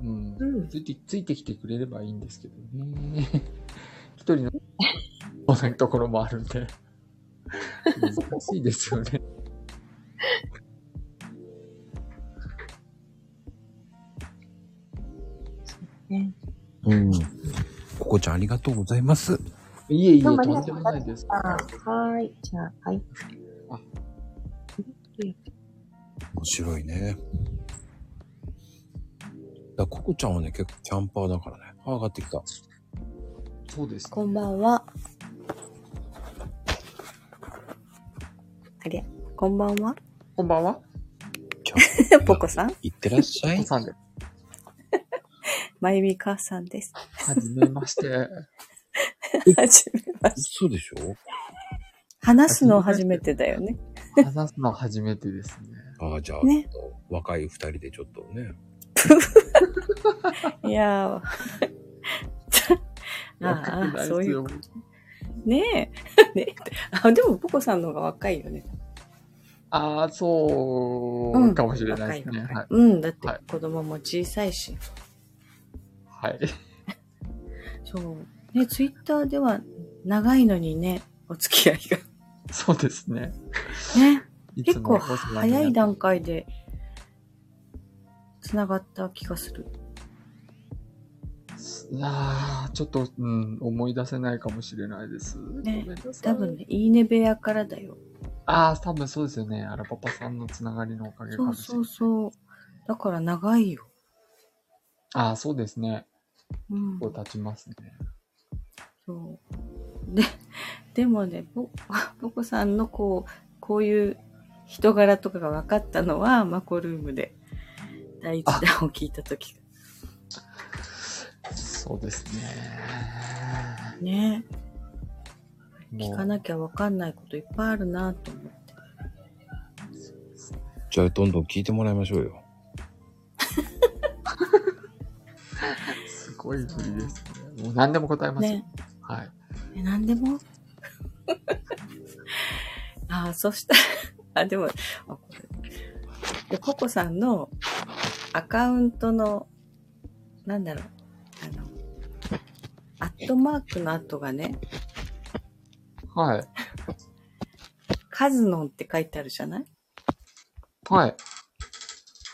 Speaker 2: うん。
Speaker 3: うん。
Speaker 2: ついて、ついてきてくれればいいんですけどね。 *laughs* 一人の、来ないところもあるんで。難しいですよね。
Speaker 3: ね。
Speaker 1: う。うん。ここちゃんありがとうございます。
Speaker 2: いえいえ、
Speaker 3: どう
Speaker 2: と
Speaker 3: もありが
Speaker 2: ん
Speaker 3: と
Speaker 2: で
Speaker 3: うご
Speaker 2: も
Speaker 3: ざいました
Speaker 2: ないです。
Speaker 3: あ、はーい。じゃあ、はい。
Speaker 4: うん
Speaker 1: 面白いね。だココちゃんはね、結構キャンパーだからね。あ、上がってきた。
Speaker 2: そうです、ね。
Speaker 4: こんばんは。ありゃ、こんばんは。 *laughs*
Speaker 2: こんばんは。
Speaker 1: キャン
Speaker 4: ポコさん
Speaker 1: いってらっしゃ
Speaker 2: お
Speaker 1: い
Speaker 2: 子。さんで。
Speaker 4: まゆみ母さん *laughs* です。
Speaker 2: はじめまして。
Speaker 4: はじめまして。
Speaker 1: そうでしょ
Speaker 4: 話すの初めてだよね。
Speaker 2: 話すの初めてですね。
Speaker 1: ああ、じゃあ、
Speaker 4: ね
Speaker 1: ちょっと若い二人でちょっとね。
Speaker 4: い *laughs* やー。
Speaker 2: わか
Speaker 4: あ
Speaker 2: んな
Speaker 4: あ、
Speaker 2: い
Speaker 4: そう
Speaker 2: です
Speaker 4: いう
Speaker 2: よ。。
Speaker 4: ねえ。 *laughs* ねえあ、でも、ポコさんの方が若いよね。
Speaker 2: ああ、そうう、
Speaker 4: ん
Speaker 2: かもしれないですね。
Speaker 4: 若い
Speaker 2: は
Speaker 4: 若
Speaker 2: い。
Speaker 4: うん、だって
Speaker 2: はい
Speaker 4: 子供も小さいし。
Speaker 2: はい。
Speaker 4: そう。ね、ツイッターでは長いのにね、お付き合いが。
Speaker 2: そうですね。
Speaker 4: ね。
Speaker 2: いつ
Speaker 4: 結
Speaker 2: も
Speaker 4: 構
Speaker 2: お世話にな
Speaker 4: 早
Speaker 2: って
Speaker 4: い段階で、繋がった気がする。
Speaker 2: ああ、ちょっと、うん、思い出せないかもしれないです。
Speaker 4: ね
Speaker 2: ごめんなさい
Speaker 4: 多分ね、いいね部屋からだよ。
Speaker 2: ああ、多分そうですよね。あら、パパさんのつながりのおかげか
Speaker 4: そ
Speaker 2: も
Speaker 4: う
Speaker 2: しれ
Speaker 4: そ
Speaker 2: な
Speaker 4: う
Speaker 2: い。
Speaker 4: そう。だから長いよ。
Speaker 2: ああ、そうですね。
Speaker 4: うん。
Speaker 2: こう立ちますね。
Speaker 4: そう。で、 *laughs* でもね、 *laughs* ぼ、ぼこさんのこう、こういう人柄とかが分かったのは、マコルームで第一弾を聞いたとき。
Speaker 2: そうですね。
Speaker 4: ね
Speaker 2: もう
Speaker 4: 聞かなきゃ分かんないこといっぱいあるなと思って。
Speaker 1: じゃあ、どんどん聞いてもらいましょうよ。
Speaker 2: すごい振りですね。もう何でも答えますよ。
Speaker 4: ね
Speaker 2: はい。
Speaker 4: え、なんでも *laughs* ああ、そしたら、あ、 *laughs* でも、あこれで、ポコさんのアカウントの、なんだろう、あの、アットマークの後がね、
Speaker 2: はい。
Speaker 4: カズノンって書いてあるじゃないだ
Speaker 2: はい。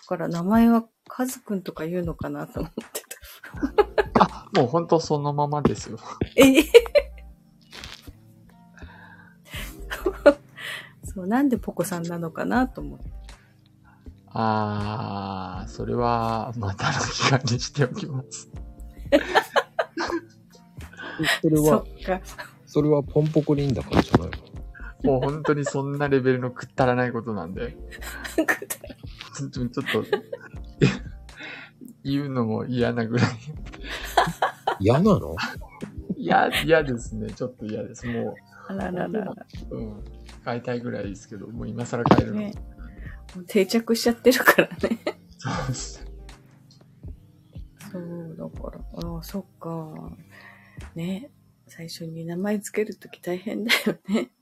Speaker 4: から名前はカズくんとか言うのかなと思ってた。
Speaker 2: あ、もう本当そのままですよ。
Speaker 4: *laughs* ええそう、なんでポコさんなのかなと思って。
Speaker 2: あー、それは、またの期間にしておきます。
Speaker 1: それ
Speaker 4: そ
Speaker 1: は、
Speaker 4: っか。
Speaker 1: それはポンポコリンだからじゃないの
Speaker 2: もう本当にそんなレベルのくったらないことなんで、本当にちょっと、言うのも嫌なぐらい。
Speaker 1: 嫌なの
Speaker 2: 嫌、嫌ですね。ちょっと嫌です。も
Speaker 4: *laughs* あらららら。
Speaker 2: う、うん。変えたいぐらいですけど、もう今更変えるの。
Speaker 4: ね、もう定着しちゃってるからね。
Speaker 2: そうです
Speaker 4: そう、だから、ああ、そっか。ね、最初に名前つけるとき大変だよね。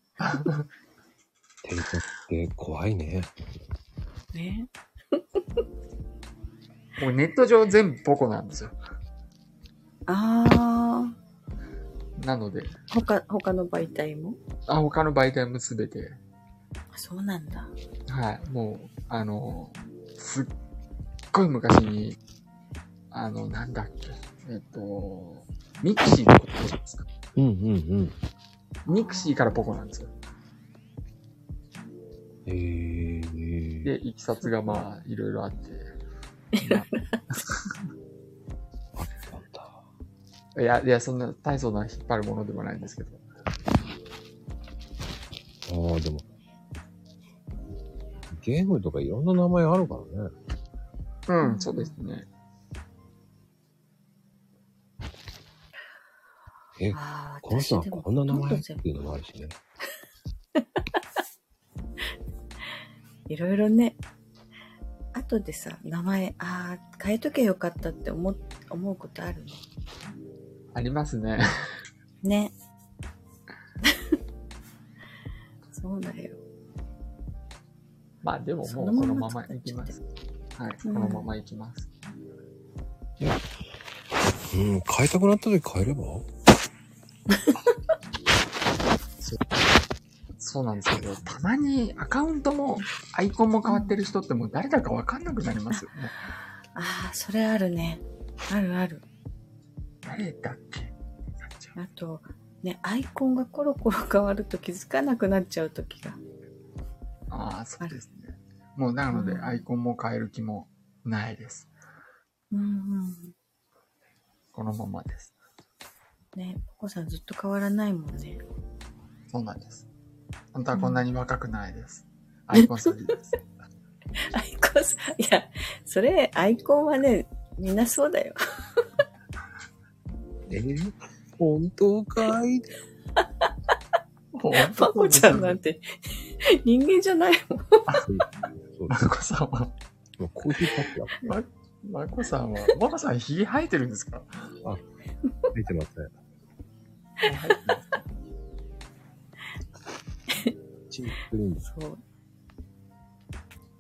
Speaker 1: 定着って怖いね。
Speaker 4: ね。
Speaker 2: もうネット上全部ポコなんですよ。
Speaker 4: ああ、
Speaker 2: なので、
Speaker 4: 他、他の媒体も
Speaker 2: あ他の媒体も全て、
Speaker 4: あそうなんだ。
Speaker 2: はい、もう、あの、すっごい昔に、あの、なんだっけ、えっと、ミクシーのことご存知ですか
Speaker 1: うんうん
Speaker 2: ミクシーからポコなんですよ。
Speaker 1: うん。えー、
Speaker 2: で、いきさつがまあ、いろいろあって。
Speaker 1: あったんだ。
Speaker 2: いや、いや、そんな大層な引っ張るものでもないんですけど。
Speaker 1: ああ、でも、ゲームとかいろんな名前あるからね。
Speaker 2: うん、そうですね。
Speaker 1: え、
Speaker 4: ああ、
Speaker 1: この人は
Speaker 4: 私でも
Speaker 1: こんな名
Speaker 4: ほ
Speaker 1: 前
Speaker 4: と
Speaker 1: っ
Speaker 4: 全部
Speaker 1: ていうのもあるしね。
Speaker 4: いろいろね。後でさ、名前、ああ、変えとけよかったって思、思うことあるね。
Speaker 2: ありますね。 *laughs*
Speaker 4: *laughs* ね。そうだよ。
Speaker 2: まあ、でももう
Speaker 4: そ
Speaker 2: こ
Speaker 4: の
Speaker 2: の
Speaker 4: まま
Speaker 2: ままいきます。はい、こ
Speaker 4: うん
Speaker 2: のままいきます。
Speaker 1: うん、変えたくなった時変えれば
Speaker 2: そうなんですけど、たまにアカウントも、アイコンも変わってる人ってもう誰だかわかんなくなりますよね。
Speaker 4: ああ、それあるね。あるある。
Speaker 2: 誰だっけなっちゃう
Speaker 4: あと、ね、アイコンがコロコロ変わると気づかなくなっちゃう時が
Speaker 2: ああ、そうですね。もうなので
Speaker 3: うん
Speaker 2: アイコンも変える気もないです。
Speaker 4: うんうん。
Speaker 2: このままです。
Speaker 4: ね、お子さんずっと変わらないもんね。
Speaker 2: そうなんです。本当はこんなに若くないです。アイコン詐欺です。
Speaker 4: アイコンさ、いや、それ、アイコンはね、みんなそうだよ。
Speaker 1: えー本当かい *laughs*
Speaker 4: まこちゃ
Speaker 2: *laughs*
Speaker 4: んなんて、人間じゃないもん。
Speaker 1: そう
Speaker 2: まこさんは、
Speaker 1: もうコーヒーパックは
Speaker 2: まこさんは、まこさんひげ生えてるんですか
Speaker 1: 出てません。チンプリンです。
Speaker 4: そう。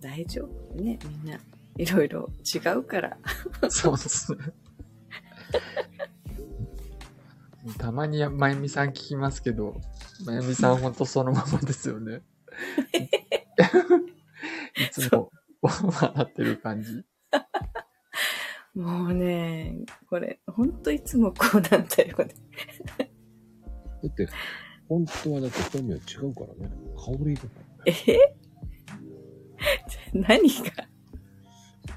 Speaker 4: 大丈夫ね、みんな。いろいろ違うから。
Speaker 2: そうですね。たまにまゆみさん聞きますけど、まゆみさんほんとそのままですよね。いつも笑ってる感じ。
Speaker 4: もうね、これ、ほんといつもこうなんだよね。
Speaker 1: だって、本当はだって本名違うからね。香りとか。
Speaker 4: えへ何が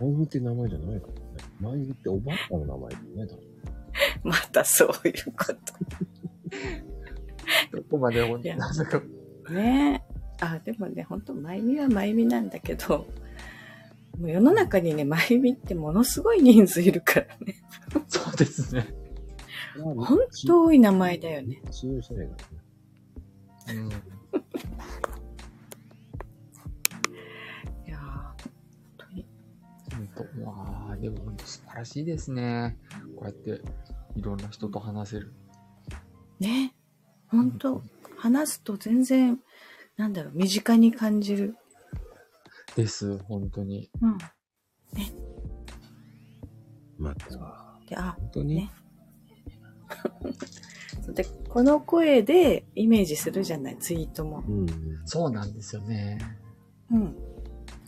Speaker 1: まゆみって名前じゃないからね。まゆみっておばあちゃんの名前だよね。多分
Speaker 4: またそういうこ
Speaker 2: どこまでほんとなんだか。
Speaker 4: と。ねあ、でもね、ほんと、まゆみはまゆみなんだけど、 *laughs* もう世の中にね、まゆみってものすごい人数いるからね。
Speaker 2: そうですね。
Speaker 4: ほんと多い名前だよね。。
Speaker 1: 使用してないからね。
Speaker 2: うん。
Speaker 4: いやー本当に。
Speaker 2: ほんとわあでもほんと素晴らしいですね。こうやっていろんな人と話せる。
Speaker 4: ね本当話すと全然、なんだろう、身近に感じる。
Speaker 2: です、本当に。
Speaker 4: うん。
Speaker 1: また、本
Speaker 4: で、あ、
Speaker 1: 当に
Speaker 4: ねで、この声でイメージするじゃない、ツイートも。
Speaker 1: うん。
Speaker 2: そうなんですよね。
Speaker 4: うん。だ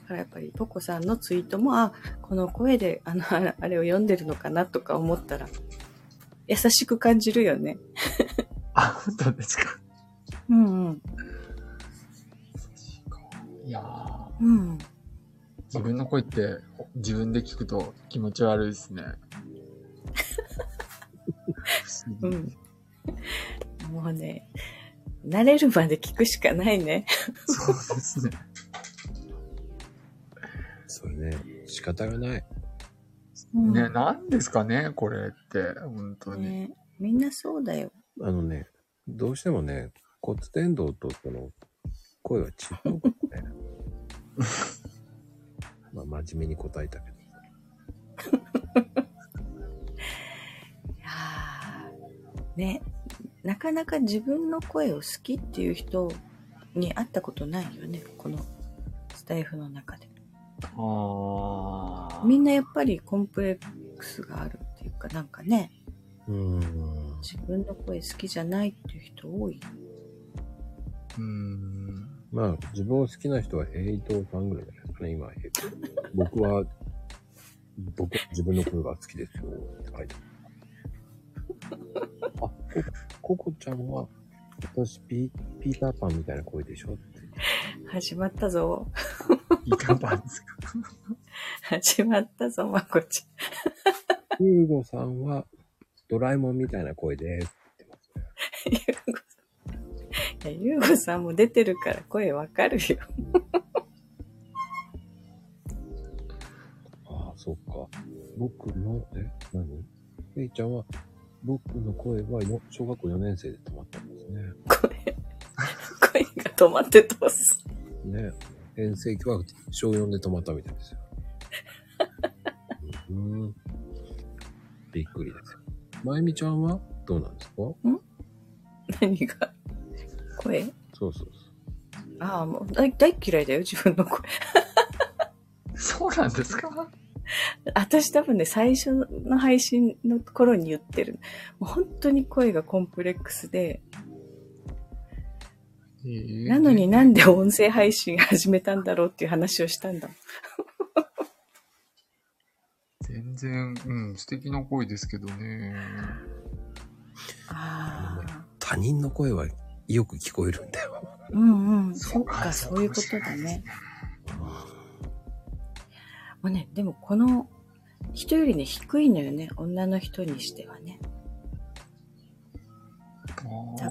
Speaker 4: からやっぱり、ポコさんのツイートも、あ、この声で、あの、あれあれを読んでるのかなとか思ったら、優しく感じるよね。
Speaker 2: あ、本当ですか。
Speaker 4: うんうん。
Speaker 2: いやー
Speaker 4: うん。
Speaker 2: 自分の声って自分で聞くと気持ち悪いですね。
Speaker 4: う
Speaker 2: 不思議
Speaker 4: ん。もうね、慣れるまで聞くしかないね。
Speaker 2: そうですね。
Speaker 1: それね、仕方がない。
Speaker 4: うん
Speaker 2: ね、なんですかね、これって。本当に。
Speaker 4: ねみんなそうだよ。
Speaker 1: あのね、どうしてもね、骨伝導とその、声は違うから *laughs* ね。まあ、真面目に答えたけど。
Speaker 4: いやーね、なかなか自分の声を好きっていう人に会ったことないよね、このスタイフの中で。
Speaker 2: ああ。
Speaker 4: みんなやっぱりコンプレックスがあるっていうか、なんかね、
Speaker 1: うーん。
Speaker 4: 自分の声好きじゃないっていう人多い。
Speaker 2: うーん。
Speaker 1: まあ、自分を好きな人は平等さんぐらいですかね、今。僕は、僕は自分の声が好きですよ、って書いてある。あ、こ、ココちゃんは、私、ピー、ピーターパンみたいな声でしょって。
Speaker 4: 始まったぞ。
Speaker 2: いかがです *laughs* か。
Speaker 4: 始まったぞ、まこち
Speaker 1: ユーゴさんは、ドラえもんみたいな声ですって言ってますね。
Speaker 4: ゃん。ゆうごさん。いや、ゆうごさんも出てるから声わかるよ。
Speaker 1: ああ、そっか。僕の、え、何ペイちゃんは、僕の声はよ小学校4年生で止まったんですね。
Speaker 4: 声、声が止まってどうす。
Speaker 1: ね。遠征期は小4で止まったみたいです *laughs* よ。うん。びっくりですよ。まゆみちゃんはどうなんですか
Speaker 4: 何が声
Speaker 1: そうそうそう。
Speaker 4: ああ、もう大大嫌いだよ、自分の声。
Speaker 2: そうなんですか。
Speaker 4: 私多分ね、最初の配信の頃に言ってる。もう本当に声がコンプレックスで、
Speaker 2: な
Speaker 4: なのに。なんで音声配信始めたんだろうっていう話をしたんだもん。
Speaker 2: 全然、うん、素敵な声ですけどね。
Speaker 4: ああ。
Speaker 1: 他人の声はよく聞こえるんだよ。
Speaker 4: うんうん。
Speaker 2: そ
Speaker 4: そうっ
Speaker 2: か
Speaker 4: か、そういうことだね。うね、でもこの人よりね、低いのよね。女の人にしてはね。
Speaker 2: あ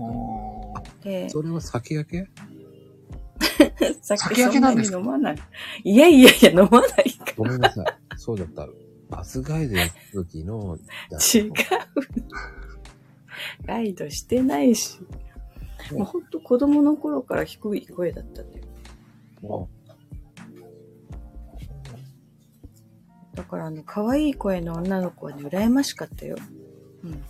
Speaker 4: で、
Speaker 1: それは先駆け
Speaker 4: 酒
Speaker 2: 酒焼けなんです
Speaker 4: そんなに飲まない。いやいやいや、飲まないか
Speaker 1: ごめんなさい。そうだった。バスガイドやった時 *laughs* の、
Speaker 4: ら。違う。ガイドしてないし。もうほんと子供の頃から低い声だったんだよ。
Speaker 1: も
Speaker 4: だからあの、可愛い声の女の子はね、羨ましかったよ。うん。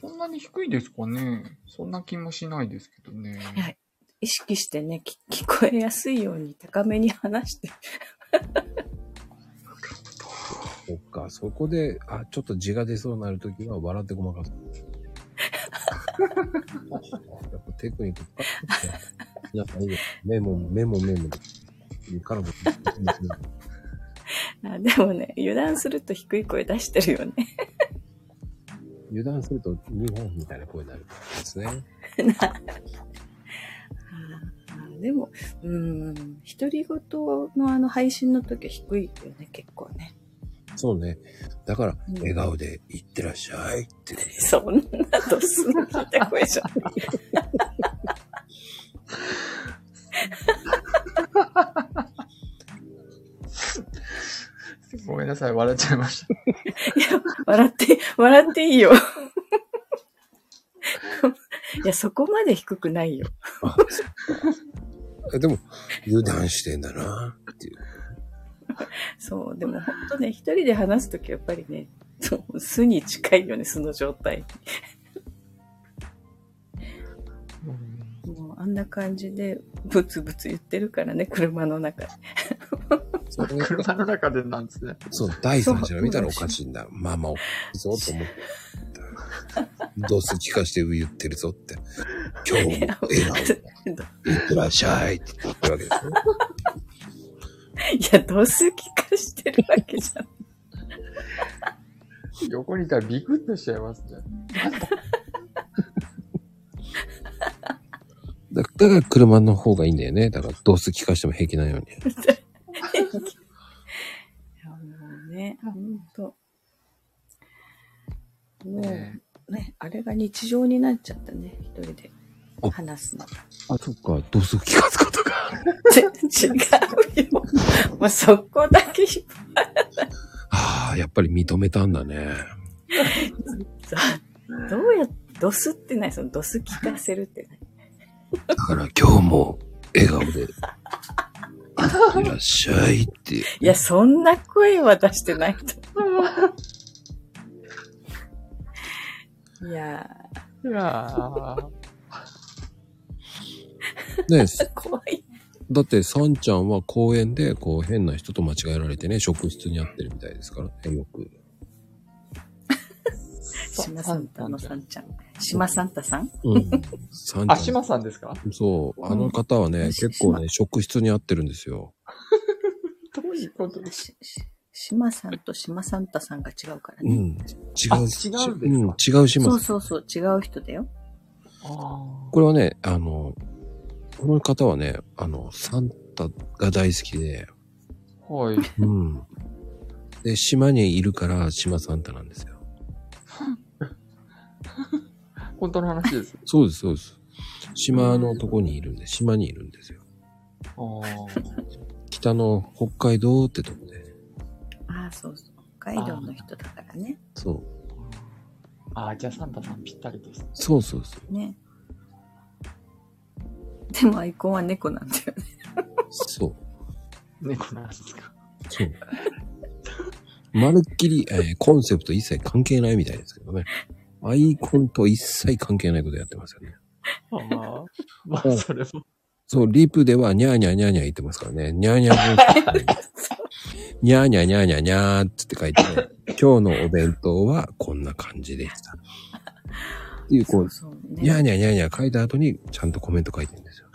Speaker 2: そんなに低いですかねそんな気もしないですけどね。
Speaker 4: や意識してね、き聞こえやすいように高めに話して。
Speaker 1: う、そっか、そこで、あ、ちょっと字が出そうになる時は笑ってごまかす。やっぱテクニック使ってますね皆さんいいです。メモ、メモ、メモで。いいからも、
Speaker 4: あでもね、油断すると低い声出してるよね。
Speaker 1: 油断すると日本みたいな声になるんですね。
Speaker 4: あでも、うーん、独り言のあの配信の時は低いよね、結構ね。
Speaker 1: そうね。だから、
Speaker 4: うん
Speaker 1: 笑顔で、いってらっしゃいってね。
Speaker 4: そんなとすん聞いた声じゃん。
Speaker 2: ごめんなさい、笑っちゃいました。
Speaker 4: 笑って、笑っていいよ。いや、そこまで低くないよ。
Speaker 1: えでも、油断してんだなっていう。
Speaker 4: そう、でも本当ね、一人で話すときやっぱりね、そう素に近いよね、素の状態。
Speaker 2: うん
Speaker 4: もうあんな感じで、ブツブツ言ってるからね、車の中で。
Speaker 1: それ
Speaker 2: 車の中でなんですね。
Speaker 1: そう、第三者が見たらおかしいんだ。まあまあ、おかしいぞと思って。ドス聞かして言ってるぞって。今日も笑顔で、いってらっしゃいって言ってるわけですよ。
Speaker 4: *laughs* いや、どうす聞かしてるわけじゃん。
Speaker 2: 横にいたらビクッとしちゃいますね。
Speaker 1: だだから車の方がいいんだよね。だからドス聞かしても平気なように。
Speaker 4: いや、もうね、ほんと。もう
Speaker 2: ね
Speaker 4: ね、あれが日常になっちゃったね、一人で
Speaker 1: あ
Speaker 4: 話すの。
Speaker 1: あ、そっか、ドス聞かすことが。
Speaker 4: 違う *laughs* よ。もうそこだけ引っ
Speaker 1: はあ、やっぱり認めたんだね。
Speaker 4: 張るどうや、ドスってない、そのドス聞かせるってない。
Speaker 1: だから今日も笑顔 *laughs* で、いってらっしゃいって。
Speaker 4: いや、そんな声は出してないと思う。いや
Speaker 2: いやー
Speaker 1: ね
Speaker 4: ー、怖い。
Speaker 1: だって、サンちゃんは公園で、こう、変な人と間違えられてね、職質にあってるみたいですからね、よく。
Speaker 4: 島サンタのサンちゃん。島サンタさん
Speaker 1: うん。サン
Speaker 2: あ、
Speaker 1: ちゃん。
Speaker 2: 島さんですか
Speaker 1: そう。あの方はね、
Speaker 4: うん
Speaker 1: 結構ね、職質にあってるんですよ。
Speaker 2: どういうことです
Speaker 4: しし島さんと島サンタさんが違うから
Speaker 1: う
Speaker 4: ね。
Speaker 1: ん。違う。
Speaker 2: あ違うんですか
Speaker 1: うん、違う島
Speaker 4: そ
Speaker 1: さ。
Speaker 4: うんそうそう、違う人だよ。
Speaker 2: かあ
Speaker 1: これはね、あの、この方はね、あの、サンタが大好きで、
Speaker 2: ーはい。
Speaker 1: うん。で、島にいるから、島サンタなんですよ。
Speaker 2: 本当の話です。
Speaker 1: そうです、そうです。島のとこにいるんで、島にいるんですよ。
Speaker 2: あー
Speaker 1: 北の北海道ってとこで。
Speaker 4: ああ、そうそう。北海道の人だからね。
Speaker 1: そう。
Speaker 2: あー、じゃあサンタさんぴったりです。
Speaker 1: そうそうそう。
Speaker 4: ね。でもアイコンは猫なんだよね。
Speaker 1: そう。
Speaker 2: 猫なんですか。
Speaker 1: そう。まるっきり、えーコンセプト一切関係ないみたいですけどね。アイコンと一切関係ないことやってますよね。
Speaker 2: あー *laughs* まあ、それも。
Speaker 1: そう、リプではニャーニャーニャーニャー言ってますからね。ニャーニャーニャーニャーニャーニャーニャーニャーって書いて、今日のお弁当はこんな感じでした。っていう、こう、
Speaker 4: そう
Speaker 1: ニャー
Speaker 4: ね。
Speaker 1: ニャーニャーニャー書いた後にちゃんとコメント書いてるんですよ。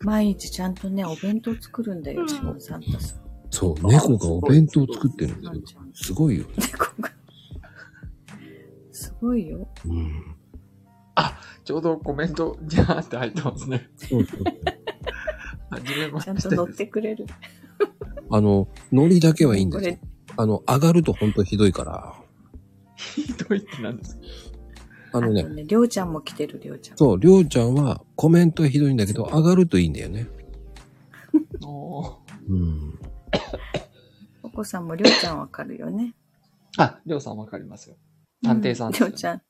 Speaker 4: 毎日ちゃんとね、お弁当作るんだよ、島サンタさん。
Speaker 1: そう、猫がお弁当を作ってるんですよ。すごいよ。
Speaker 4: 猫が。すごいよ。
Speaker 1: うん。
Speaker 2: ちょうどコメント、じゃーって入ってますね。
Speaker 1: そうそうそう。
Speaker 2: はじめま
Speaker 4: ちゃん
Speaker 2: し
Speaker 4: と
Speaker 2: て
Speaker 4: 乗ってくれる。
Speaker 1: あの、ノリだけはいいん
Speaker 4: こ
Speaker 1: ですよ
Speaker 4: れ。、
Speaker 1: あの、上がるとほんとひどいから。
Speaker 2: ひどいってなんですか
Speaker 1: あの
Speaker 4: あ
Speaker 1: ね
Speaker 4: と、ね、りょうちゃんも来てる、りょうちゃん。
Speaker 1: そう、りょうちゃんはコメントひどいんだけど、上がるといいんだよね。うん。
Speaker 4: お子さんもりょうちゃんわかるよね。
Speaker 2: あ、りょうさんわかりますよ。探偵さん、
Speaker 4: りょうちゃん。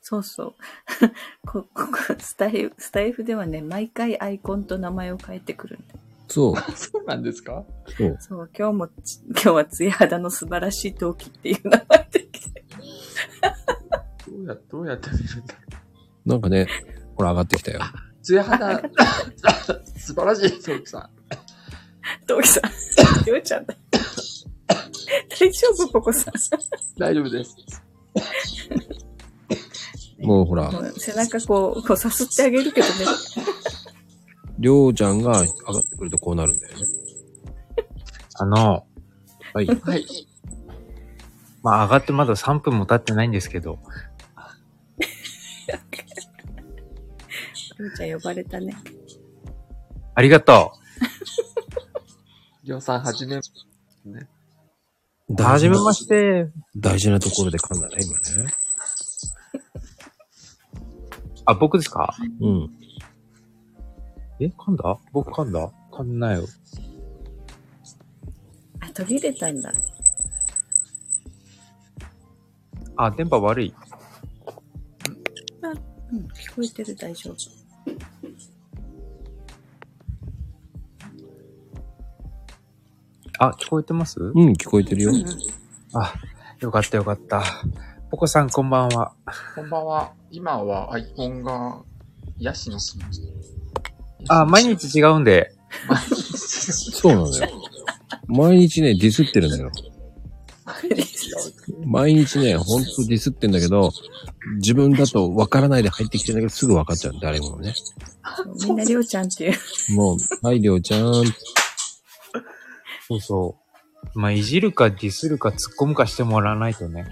Speaker 4: そうそう。 *laughs* こ、 *laughs* ここ、スタイフ、スタイフではね、毎回アイコンと名前を変えてくるんだ。
Speaker 1: そう、
Speaker 2: ん。 *laughs* そうなんですか
Speaker 1: そう。
Speaker 4: そう、今日もつ、今日はツヤ肌の素晴らしい陶器っていう名前で来て。
Speaker 2: どうや、どうやって見るんだろ
Speaker 1: なんかね、ほら上がってきたよ。
Speaker 2: う。つや肌、 *laughs* 素晴らしい、そうきさ
Speaker 4: 陶器さん、りょうちゃんだ。大丈夫、ここさ
Speaker 2: ん。
Speaker 4: ん。
Speaker 2: 大丈夫です。
Speaker 1: もうほら、
Speaker 4: もう背中こう、こうさすってあげるけどね。
Speaker 1: りょうちゃんが上がってくるとこうなるんだよね。
Speaker 5: あの、
Speaker 1: はい。
Speaker 2: はい。
Speaker 5: まあ、上がってまだ3分も経ってないんですけど、
Speaker 4: りょうちゃん呼ばれたね。
Speaker 5: ありがと
Speaker 2: りょうさん、はじめましてね。
Speaker 5: う。はじめま
Speaker 1: て。
Speaker 5: して。
Speaker 1: 大事なところで噛んだね、今ね。
Speaker 5: あ、僕ですか
Speaker 1: うん。
Speaker 5: え噛んだ僕噛んだ噛んないよ。
Speaker 4: あ、途切れたんだ。
Speaker 5: あ、電波悪い。
Speaker 4: うん、聞こえてる、大丈夫。
Speaker 2: *laughs*
Speaker 5: あ、聞こえてます
Speaker 1: うん、聞こえてるよ。
Speaker 5: あ、よかったよかった。ポコさんこんばんは。
Speaker 2: こんばんは。今はアイコンが、ヤシの木。
Speaker 5: あ、毎
Speaker 2: *laughs*
Speaker 5: 日違うんで。
Speaker 2: 毎日
Speaker 1: そうなのよ。毎日ね、ディスってるんだよ。毎日ね、ほんとディスってんだけど、自分だと分からないで入ってきてんだけど、すぐ分かっちゃうんだ、誰もね。
Speaker 4: みんなりょうちゃんっていう。
Speaker 1: もう、はい、りょうちゃん。
Speaker 5: そうそう。まあ、いじるかディスるか突っ込むかしてもらわないとね。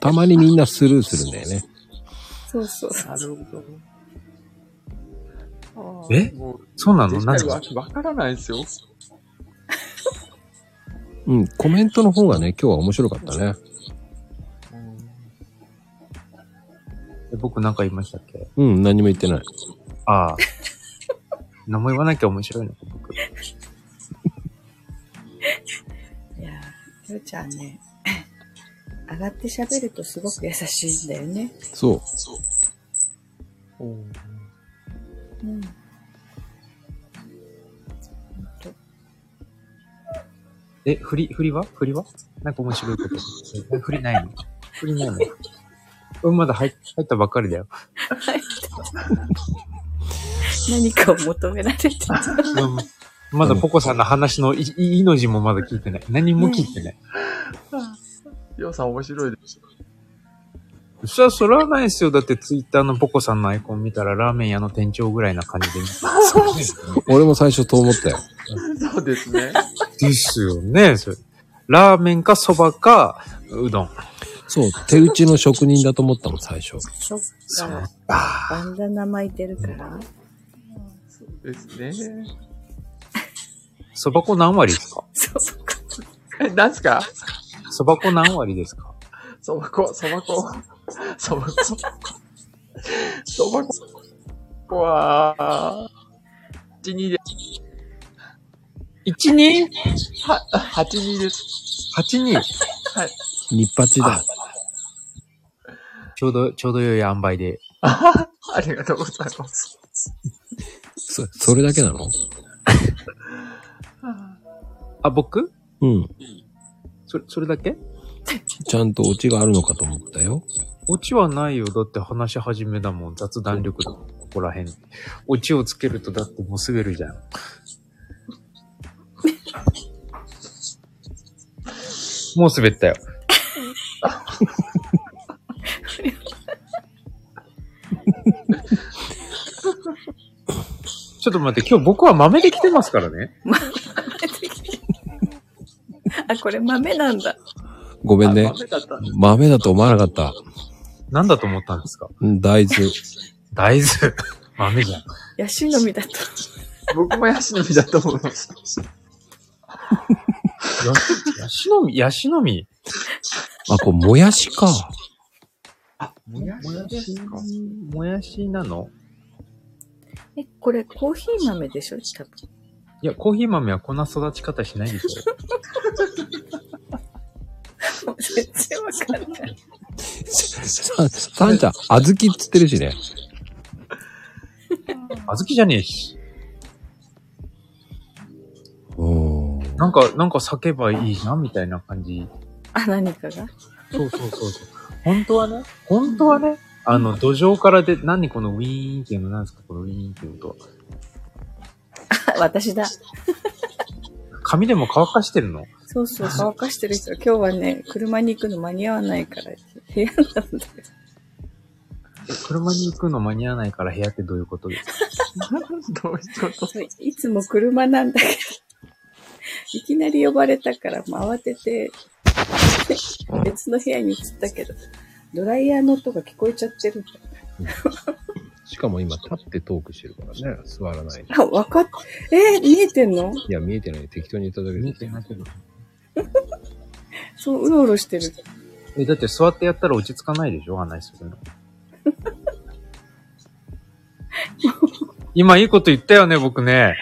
Speaker 1: たまにみんなスルーするんだよね。
Speaker 4: そうそう。
Speaker 2: なるほど。
Speaker 5: え
Speaker 2: もう
Speaker 5: そうなの
Speaker 2: 絶
Speaker 5: なん
Speaker 2: 対
Speaker 5: で
Speaker 2: わわからないですよ。
Speaker 1: うん、コメントの方がね、今日は面白かったね。
Speaker 5: 僕なんか言いましたっけ
Speaker 1: うん、何も言ってない。
Speaker 5: *laughs* ああ。何も言わなきゃ面白いのか、僕。
Speaker 4: いやー、りょうちゃんね、上がって喋るとすごく優しいんだよね。
Speaker 1: そう。
Speaker 2: うん
Speaker 4: うん。ほんと
Speaker 5: え、振り、振りは振りはなんか面白いこと。え振りないの振りないの俺まだ入っ入ったばっかりだよ。
Speaker 4: 何かを求められてる。 *laughs*
Speaker 5: うんまだポコさんの話のい、い、いの字もまだ聞いてない。何も聞いてない。
Speaker 2: りょうさん面白いです。
Speaker 5: そりゃ、そらないですよ。だってツイッターのポコさんのアイコン見たらラーメン屋の店長ぐらいな感じで。そうです
Speaker 1: 俺も最初と思ったよ。
Speaker 2: そうですね。
Speaker 5: ですよね。それラーメンかそばかうどん。
Speaker 1: そう、手打ちの職人だと思ったの、最初。
Speaker 4: そっ
Speaker 5: そう
Speaker 4: か。
Speaker 5: あ
Speaker 4: バンダナ巻いてるから。
Speaker 2: そうですね。
Speaker 5: そば粉何割ですか
Speaker 4: そうそうか。
Speaker 2: え、 *laughs* なんすか
Speaker 5: そば粉何割ですか
Speaker 2: そば粉、そば粉、そば粉。そば粉は、8、2で、
Speaker 5: ?1,2?8,2?
Speaker 2: は、8、2です。はい。
Speaker 1: 日八だ。
Speaker 5: ちょうど、ちょうど良い塩梅で。
Speaker 2: あはは *laughs* ありがとうございます。
Speaker 1: そ、それだけなの
Speaker 5: あ、僕
Speaker 1: うん。
Speaker 5: それ、それだけ
Speaker 1: ちゃんとオチがあるのかと思ったよ。
Speaker 5: オチはないよ。だって話し始めだもん。雑談力だもん。ここら辺。オチをつけるとだってもう滑るじゃん。もう滑ったよ。ちょっと待って、今日僕は豆で来てますからね。
Speaker 4: あ、これ豆なんだ。
Speaker 1: ごめん
Speaker 2: あ
Speaker 1: ね
Speaker 2: ダ。メだったね
Speaker 1: 豆だと思わなかった。
Speaker 5: なんだと思ったんですか
Speaker 1: うん大豆。
Speaker 5: 大豆。豆じゃん。
Speaker 4: ヤシの実だと。
Speaker 2: 僕もヤシの実だと思います。
Speaker 5: ヤシの実、ヤシの実。
Speaker 1: あ、これ、もやしか。
Speaker 2: あ、もやしですか
Speaker 5: もやしなの
Speaker 4: え、これコーヒー豆でしょ多分。
Speaker 5: いや、コーヒー豆はこんな育ち方しないでしょ。 *laughs*
Speaker 4: もう全然わかんない。
Speaker 1: さ、さんちゃん、あずきっつってるしね。
Speaker 5: あずきじゃねえし。
Speaker 1: うーん。
Speaker 5: なんか、なんか叫けばいいな、みたいな感じ。
Speaker 4: あ、何かが
Speaker 5: そうそうそうそう。本当はね、本当はね、あの、土壌からで、何このウィーンっていうの、何ですかこのウィーンっていう音は。
Speaker 4: あ私だ。
Speaker 5: 髪でも乾かしてるの
Speaker 4: そうそう、乾かしてる人。今日はね、車に行くの間に合わないから、部屋なんだよ。
Speaker 5: え車に行くの間に合わないから部屋ってどういうことですか
Speaker 2: *laughs* どういうこと
Speaker 4: そう *laughs* いつも車なんだけど、いきなり呼ばれたから、もう慌てて、別の部屋に移ったけど、ドライヤーの音が聞こえちゃってるんだ。
Speaker 1: しかも今、立ってトークしてるからね。座らない。
Speaker 4: あ、わかっ、えー見えてんの
Speaker 1: いや、見えてない。適当に言っただけで。
Speaker 4: そう、うろうろしてる。
Speaker 5: え、だって座ってやったら落ち着かないでしょ話 *laughs* するの。今いいこと言ったよね、僕ね。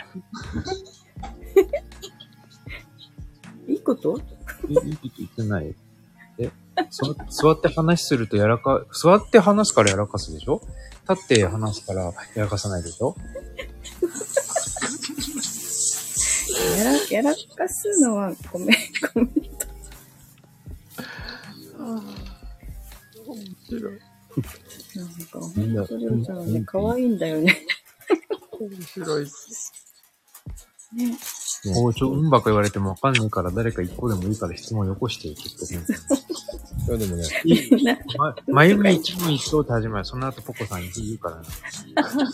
Speaker 4: いいこと
Speaker 5: えいいこと言ってないえ、座座って話するとやらか、座って話すからやらかすでしょ立って話すからやらかさないでしょ
Speaker 4: やら、やらかすのは、ごめん、 *laughs* ごめん。
Speaker 2: 面白い。
Speaker 4: なんか、本当りょうちゃんはね、可愛いんだよね。
Speaker 2: 面白い。
Speaker 4: *laughs* ね。
Speaker 5: もうちょ、うんばっか言われてもわかんないから誰か一個でもいいから質問よこしていって言ってる。
Speaker 1: いや、でもね、
Speaker 4: みんな、
Speaker 5: ま、まゆみ一問一答って始まる。その後ポコさん言うからな。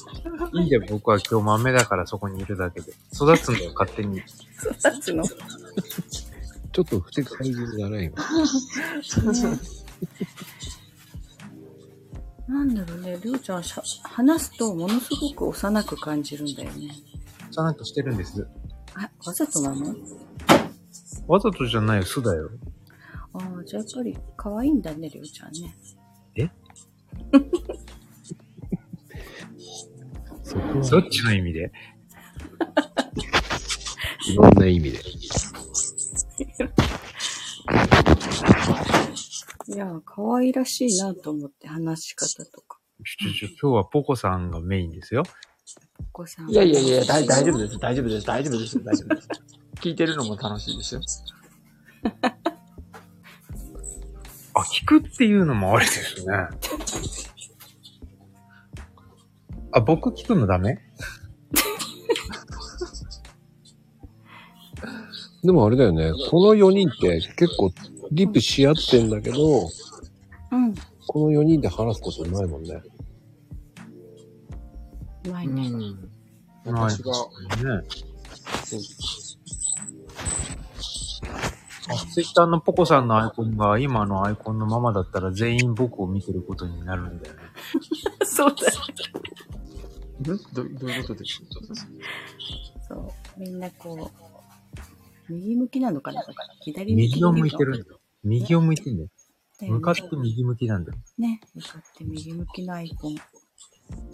Speaker 5: いいんだよ、僕は今日豆だからそこにいるだけで。育つんだよ、勝手に。
Speaker 4: 育つの。ね
Speaker 1: ちょっと不適切だね、今。
Speaker 4: なんだろうね、りょうちゃんしゃ、話すとものすごく幼く感じるんだよね。
Speaker 5: ちゃんとしてるんです。
Speaker 4: あ、わざとなの
Speaker 5: わざとじゃないよ、素だよ。
Speaker 4: ああ、じゃあやっぱり可愛いんだね、りょうちゃんね。
Speaker 1: そこ
Speaker 5: そ
Speaker 1: は
Speaker 5: っちの意味で。
Speaker 1: いろんな意味で。
Speaker 4: いやー、可愛らしいなと思って話し方とか。
Speaker 5: ちょちょ、今日はポコさんがメインですよ。
Speaker 4: お子さん。
Speaker 2: いやいやいや、大大丈夫です。大丈夫です。大丈夫です。大丈夫です。聞いてるのも楽しいですよ。
Speaker 5: あ、聞くっていうのもあれですね。あ、僕聞くのダメ
Speaker 1: でもあれだよね、この4人って結構リプし合ってんだけど、
Speaker 4: うん。
Speaker 1: この4人で話すことないもんね。
Speaker 4: うま
Speaker 2: う
Speaker 4: いね。
Speaker 2: ん。私が、
Speaker 5: ね。あ、ツイッターのポコさんのアイコンが今のアイコンのままだったら全員僕を見てることになるんだよね。
Speaker 4: そうだ。
Speaker 2: んどどういうことですか
Speaker 4: そう。みんなこう、右向きなのかな左向き
Speaker 5: 右を向いてるんだよ。右を向いてんだよ。
Speaker 4: だよね
Speaker 5: 向かって右向きなんだよ。
Speaker 4: ね。向かって右向きのアイコン。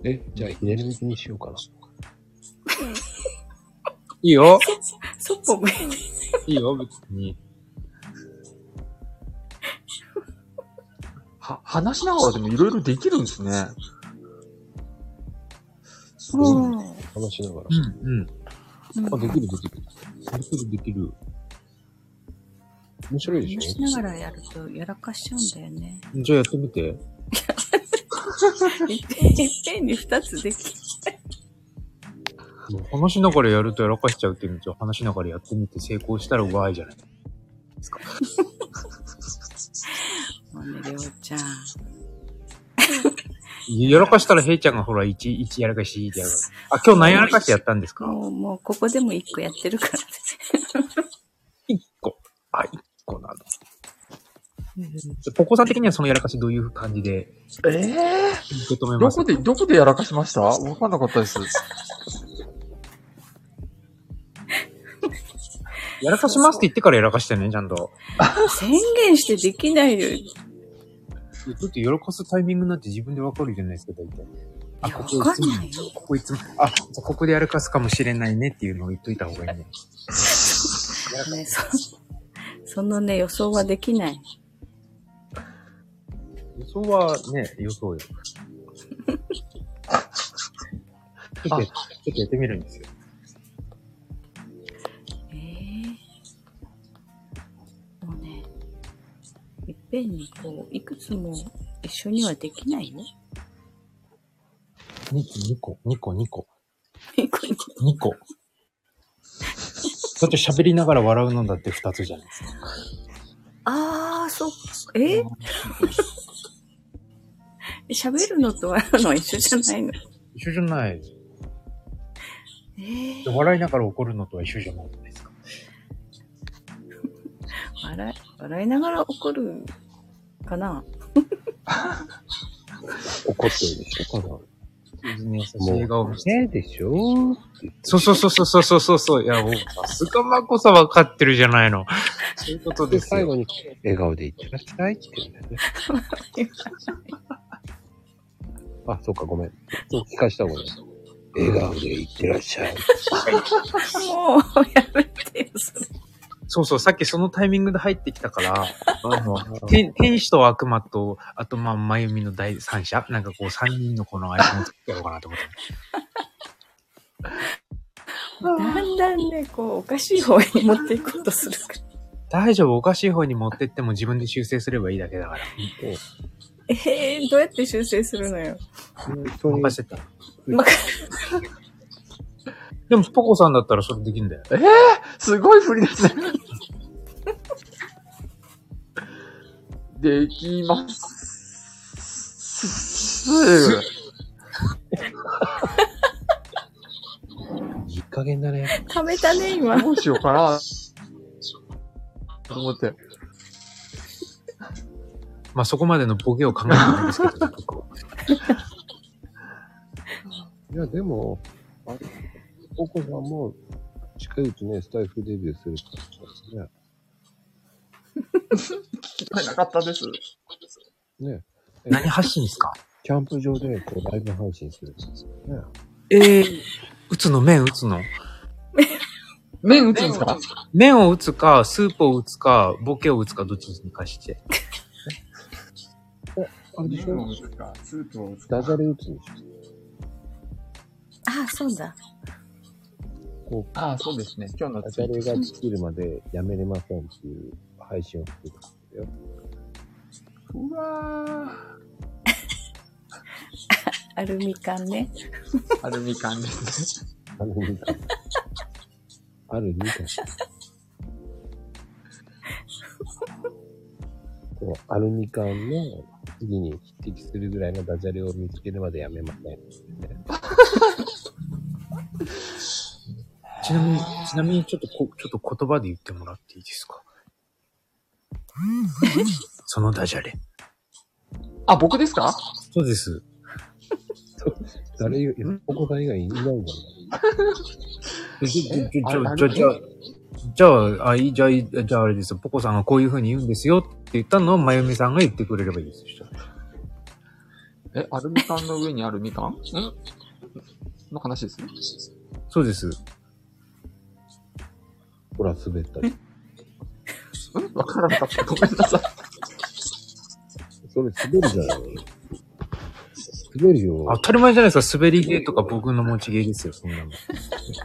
Speaker 1: え、じゃあ左向きにしようかな。
Speaker 5: いいよ。
Speaker 4: そっぽ向いて。
Speaker 5: いいよ、別に。
Speaker 2: は、話しながらでもいろいろできるんですね。すごいね。
Speaker 4: うん。
Speaker 1: 話しながら。
Speaker 5: うん、うん。
Speaker 1: あ、できるできる。
Speaker 5: できる、できる。
Speaker 1: 面白いで
Speaker 4: 話
Speaker 1: し
Speaker 4: し
Speaker 1: ょ
Speaker 4: ながらやるとやらかしちゃうんだよね。
Speaker 5: じゃあやってみて。
Speaker 4: いっぺんいっぺんに二つでき。
Speaker 5: 話しながらやるとやらかしちゃうっていうのじゃあ話しながらやってみて成功したらうわいじゃない。
Speaker 4: もうね、りょうちゃん。
Speaker 5: やらかしたらヘイちゃんがほら、1、1やらかし、1やらかし。あ、今日何やらかしてやったんですか
Speaker 4: もう、もう、ここでも一個やってるからね。
Speaker 5: ?1 個。あ、1個なんだ。ポコさん的にはそのやらかしどういう感じで
Speaker 2: ええ
Speaker 5: 受け止め
Speaker 2: ど
Speaker 5: ます
Speaker 2: こで、どこでやらかしましたわかんなかったです。
Speaker 5: やらかしますって言ってからやらかしてね、ちゃんと。
Speaker 4: 宣言してできないよ。い
Speaker 5: だってやらかすタイミングなんて自分でわかるじゃないですか、大体。あ、
Speaker 4: や、
Speaker 5: こ
Speaker 4: わ
Speaker 5: こい
Speaker 4: か
Speaker 5: つ
Speaker 4: ん
Speaker 5: も、
Speaker 4: ないよ。
Speaker 5: ここいつも、あ、じゃあここでやらかすかもしれないねっていうのを言っといた方がいいね。
Speaker 4: ね、そそのね、予想はできない。
Speaker 5: 予想はね、予想よ。ちょっとやちょっとやってみるんですよ。
Speaker 4: ええもうね、いっぺんにこう、いくつも一緒にはできないよ。
Speaker 5: 2個、2個、2個、
Speaker 4: いくに
Speaker 5: 2個、2個。だって喋りながら笑うのだって2つじゃないですか。
Speaker 4: *laughs* ああ、そっか。え *laughs* 喋るのと笑うのは一緒じゃないの。
Speaker 5: 一緒じゃない。
Speaker 4: えー、
Speaker 5: 笑いながら怒るのとは一緒じゃないじゃないですか。
Speaker 4: 笑い、笑いながら怒るかな。
Speaker 6: 怒ってるでしょ、この。
Speaker 5: 優しい笑顔見せ
Speaker 6: ねえでしょ
Speaker 5: そうそうそうそうそうそうそう。いや、もう、さすがまこさん分かってるじゃないの。そういうこと
Speaker 6: で、
Speaker 5: です
Speaker 6: 最
Speaker 5: よ。
Speaker 6: 後に、笑顔で言ってらっしゃいって言うんだよね。あ、そうか、ごめん。そう、聞かした方がいい。笑顔で言ってらっしゃい。
Speaker 4: もう、やめてよ、それ。
Speaker 5: そうそう、さっきそのタイミングで入ってきたから、
Speaker 6: あ *laughs* の、
Speaker 5: 天天使と悪魔と、あとまあ、まゆみの第三者なんかこう、三人のこの間も作ってやろうかなと思って。
Speaker 4: だんだんね、こう、おかしい方に持っていこうとするから。
Speaker 5: 大丈夫、おかしい方に持ってっても自分で修正すればいいだけだから。
Speaker 4: えー、どうやって修正するのよ。
Speaker 6: 本当
Speaker 5: 任
Speaker 6: に、
Speaker 5: せた。 *laughs*
Speaker 4: ま
Speaker 5: でも、ポコさんだったらそれできるんだよ。
Speaker 2: *laughs* すごい振りですね。でき *laughs* ます。
Speaker 6: いい加減だね。
Speaker 4: ためたね、今。
Speaker 2: どうしようか *laughs* な。と思って。
Speaker 5: まあ、そこまでのボケを考えてないんですけ
Speaker 6: *laughs*
Speaker 5: ど、
Speaker 6: いや、でも、あれ、お子さんも、近いうちね、スタイフデビューするってことですね。
Speaker 2: 聞こえなかったです。
Speaker 6: ね。え
Speaker 5: 何発信ですか
Speaker 6: キャンプ場でこうライブ配信するんですよね。
Speaker 5: ええ打つの麺打つの
Speaker 2: 麺打つんですか
Speaker 5: 麺を打つか、スープを打つか、ボケを打つか、どっちにかして。
Speaker 6: あれでしょ
Speaker 2: 打つか、スープを打つ
Speaker 6: ダジャレ打つんでし
Speaker 4: あ、そうだ。
Speaker 6: ょこう、
Speaker 2: ああ、そうですね。今日の
Speaker 6: ダジャレが尽きるまでやめれませんっていう配信をしてたんですよ。
Speaker 2: うわ
Speaker 4: アルミ缶ね。
Speaker 2: ーアルミ缶ですね。
Speaker 6: ある2回。ある2回。こう、アルミ缶の次に匹敵するぐらいのダジャレを見つけるまでやめません。
Speaker 5: ちなみに、ちなみにちょっとこ、ちょっと言葉で言ってもらっていいですかそのダジャレ。
Speaker 2: あ、僕ですか
Speaker 5: そうです。
Speaker 6: 誰よ、お子さん以外いないんだもん。
Speaker 5: じゃ、じ
Speaker 2: あ
Speaker 5: ゃ、じゃ、じゃ、じゃあ、あ、いい、じゃあ、いいじゃああれですよ。ポコさんがこういう風に言うんですよって言ったのを、まゆみさんが言ってくれればいいですよ。
Speaker 2: え、アルミ缶の上にあるみかんの話ですね。
Speaker 5: そうです。
Speaker 6: ほら、滑ったり。
Speaker 2: うんわからなかった。ごめんなさい。
Speaker 6: それ滑るじゃない滑るよ。
Speaker 5: 当たり前じゃないですか。滑り芸とか僕の持ち芸ですよ、そんなの。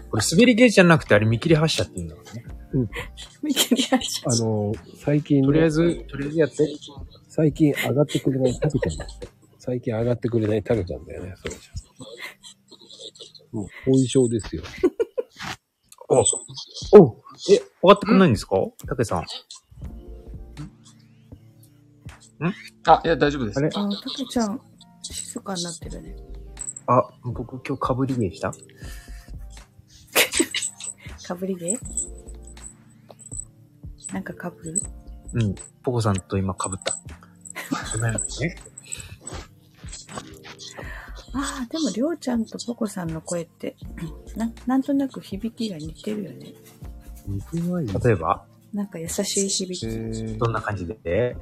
Speaker 5: これ滑り芸じゃなくて、あれ見切り発車って言うんだからね。
Speaker 4: 見切り発車
Speaker 6: あの、最近ね、
Speaker 5: とりあえず、とりあえずやって。
Speaker 6: 最近上がってくれないタケちゃんだって。最近上がってくれないタケちゃんだよね、そうじゃん。もう、後遺症ですよ。
Speaker 5: お、お、え、上がってくんないんですかたけさん。
Speaker 2: あ、いや、大丈夫です。
Speaker 5: あれ
Speaker 4: あ、たけちゃん、静かになってるね。
Speaker 5: あ、僕今日かぶり芸した
Speaker 4: かぶりでなんかかぶる
Speaker 5: うん。ポコさんと今かぶった。ごめんね。
Speaker 4: ああ、でもり *clears throat* ょうちゃんとぽこさんの声って、ななんとなく響きが似てるよね。
Speaker 5: 肉はいい。例えば
Speaker 4: なんか優しい響き。
Speaker 5: どんな感じで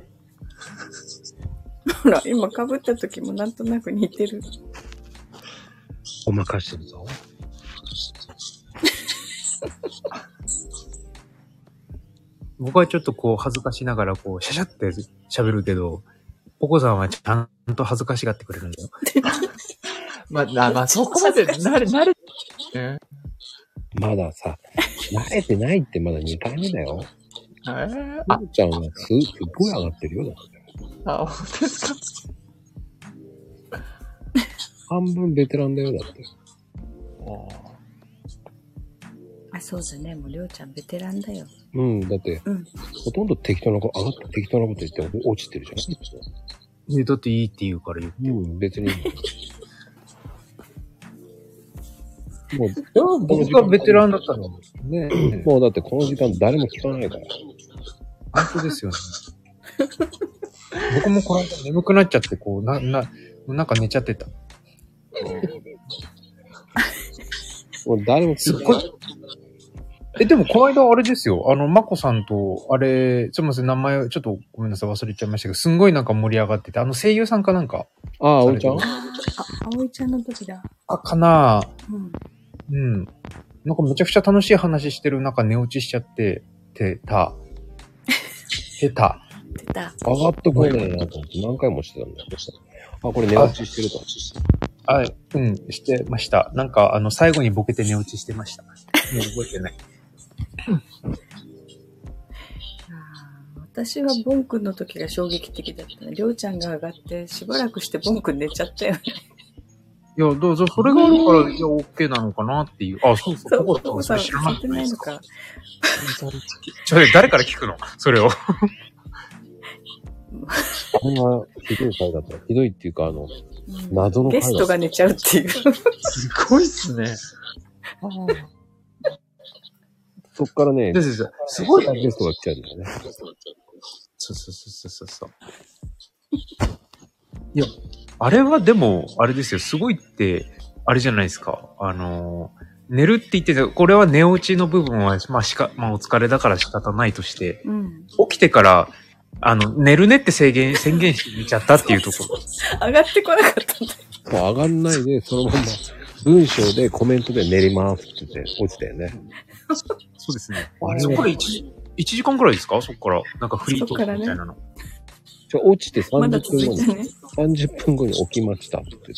Speaker 4: ほら、今被った時もなんとなく似てる。
Speaker 5: ごまかしてるぞ。 *laughs* 僕はちょっとこう恥ずかしながらこうシャシャって喋るけど、ポコさんはちゃんと恥ずかしがってくれるんだよ。
Speaker 2: まあ、なまあ、 *laughs* そこまで慣れ、慣れ、ね。
Speaker 1: まださ、慣れてないってまだ2回目だよ。
Speaker 2: えー、
Speaker 1: あっちゃんはす、すっごい上がってるよ。だって
Speaker 2: あ、本当ですか
Speaker 1: 半分ベテランだよ、だって。
Speaker 4: あ、そうだね。もうりょうちゃんベテランだよ。
Speaker 1: うん、だって、
Speaker 4: うん
Speaker 1: ほとんど適当なこと、上がって適当なこと言って落ちてるじゃ
Speaker 5: えだっていいって言うから言う。
Speaker 1: ん。うん、別に。もう、僕がベテランだったの。ねもうだってこの時間誰も聞かないから。
Speaker 5: 本当ですよね。僕もこの間眠くなっちゃって、こう、な、な、なんか寝ちゃってた。
Speaker 1: もう誰も聞
Speaker 5: すっ
Speaker 1: いて
Speaker 5: ご
Speaker 1: ない。
Speaker 5: い。え、でもこの間あれですよ。あの、まこさんと、あれ、すみません、名前、ちょっとごめんなさい、忘れちゃいましたけど、すんごいなんか盛り上がってて、あの声優さんかなんか、
Speaker 1: ああ、おいちゃん
Speaker 5: あ
Speaker 4: あ、あ葵ちゃんの時だ。
Speaker 5: あ、かな
Speaker 4: うん。
Speaker 5: うん。なんかめちゃくちゃ楽しい話してる中、寝落ちしちゃって、てた。てた。
Speaker 4: 出た。
Speaker 1: 上がってこないなと思って何回もしてたんだよ。あ、これ寝落ちしてると。
Speaker 5: あ、うん、してました。なんか、あの、最後にボケて寝落ちしてました。もう覚えてない。
Speaker 4: あー私はボン君の時が衝撃的だったね。りょうちゃんが上がって、しばらくしてボン君寝ちゃったよね。
Speaker 5: いや、どうぞ、それがあるから、いや、OK なのかなっていう。あ、そうそう、
Speaker 4: そう、
Speaker 5: と
Speaker 4: お父
Speaker 5: こそ
Speaker 4: さん
Speaker 5: れ知らな
Speaker 4: 聞い
Speaker 5: い
Speaker 4: てないのか。
Speaker 5: それ、誰から聞くのそれを。
Speaker 1: これはひどい回だった。ひどいっていうか、あの、
Speaker 4: うん
Speaker 1: 謎の回
Speaker 4: ゲ
Speaker 1: だ
Speaker 4: スト
Speaker 1: った。
Speaker 4: が寝ちゃうっていう。
Speaker 2: すごいっすね。
Speaker 1: そっからね
Speaker 5: で、すそう
Speaker 1: すごいゲストが来ちゃうんだよね。
Speaker 5: そうそうそうそうそう。いや、あれはでも、あれですよ、すごいって、あれじゃないですか。あのー、寝るって言ってた、これは寝落ちの部分は、まあしか、まあお疲れだから仕方ないとして、
Speaker 4: うん。
Speaker 5: 起きてから、あの、寝るねって制限、宣言して寝ちゃったっていうところ。
Speaker 4: 上がってこなかったんだ。
Speaker 1: もう上がんないで、そのまま文章でコメントで寝れますって言って落ちたよね。
Speaker 5: そうですね。
Speaker 1: あれ
Speaker 5: そこから 1, 時間くらいですかそこから。なんかフリートークみたいなの。
Speaker 1: じゃ落ちて
Speaker 4: まだ
Speaker 1: 30
Speaker 4: 続
Speaker 1: 分後
Speaker 4: い
Speaker 1: に、
Speaker 4: たね。
Speaker 1: 30分後に起きましたって言って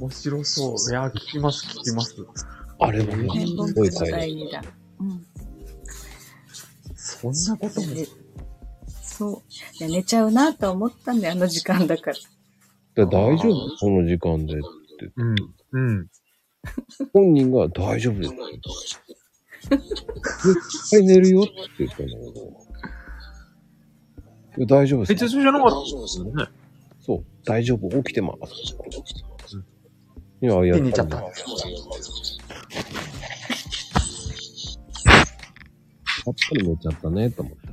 Speaker 2: 面白そう。いや、聞きます、聞きます。
Speaker 1: た。あれもね、
Speaker 4: ねボ
Speaker 1: すご
Speaker 4: ン君
Speaker 1: い
Speaker 4: の
Speaker 1: 回だ
Speaker 4: 第二弾。うん。
Speaker 2: そんなことも。
Speaker 4: そう。いや寝ちゃうなと思ったんだよ、あの時間だから。
Speaker 1: 大丈夫この時間で。
Speaker 5: うん。うん。
Speaker 1: 本人が大丈夫です。絶対寝るよって言ったんだけど。大丈夫で
Speaker 5: え、じゃあ
Speaker 1: す。
Speaker 5: それじゃなかったですよね。
Speaker 1: そう、大丈夫、起きてます。いや、いや、
Speaker 2: 手に入れちゃった
Speaker 1: やっぱり寝ちゃったね、と思って。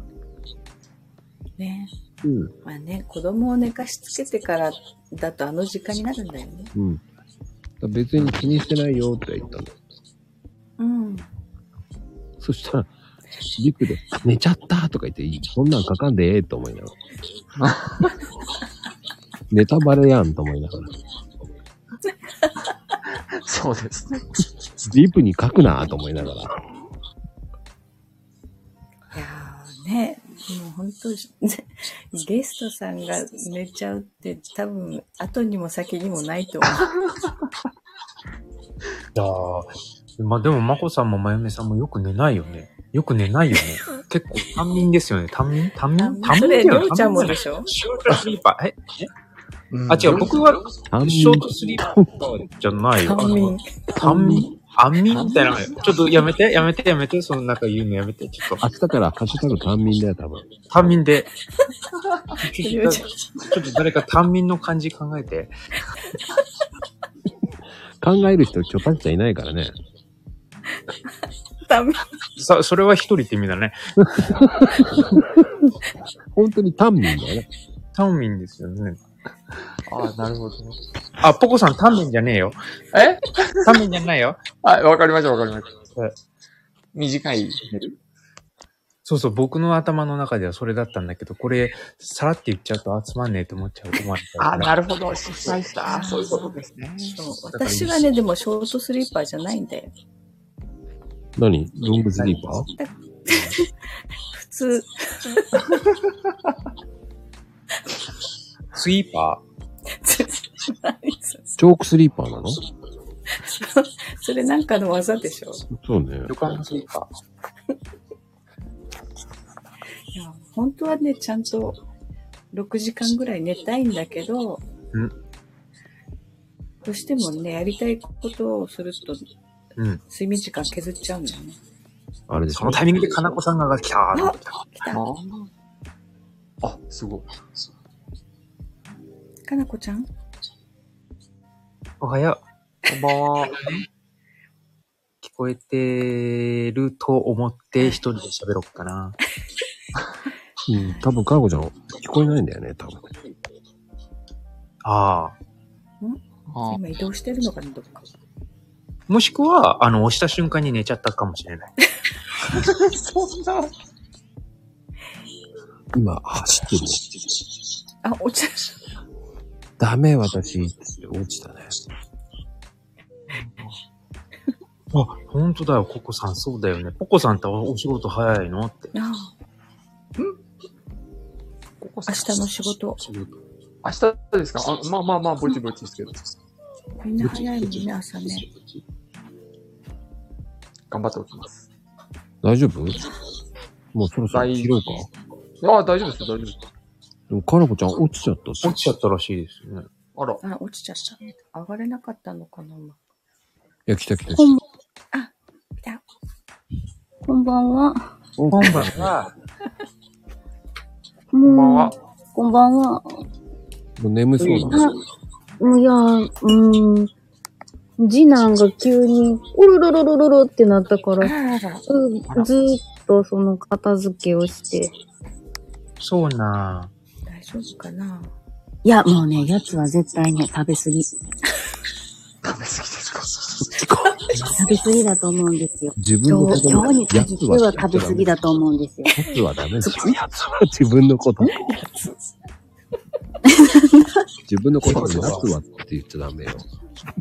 Speaker 4: ね。
Speaker 1: うん。
Speaker 4: まあね、子供を寝かしつけてからだとあの時間になるんだよね。
Speaker 1: うん。別に気にしてないよって言ったの。
Speaker 4: うん。
Speaker 1: そしたら、リュックで、寝ちゃったとか言っていい、そんなん書かんでええと思いなが *laughs* ら。ネタバレやんと思いながら。
Speaker 2: そうですね。
Speaker 1: リプに書くなと思いながら。
Speaker 4: いやーね、もう本当に、ゲストさんが寝ちゃうって多分、後にも先にもないと思
Speaker 5: いやーまあでも、まこさんもまゆめさんもよく寝ないよね。よく寝ないよね。結構、短眠ですよね。短眠短眠
Speaker 4: う。
Speaker 5: 短
Speaker 4: そ
Speaker 5: 眠っ
Speaker 4: れ、
Speaker 5: て
Speaker 4: り
Speaker 5: いうの
Speaker 4: ょうちゃんもでしょ
Speaker 5: ショートスリーパー。え
Speaker 2: うん
Speaker 5: あ、違う。。僕は、
Speaker 1: 短
Speaker 5: ショートスリーパーじゃないよ。
Speaker 4: 短眠。
Speaker 5: 短眠。短眠みたいな。ちょっとやめて、やめて、やめて。その中言うのやめて。ちょっと、
Speaker 1: 明日からハッシュタグ短眠だよ、多分。
Speaker 5: 短眠で。ち
Speaker 4: りょ
Speaker 5: ょ
Speaker 4: う
Speaker 5: っと
Speaker 4: ちゃん
Speaker 5: ちょっと誰か短眠の漢字考えて。
Speaker 1: 考える人、許可者いないからね。
Speaker 4: 短眠。
Speaker 5: さ、それは一人って意味だね。
Speaker 1: 本当に短眠だよね。
Speaker 5: 短眠ですよね。
Speaker 2: ああ、なるほどね。
Speaker 5: あ、ポコさん、タンメンじゃねえよ。
Speaker 2: え
Speaker 5: タンメンじゃないよ。
Speaker 2: はい、わかりました、わかりました。
Speaker 5: はい
Speaker 2: 短い。
Speaker 5: そうそう、僕の頭の中ではそれだったんだけど、これ、さらって言っちゃうと、あ、つまんねえと思っちゃう。困るから
Speaker 2: あ、なるほど。失敗した。そういうことですね。
Speaker 4: そう私はね、でもショートスリーパーじゃないんだよ。
Speaker 1: 何ロングスリーパー
Speaker 4: 普通、
Speaker 5: スイーパ
Speaker 4: *laughs*
Speaker 1: チョークスリーパーなのそ
Speaker 4: それなんかの技でしょ。
Speaker 1: うね
Speaker 5: ー。。旅館のスイーパ
Speaker 4: いや本当はね、ちゃんと6時間ぐらい寝たいんだけど、
Speaker 5: うん
Speaker 4: どうしてもね、やりたいことをすると、
Speaker 5: ー。うん。
Speaker 4: 睡眠時間削っちゃうんだよね。
Speaker 1: あれでし
Speaker 5: そ
Speaker 1: ょ
Speaker 5: のタイミングで、かなこさんが来たー
Speaker 4: あ
Speaker 5: って
Speaker 4: 来た
Speaker 2: ああ、すごい。
Speaker 4: かなこちゃん
Speaker 5: おはよ
Speaker 2: こんばんは。
Speaker 5: う。聞こえてると思って、一人で喋ろっかな。
Speaker 1: うん、多分、かなこちゃん、聞こえないんだよね、多分。
Speaker 5: ああ。
Speaker 2: あ
Speaker 4: 今移動してるのかな、どっか。
Speaker 5: もしくは、あの、押した瞬間に寝ちゃったかもしれない。
Speaker 2: そんな。
Speaker 1: 今、走ってる。
Speaker 4: あ、お茶、
Speaker 1: ダメ、私。落ちたね。
Speaker 5: あ、本当だよ、ココさん、そうだよね。ココさんってお仕事早いのって。
Speaker 4: あ
Speaker 2: ここさ
Speaker 4: 明日の仕事。
Speaker 5: 仕事
Speaker 2: 明日ですかあまあまあまあ、ぼちぼちですけど。
Speaker 4: みんな早いもんね、朝ね。
Speaker 2: 頑張っておきます。
Speaker 1: 大丈夫もうそろそろ
Speaker 2: 大
Speaker 1: 切ろうか。
Speaker 2: ああ、大丈夫ですよ、大丈夫ですよ。
Speaker 1: でも、かなこちゃん落ちちゃったし
Speaker 5: 落ちちゃったらしいですね。
Speaker 2: あら、
Speaker 4: あ、落ちちゃった。上がれなかったのかな、今。
Speaker 1: いや、来た来た来た。
Speaker 7: こんばんは。
Speaker 1: こん
Speaker 5: 今晩は、
Speaker 7: こ
Speaker 2: こんばんは。。
Speaker 7: こんばんは。
Speaker 1: もう眠そうだね。
Speaker 7: うんいや、うーん。次男が急に、おろろろろろろってなったか
Speaker 4: あ
Speaker 7: ら、ず
Speaker 4: ららら。
Speaker 7: ずーっとその片付けをして。
Speaker 5: そうな
Speaker 4: 大丈夫かない
Speaker 8: や、もうね、やつは絶対ね、食べ過ぎ。食
Speaker 2: 食べ過ぎですか
Speaker 8: べ過ぎだと思うんですよ。
Speaker 1: 自分の
Speaker 8: 今
Speaker 1: こ
Speaker 8: 日、
Speaker 1: と
Speaker 8: 今日に
Speaker 1: や
Speaker 8: 限っ
Speaker 1: つ
Speaker 8: て
Speaker 1: は
Speaker 8: は食べ過ぎだと思うんですよ。
Speaker 1: やつはダメです。やつは自分のこと。自分のことでやつはって言っちゃダメよ。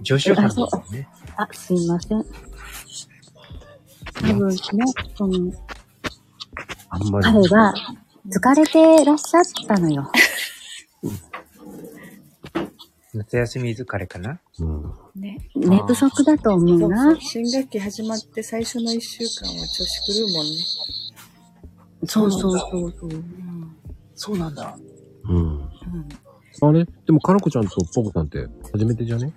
Speaker 5: 女子班ですよね。
Speaker 8: あ、すいません。多分ね、その、
Speaker 1: あんまり。
Speaker 8: 彼が疲れてらっしゃったのよ。
Speaker 5: 夏休み疲れかな
Speaker 1: うん。
Speaker 4: ね。
Speaker 8: 寝不足だと思
Speaker 4: そうう
Speaker 8: な
Speaker 4: そう。新学期始まって最初の1週間は調子狂うもんね。
Speaker 8: そうそうそうそう。
Speaker 5: そうなんだ。
Speaker 1: うん。
Speaker 4: うん。
Speaker 1: あれでも、かなこちゃんとぽこさんって初めてじゃね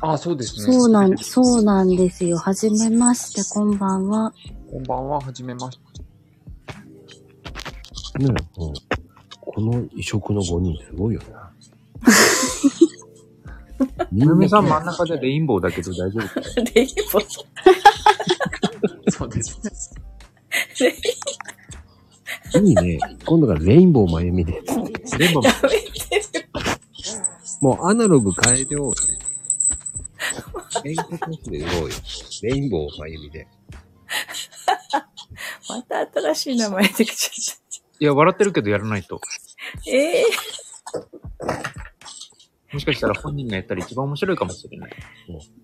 Speaker 2: ああ、そうですね。
Speaker 8: そうなん、そうなんですよ。はじめまして、こんばんは。
Speaker 2: こんばんは、はじめまして。
Speaker 1: ねえ、うん。この異色の5人すごいよな。み
Speaker 5: ル
Speaker 1: ん
Speaker 5: ミ
Speaker 1: な
Speaker 5: さん真ん中でレインボーだけど大丈夫かい
Speaker 4: レイボー
Speaker 2: そうです。
Speaker 1: いいね。今度からレインボーまゆみで。
Speaker 5: レインボー
Speaker 4: 食べてる。
Speaker 1: もうアナログ変えておうよ。 *laughs* 変化コースで売ろうよ。レインボーまゆみで。
Speaker 4: また新しい名前できち
Speaker 5: いや、笑ってるけどやらないと。
Speaker 4: ゃった。ええ
Speaker 5: もしかしたら本人がやったら一番面白いかもしれない。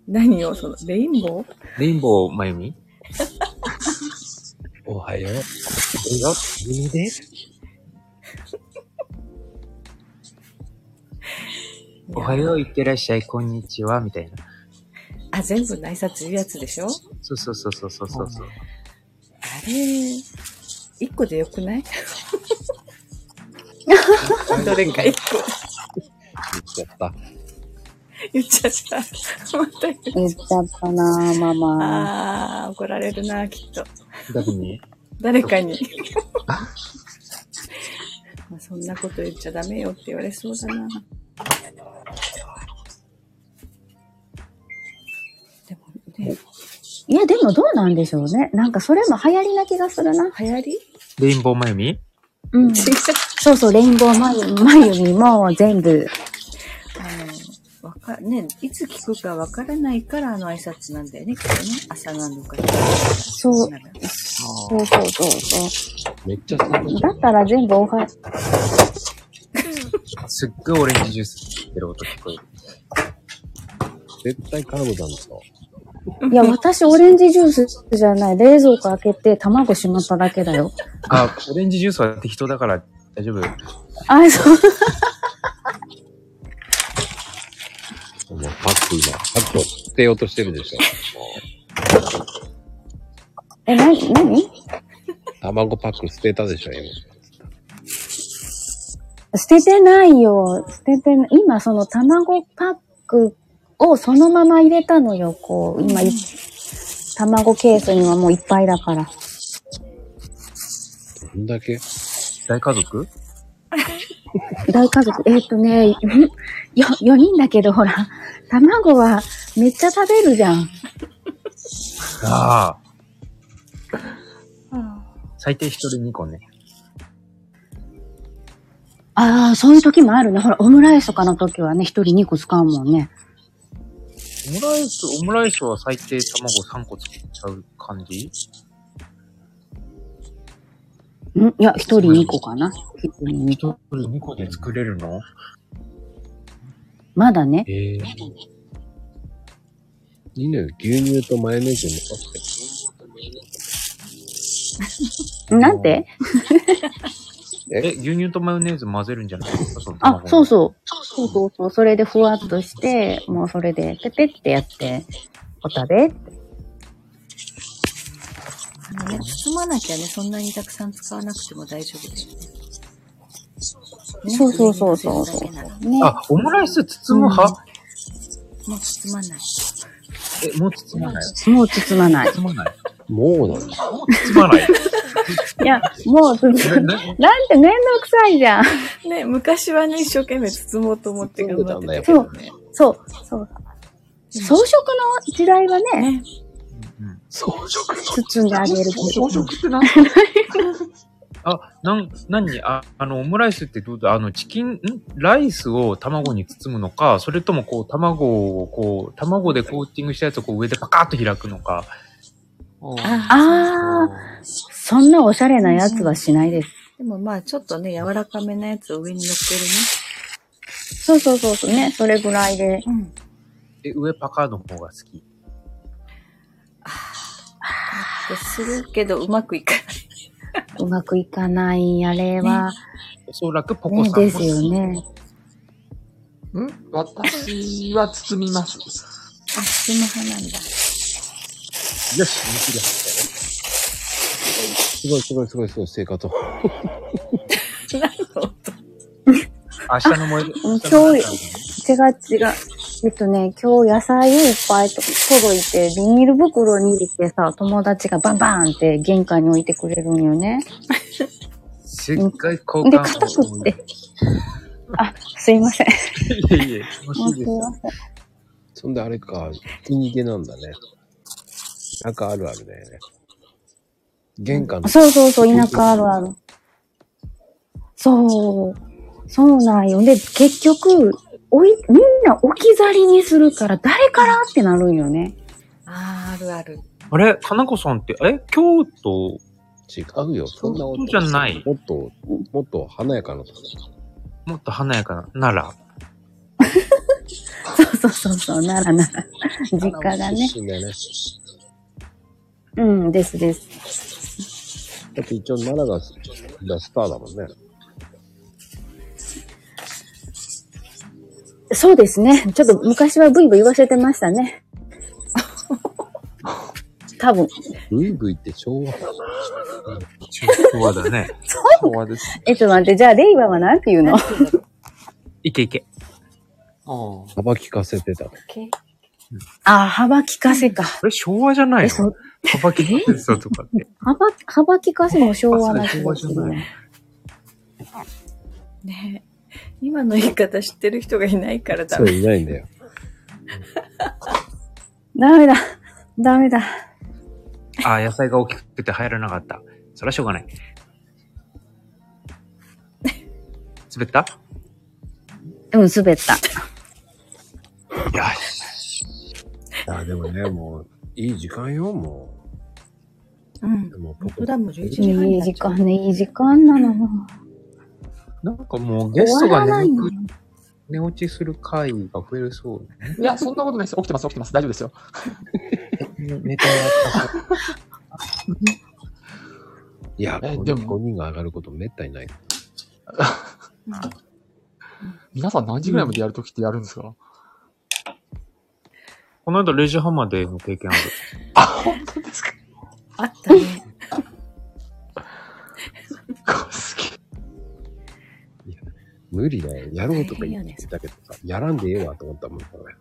Speaker 4: 何をその、レインボー
Speaker 5: レインボーまゆみ
Speaker 1: おはよう。おはよう。まゆみで。
Speaker 5: おはよう、いってらっしゃい、こんにちは、みたいな。
Speaker 4: あ、全部内札いうやつでしょ
Speaker 5: そうそうそうそうそうそう。
Speaker 4: あれ、1個でよくないどれか
Speaker 1: 言っ
Speaker 4: 1個。
Speaker 1: ちゃった。
Speaker 4: 言っちゃった。 *laughs* また言う
Speaker 8: 言っちゃったなぁ、ママ。
Speaker 4: あー、怒られるな、きっと。
Speaker 5: 誰に
Speaker 4: 誰か
Speaker 8: *laughs*
Speaker 4: に。まあそんなこと言っちゃダメよって言われそうだな。でもね、
Speaker 8: いや、でもどうなんでしょうね。なんかそれも流行りな気がするな。
Speaker 4: 流行り
Speaker 5: レインボーまゆみ
Speaker 8: うん。そうそう、レインボーマユマユミも全部
Speaker 4: か、ね、いつ聞くかわからないからあの挨拶なんだよね、きっとね。朝何度か。
Speaker 8: そう。そうそうそう
Speaker 1: めっちゃ寒
Speaker 8: そう。だったら全部おは、
Speaker 5: すっごいオレンジジュース切ってる音聞こえる。
Speaker 1: 絶対カーブなんですよ。
Speaker 8: いや、私オレンジジュースじゃない。冷蔵庫開けて卵しまっただけだよ。
Speaker 5: あ、オレンジジュースは適当だから大丈夫。
Speaker 8: あ、そう。
Speaker 1: もうパック今、パックを捨てようとしてるでしょ。も
Speaker 8: え、な、なに
Speaker 1: う卵パック捨てたでしょ、今。
Speaker 8: 捨ててないよ。捨ててな今その卵パックをそのまま入れたのよ。こう、今い、卵ケースにはもういっぱいだから。
Speaker 1: どんだけ
Speaker 5: 大家族
Speaker 8: 大家族、えーっ、とね、 *laughs* よ、4人だけど、ほら、卵はめっちゃ食べるじゃん。
Speaker 5: ああ。最低一人二個ね。
Speaker 8: ああ、そういう時もあるね。ほら、オムライスとかの時はね、1人2個使うもんね。
Speaker 5: オムライス、オムライスは最低卵三個作っちゃう感じ
Speaker 8: んいや、1人2個かな。一人二個
Speaker 5: 一人二個で作れるの
Speaker 8: まだね。
Speaker 5: ええ
Speaker 1: いいのよ、牛乳とマヨネーズに残って。
Speaker 8: なんて
Speaker 5: え、牛乳とマヨネーズ混ぜるんじゃないですかその
Speaker 8: あ
Speaker 5: 卵、
Speaker 8: そうそう。そうそうそう。それでふわっとして、もうそれで、ペペってやって、お食べ。
Speaker 4: あのね、包まなきゃね、そんなにたくさん使わなくても大丈夫ですよね。
Speaker 8: そうそうそうそう
Speaker 4: 上に乗せ
Speaker 8: そ
Speaker 4: るだけなら
Speaker 8: う。ね。
Speaker 5: あ、オムライス包む派、
Speaker 4: もう包まない。
Speaker 5: え、もう包まない
Speaker 8: もう包ま *laughs* ない。
Speaker 5: 包まない
Speaker 1: もうなんだ。
Speaker 5: 包まない。
Speaker 8: いや、もう包まない。なんてめんどくさいじゃん。
Speaker 4: ね、昔はね、一生懸命包もうと思って頑張ってたけ
Speaker 8: そ
Speaker 4: ど
Speaker 8: う
Speaker 4: ね。、
Speaker 8: そう、そう。装飾の時代はね、
Speaker 4: ね、
Speaker 8: 包んであげるけど。
Speaker 2: 朝食って何すか
Speaker 5: あ、なん、何あ、あの、オムライスってどうだあの、チキン、んライスを卵に包むのか、それともこう、卵をこう、卵でコーティングしたやつをこう、上でパカッと開くのか。
Speaker 2: あ
Speaker 8: あー、そんなおしゃれなやつはしないです。
Speaker 4: でもまあ、ちょっとね、柔らかめなやつを上に乗ってるね。
Speaker 8: そうそうそうそうね、それぐらいで。
Speaker 4: うん。
Speaker 5: で、上パカの方が好き。
Speaker 4: でするけど、うまくいかな
Speaker 8: うまくいかない、あれは。
Speaker 5: おそらくポコ
Speaker 8: ね、
Speaker 5: さんも
Speaker 8: で
Speaker 5: 好
Speaker 8: す
Speaker 5: き。
Speaker 8: よね。
Speaker 2: ん私は包みます。
Speaker 4: い。あ、包む派なんだ。
Speaker 5: よし、見切り発
Speaker 1: すごいすごいすごいすごい、生活。
Speaker 5: 車明日の燃える。
Speaker 8: うん
Speaker 5: 明日の燃える
Speaker 8: 今違う違う。えっとね、今日野菜をいっぱいと届いて、ビニール袋に入れてさ、友達がバンバンって玄関に置いてくれるんよね。
Speaker 5: すっごい好
Speaker 8: で、
Speaker 5: 感
Speaker 8: 硬くって。あ、すいません。す
Speaker 5: いえいえ、楽しい
Speaker 8: い
Speaker 5: です。
Speaker 8: ません。
Speaker 1: そんであれか、ひき逃げなんだね。なんかあるあるだよね。玄関の
Speaker 8: そうそうそう、田舎あるある。そう。そうなんよ。で、結局、おい、みんな置き去りにするから、誰からってなるんよね。
Speaker 4: あー、あるある。
Speaker 5: あれ、かなこさんって、え、京都
Speaker 1: 違うよ。そんな音
Speaker 5: そうじゃない
Speaker 1: もっと、もっと華やかなとこ。
Speaker 5: もっと華やかな、奈良。
Speaker 8: そうそうそうそう、ならな
Speaker 5: *laughs*
Speaker 8: ら。実家がね。
Speaker 1: 出身だよね。
Speaker 8: うん、ですです。
Speaker 1: だって一応奈良がススターだもんね。
Speaker 8: そうですね。ちょっと昔はブイブイ言わせてました *laughs* ね。多分。
Speaker 1: ブイブイって昭和。
Speaker 5: そうだ
Speaker 8: *laughs*
Speaker 5: ね。
Speaker 2: 昭和です。
Speaker 8: え、ちょっと待って、じゃあ、令和はなんて言うの
Speaker 5: いけいけ。
Speaker 2: ああ。
Speaker 1: 幅利かせてた。
Speaker 8: あ、幅利かせか。
Speaker 5: これ昭和じゃない
Speaker 8: え、
Speaker 5: の
Speaker 8: そ、
Speaker 5: 幅利かせてたとかって。
Speaker 8: 幅、幅利かせも昭和な気がす
Speaker 5: あそれ昭和
Speaker 8: る
Speaker 5: じゃな
Speaker 8: ね。
Speaker 4: ね今の言い方知ってる人がいないからだ
Speaker 1: そう。いないんだよ。
Speaker 8: ダメだ。ダメだ。
Speaker 5: *laughs* ああ、野菜が大きくて入らなかった。そりゃしょうがない。 *laughs* 滑った
Speaker 8: うん、滑った。
Speaker 6: あ、でもね、もう、いい時間よ、も
Speaker 4: うん
Speaker 6: う。で。も、
Speaker 4: 本当だ、もう11時半
Speaker 8: い
Speaker 4: に
Speaker 8: い
Speaker 4: なっ
Speaker 8: 時
Speaker 4: ちゃう
Speaker 8: 間ね、いい時間なのよ。
Speaker 5: なんかもうゲストが
Speaker 8: 終わらない
Speaker 5: 眠
Speaker 8: の
Speaker 5: く寝落ちする回が増えるそうね。
Speaker 2: いや、そんなことないです。起きてます、起きてます。大丈夫ですよ。
Speaker 5: ネタやった。
Speaker 6: いや、
Speaker 2: え
Speaker 6: こ
Speaker 2: で
Speaker 6: の
Speaker 2: も
Speaker 6: 5人が上がることめったにない。
Speaker 2: 皆さん何時ぐらいまでやるときってやるんですか、
Speaker 5: *laughs* この間レジハマでの経験ある。
Speaker 2: あ、本当ですか
Speaker 9: あったね。
Speaker 2: 好き。
Speaker 6: 無理だよ。やろうとか
Speaker 4: 大変
Speaker 6: 言
Speaker 4: よ
Speaker 6: っ
Speaker 4: ね
Speaker 6: てたけどさ、やらんでええわと思ったもん、これ。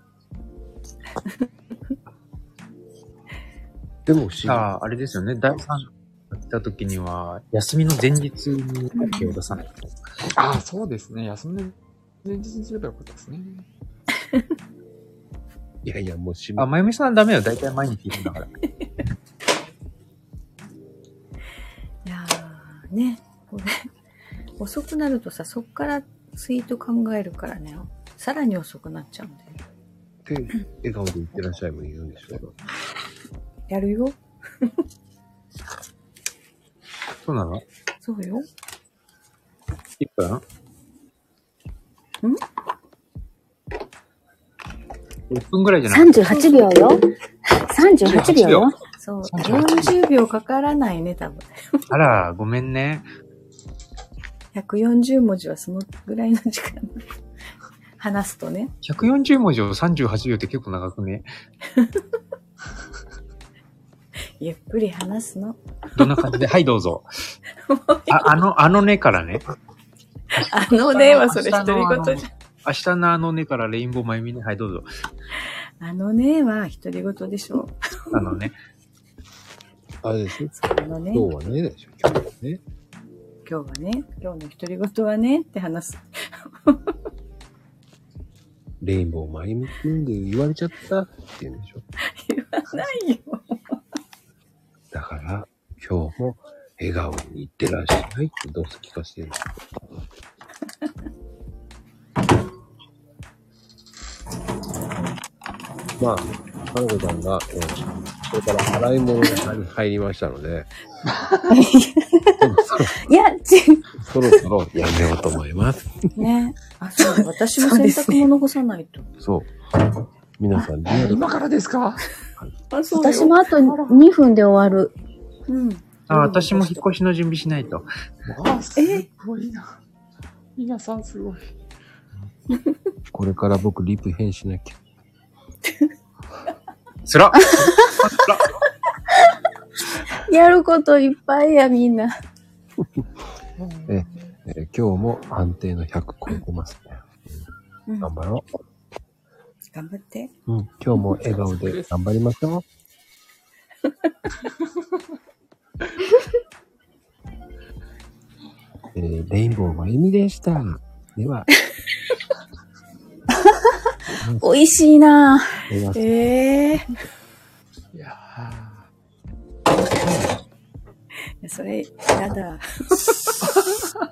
Speaker 6: でも不思議。
Speaker 5: ああ、あれですよね。第3が来た時には、休みの前日に手を出さないと。
Speaker 2: *laughs* あ、そうですね。休んで、前日にすればよかったですね。
Speaker 6: いやいや、もうし
Speaker 5: あ、まゆみさんダメよ。大体毎日いるんだから。
Speaker 4: いやーね、これ、遅くなるとさ、そっからツイート考えるからね、さらに遅くなっちゃうんだよ。
Speaker 6: って、笑顔で言ってらっしゃいもいるんでしょ。
Speaker 4: やるよ
Speaker 5: そうなの
Speaker 4: そうよ
Speaker 5: ?1 分
Speaker 4: ん
Speaker 5: ?1 分ぐらいじゃない
Speaker 8: 38秒よ。38秒よ。
Speaker 4: そう。
Speaker 5: 38
Speaker 4: 40秒かからないね、多分。
Speaker 5: あら、ごめんね。
Speaker 4: 140文字はそのぐらいの時間。 *laughs* 話すとね。
Speaker 5: 140文字を38秒って結構長くね。
Speaker 4: ゆっくり話 *laughs* すの。
Speaker 5: どんな感じではい、ど
Speaker 4: *laughs*
Speaker 5: うぞ。ああの、あのねからね。
Speaker 4: あのねはそれ独り言じゃん。
Speaker 5: 明日のあのねからレインボーまゆみね。はい、どうぞ。
Speaker 4: あのねは独り言でしょ。
Speaker 5: あのね。
Speaker 6: あれでしょ
Speaker 4: あのね、
Speaker 6: 今
Speaker 4: 今
Speaker 6: 日はね、でしょ。今日はね。
Speaker 4: 日はね、今日の独り言はねって話す。
Speaker 6: レインボー前向きんで言われちゃったって言うんでしょ。
Speaker 4: 言わないよ。
Speaker 6: だから、今日も笑顔にいってらっしゃいってどうせ聞かせてる *laughs* んですよまあ、かのこさんが、えーこれから洗い物に入りましたので、
Speaker 8: いや、ち、
Speaker 6: そろそろやめようと思います。 *laughs*
Speaker 4: *laughs* ね。あ、そうだ、私も洗濯物干さないと。
Speaker 6: そう。皆さん、リアル
Speaker 2: 今からですか
Speaker 4: あ、そ
Speaker 8: 私もあと2分で終わる。
Speaker 4: うん。
Speaker 5: あ、私も引っ越しの準備しないと。
Speaker 2: あ、すごいな。皆さんすごい。
Speaker 6: これから僕、リプ編しなきゃ。
Speaker 5: つらっ
Speaker 8: やることいっぱいや、みんな。
Speaker 6: えー今日も安定の100超えてますね。
Speaker 4: うん
Speaker 6: 頑張ろう。
Speaker 4: 頑張って。
Speaker 6: うん、今日も笑顔で頑張りましょう。えーレインボーまゆみでした。では、
Speaker 8: 美味しいなぁ。
Speaker 6: おやすみ
Speaker 4: ええ
Speaker 2: いやー
Speaker 4: *laughs* それ、やだ。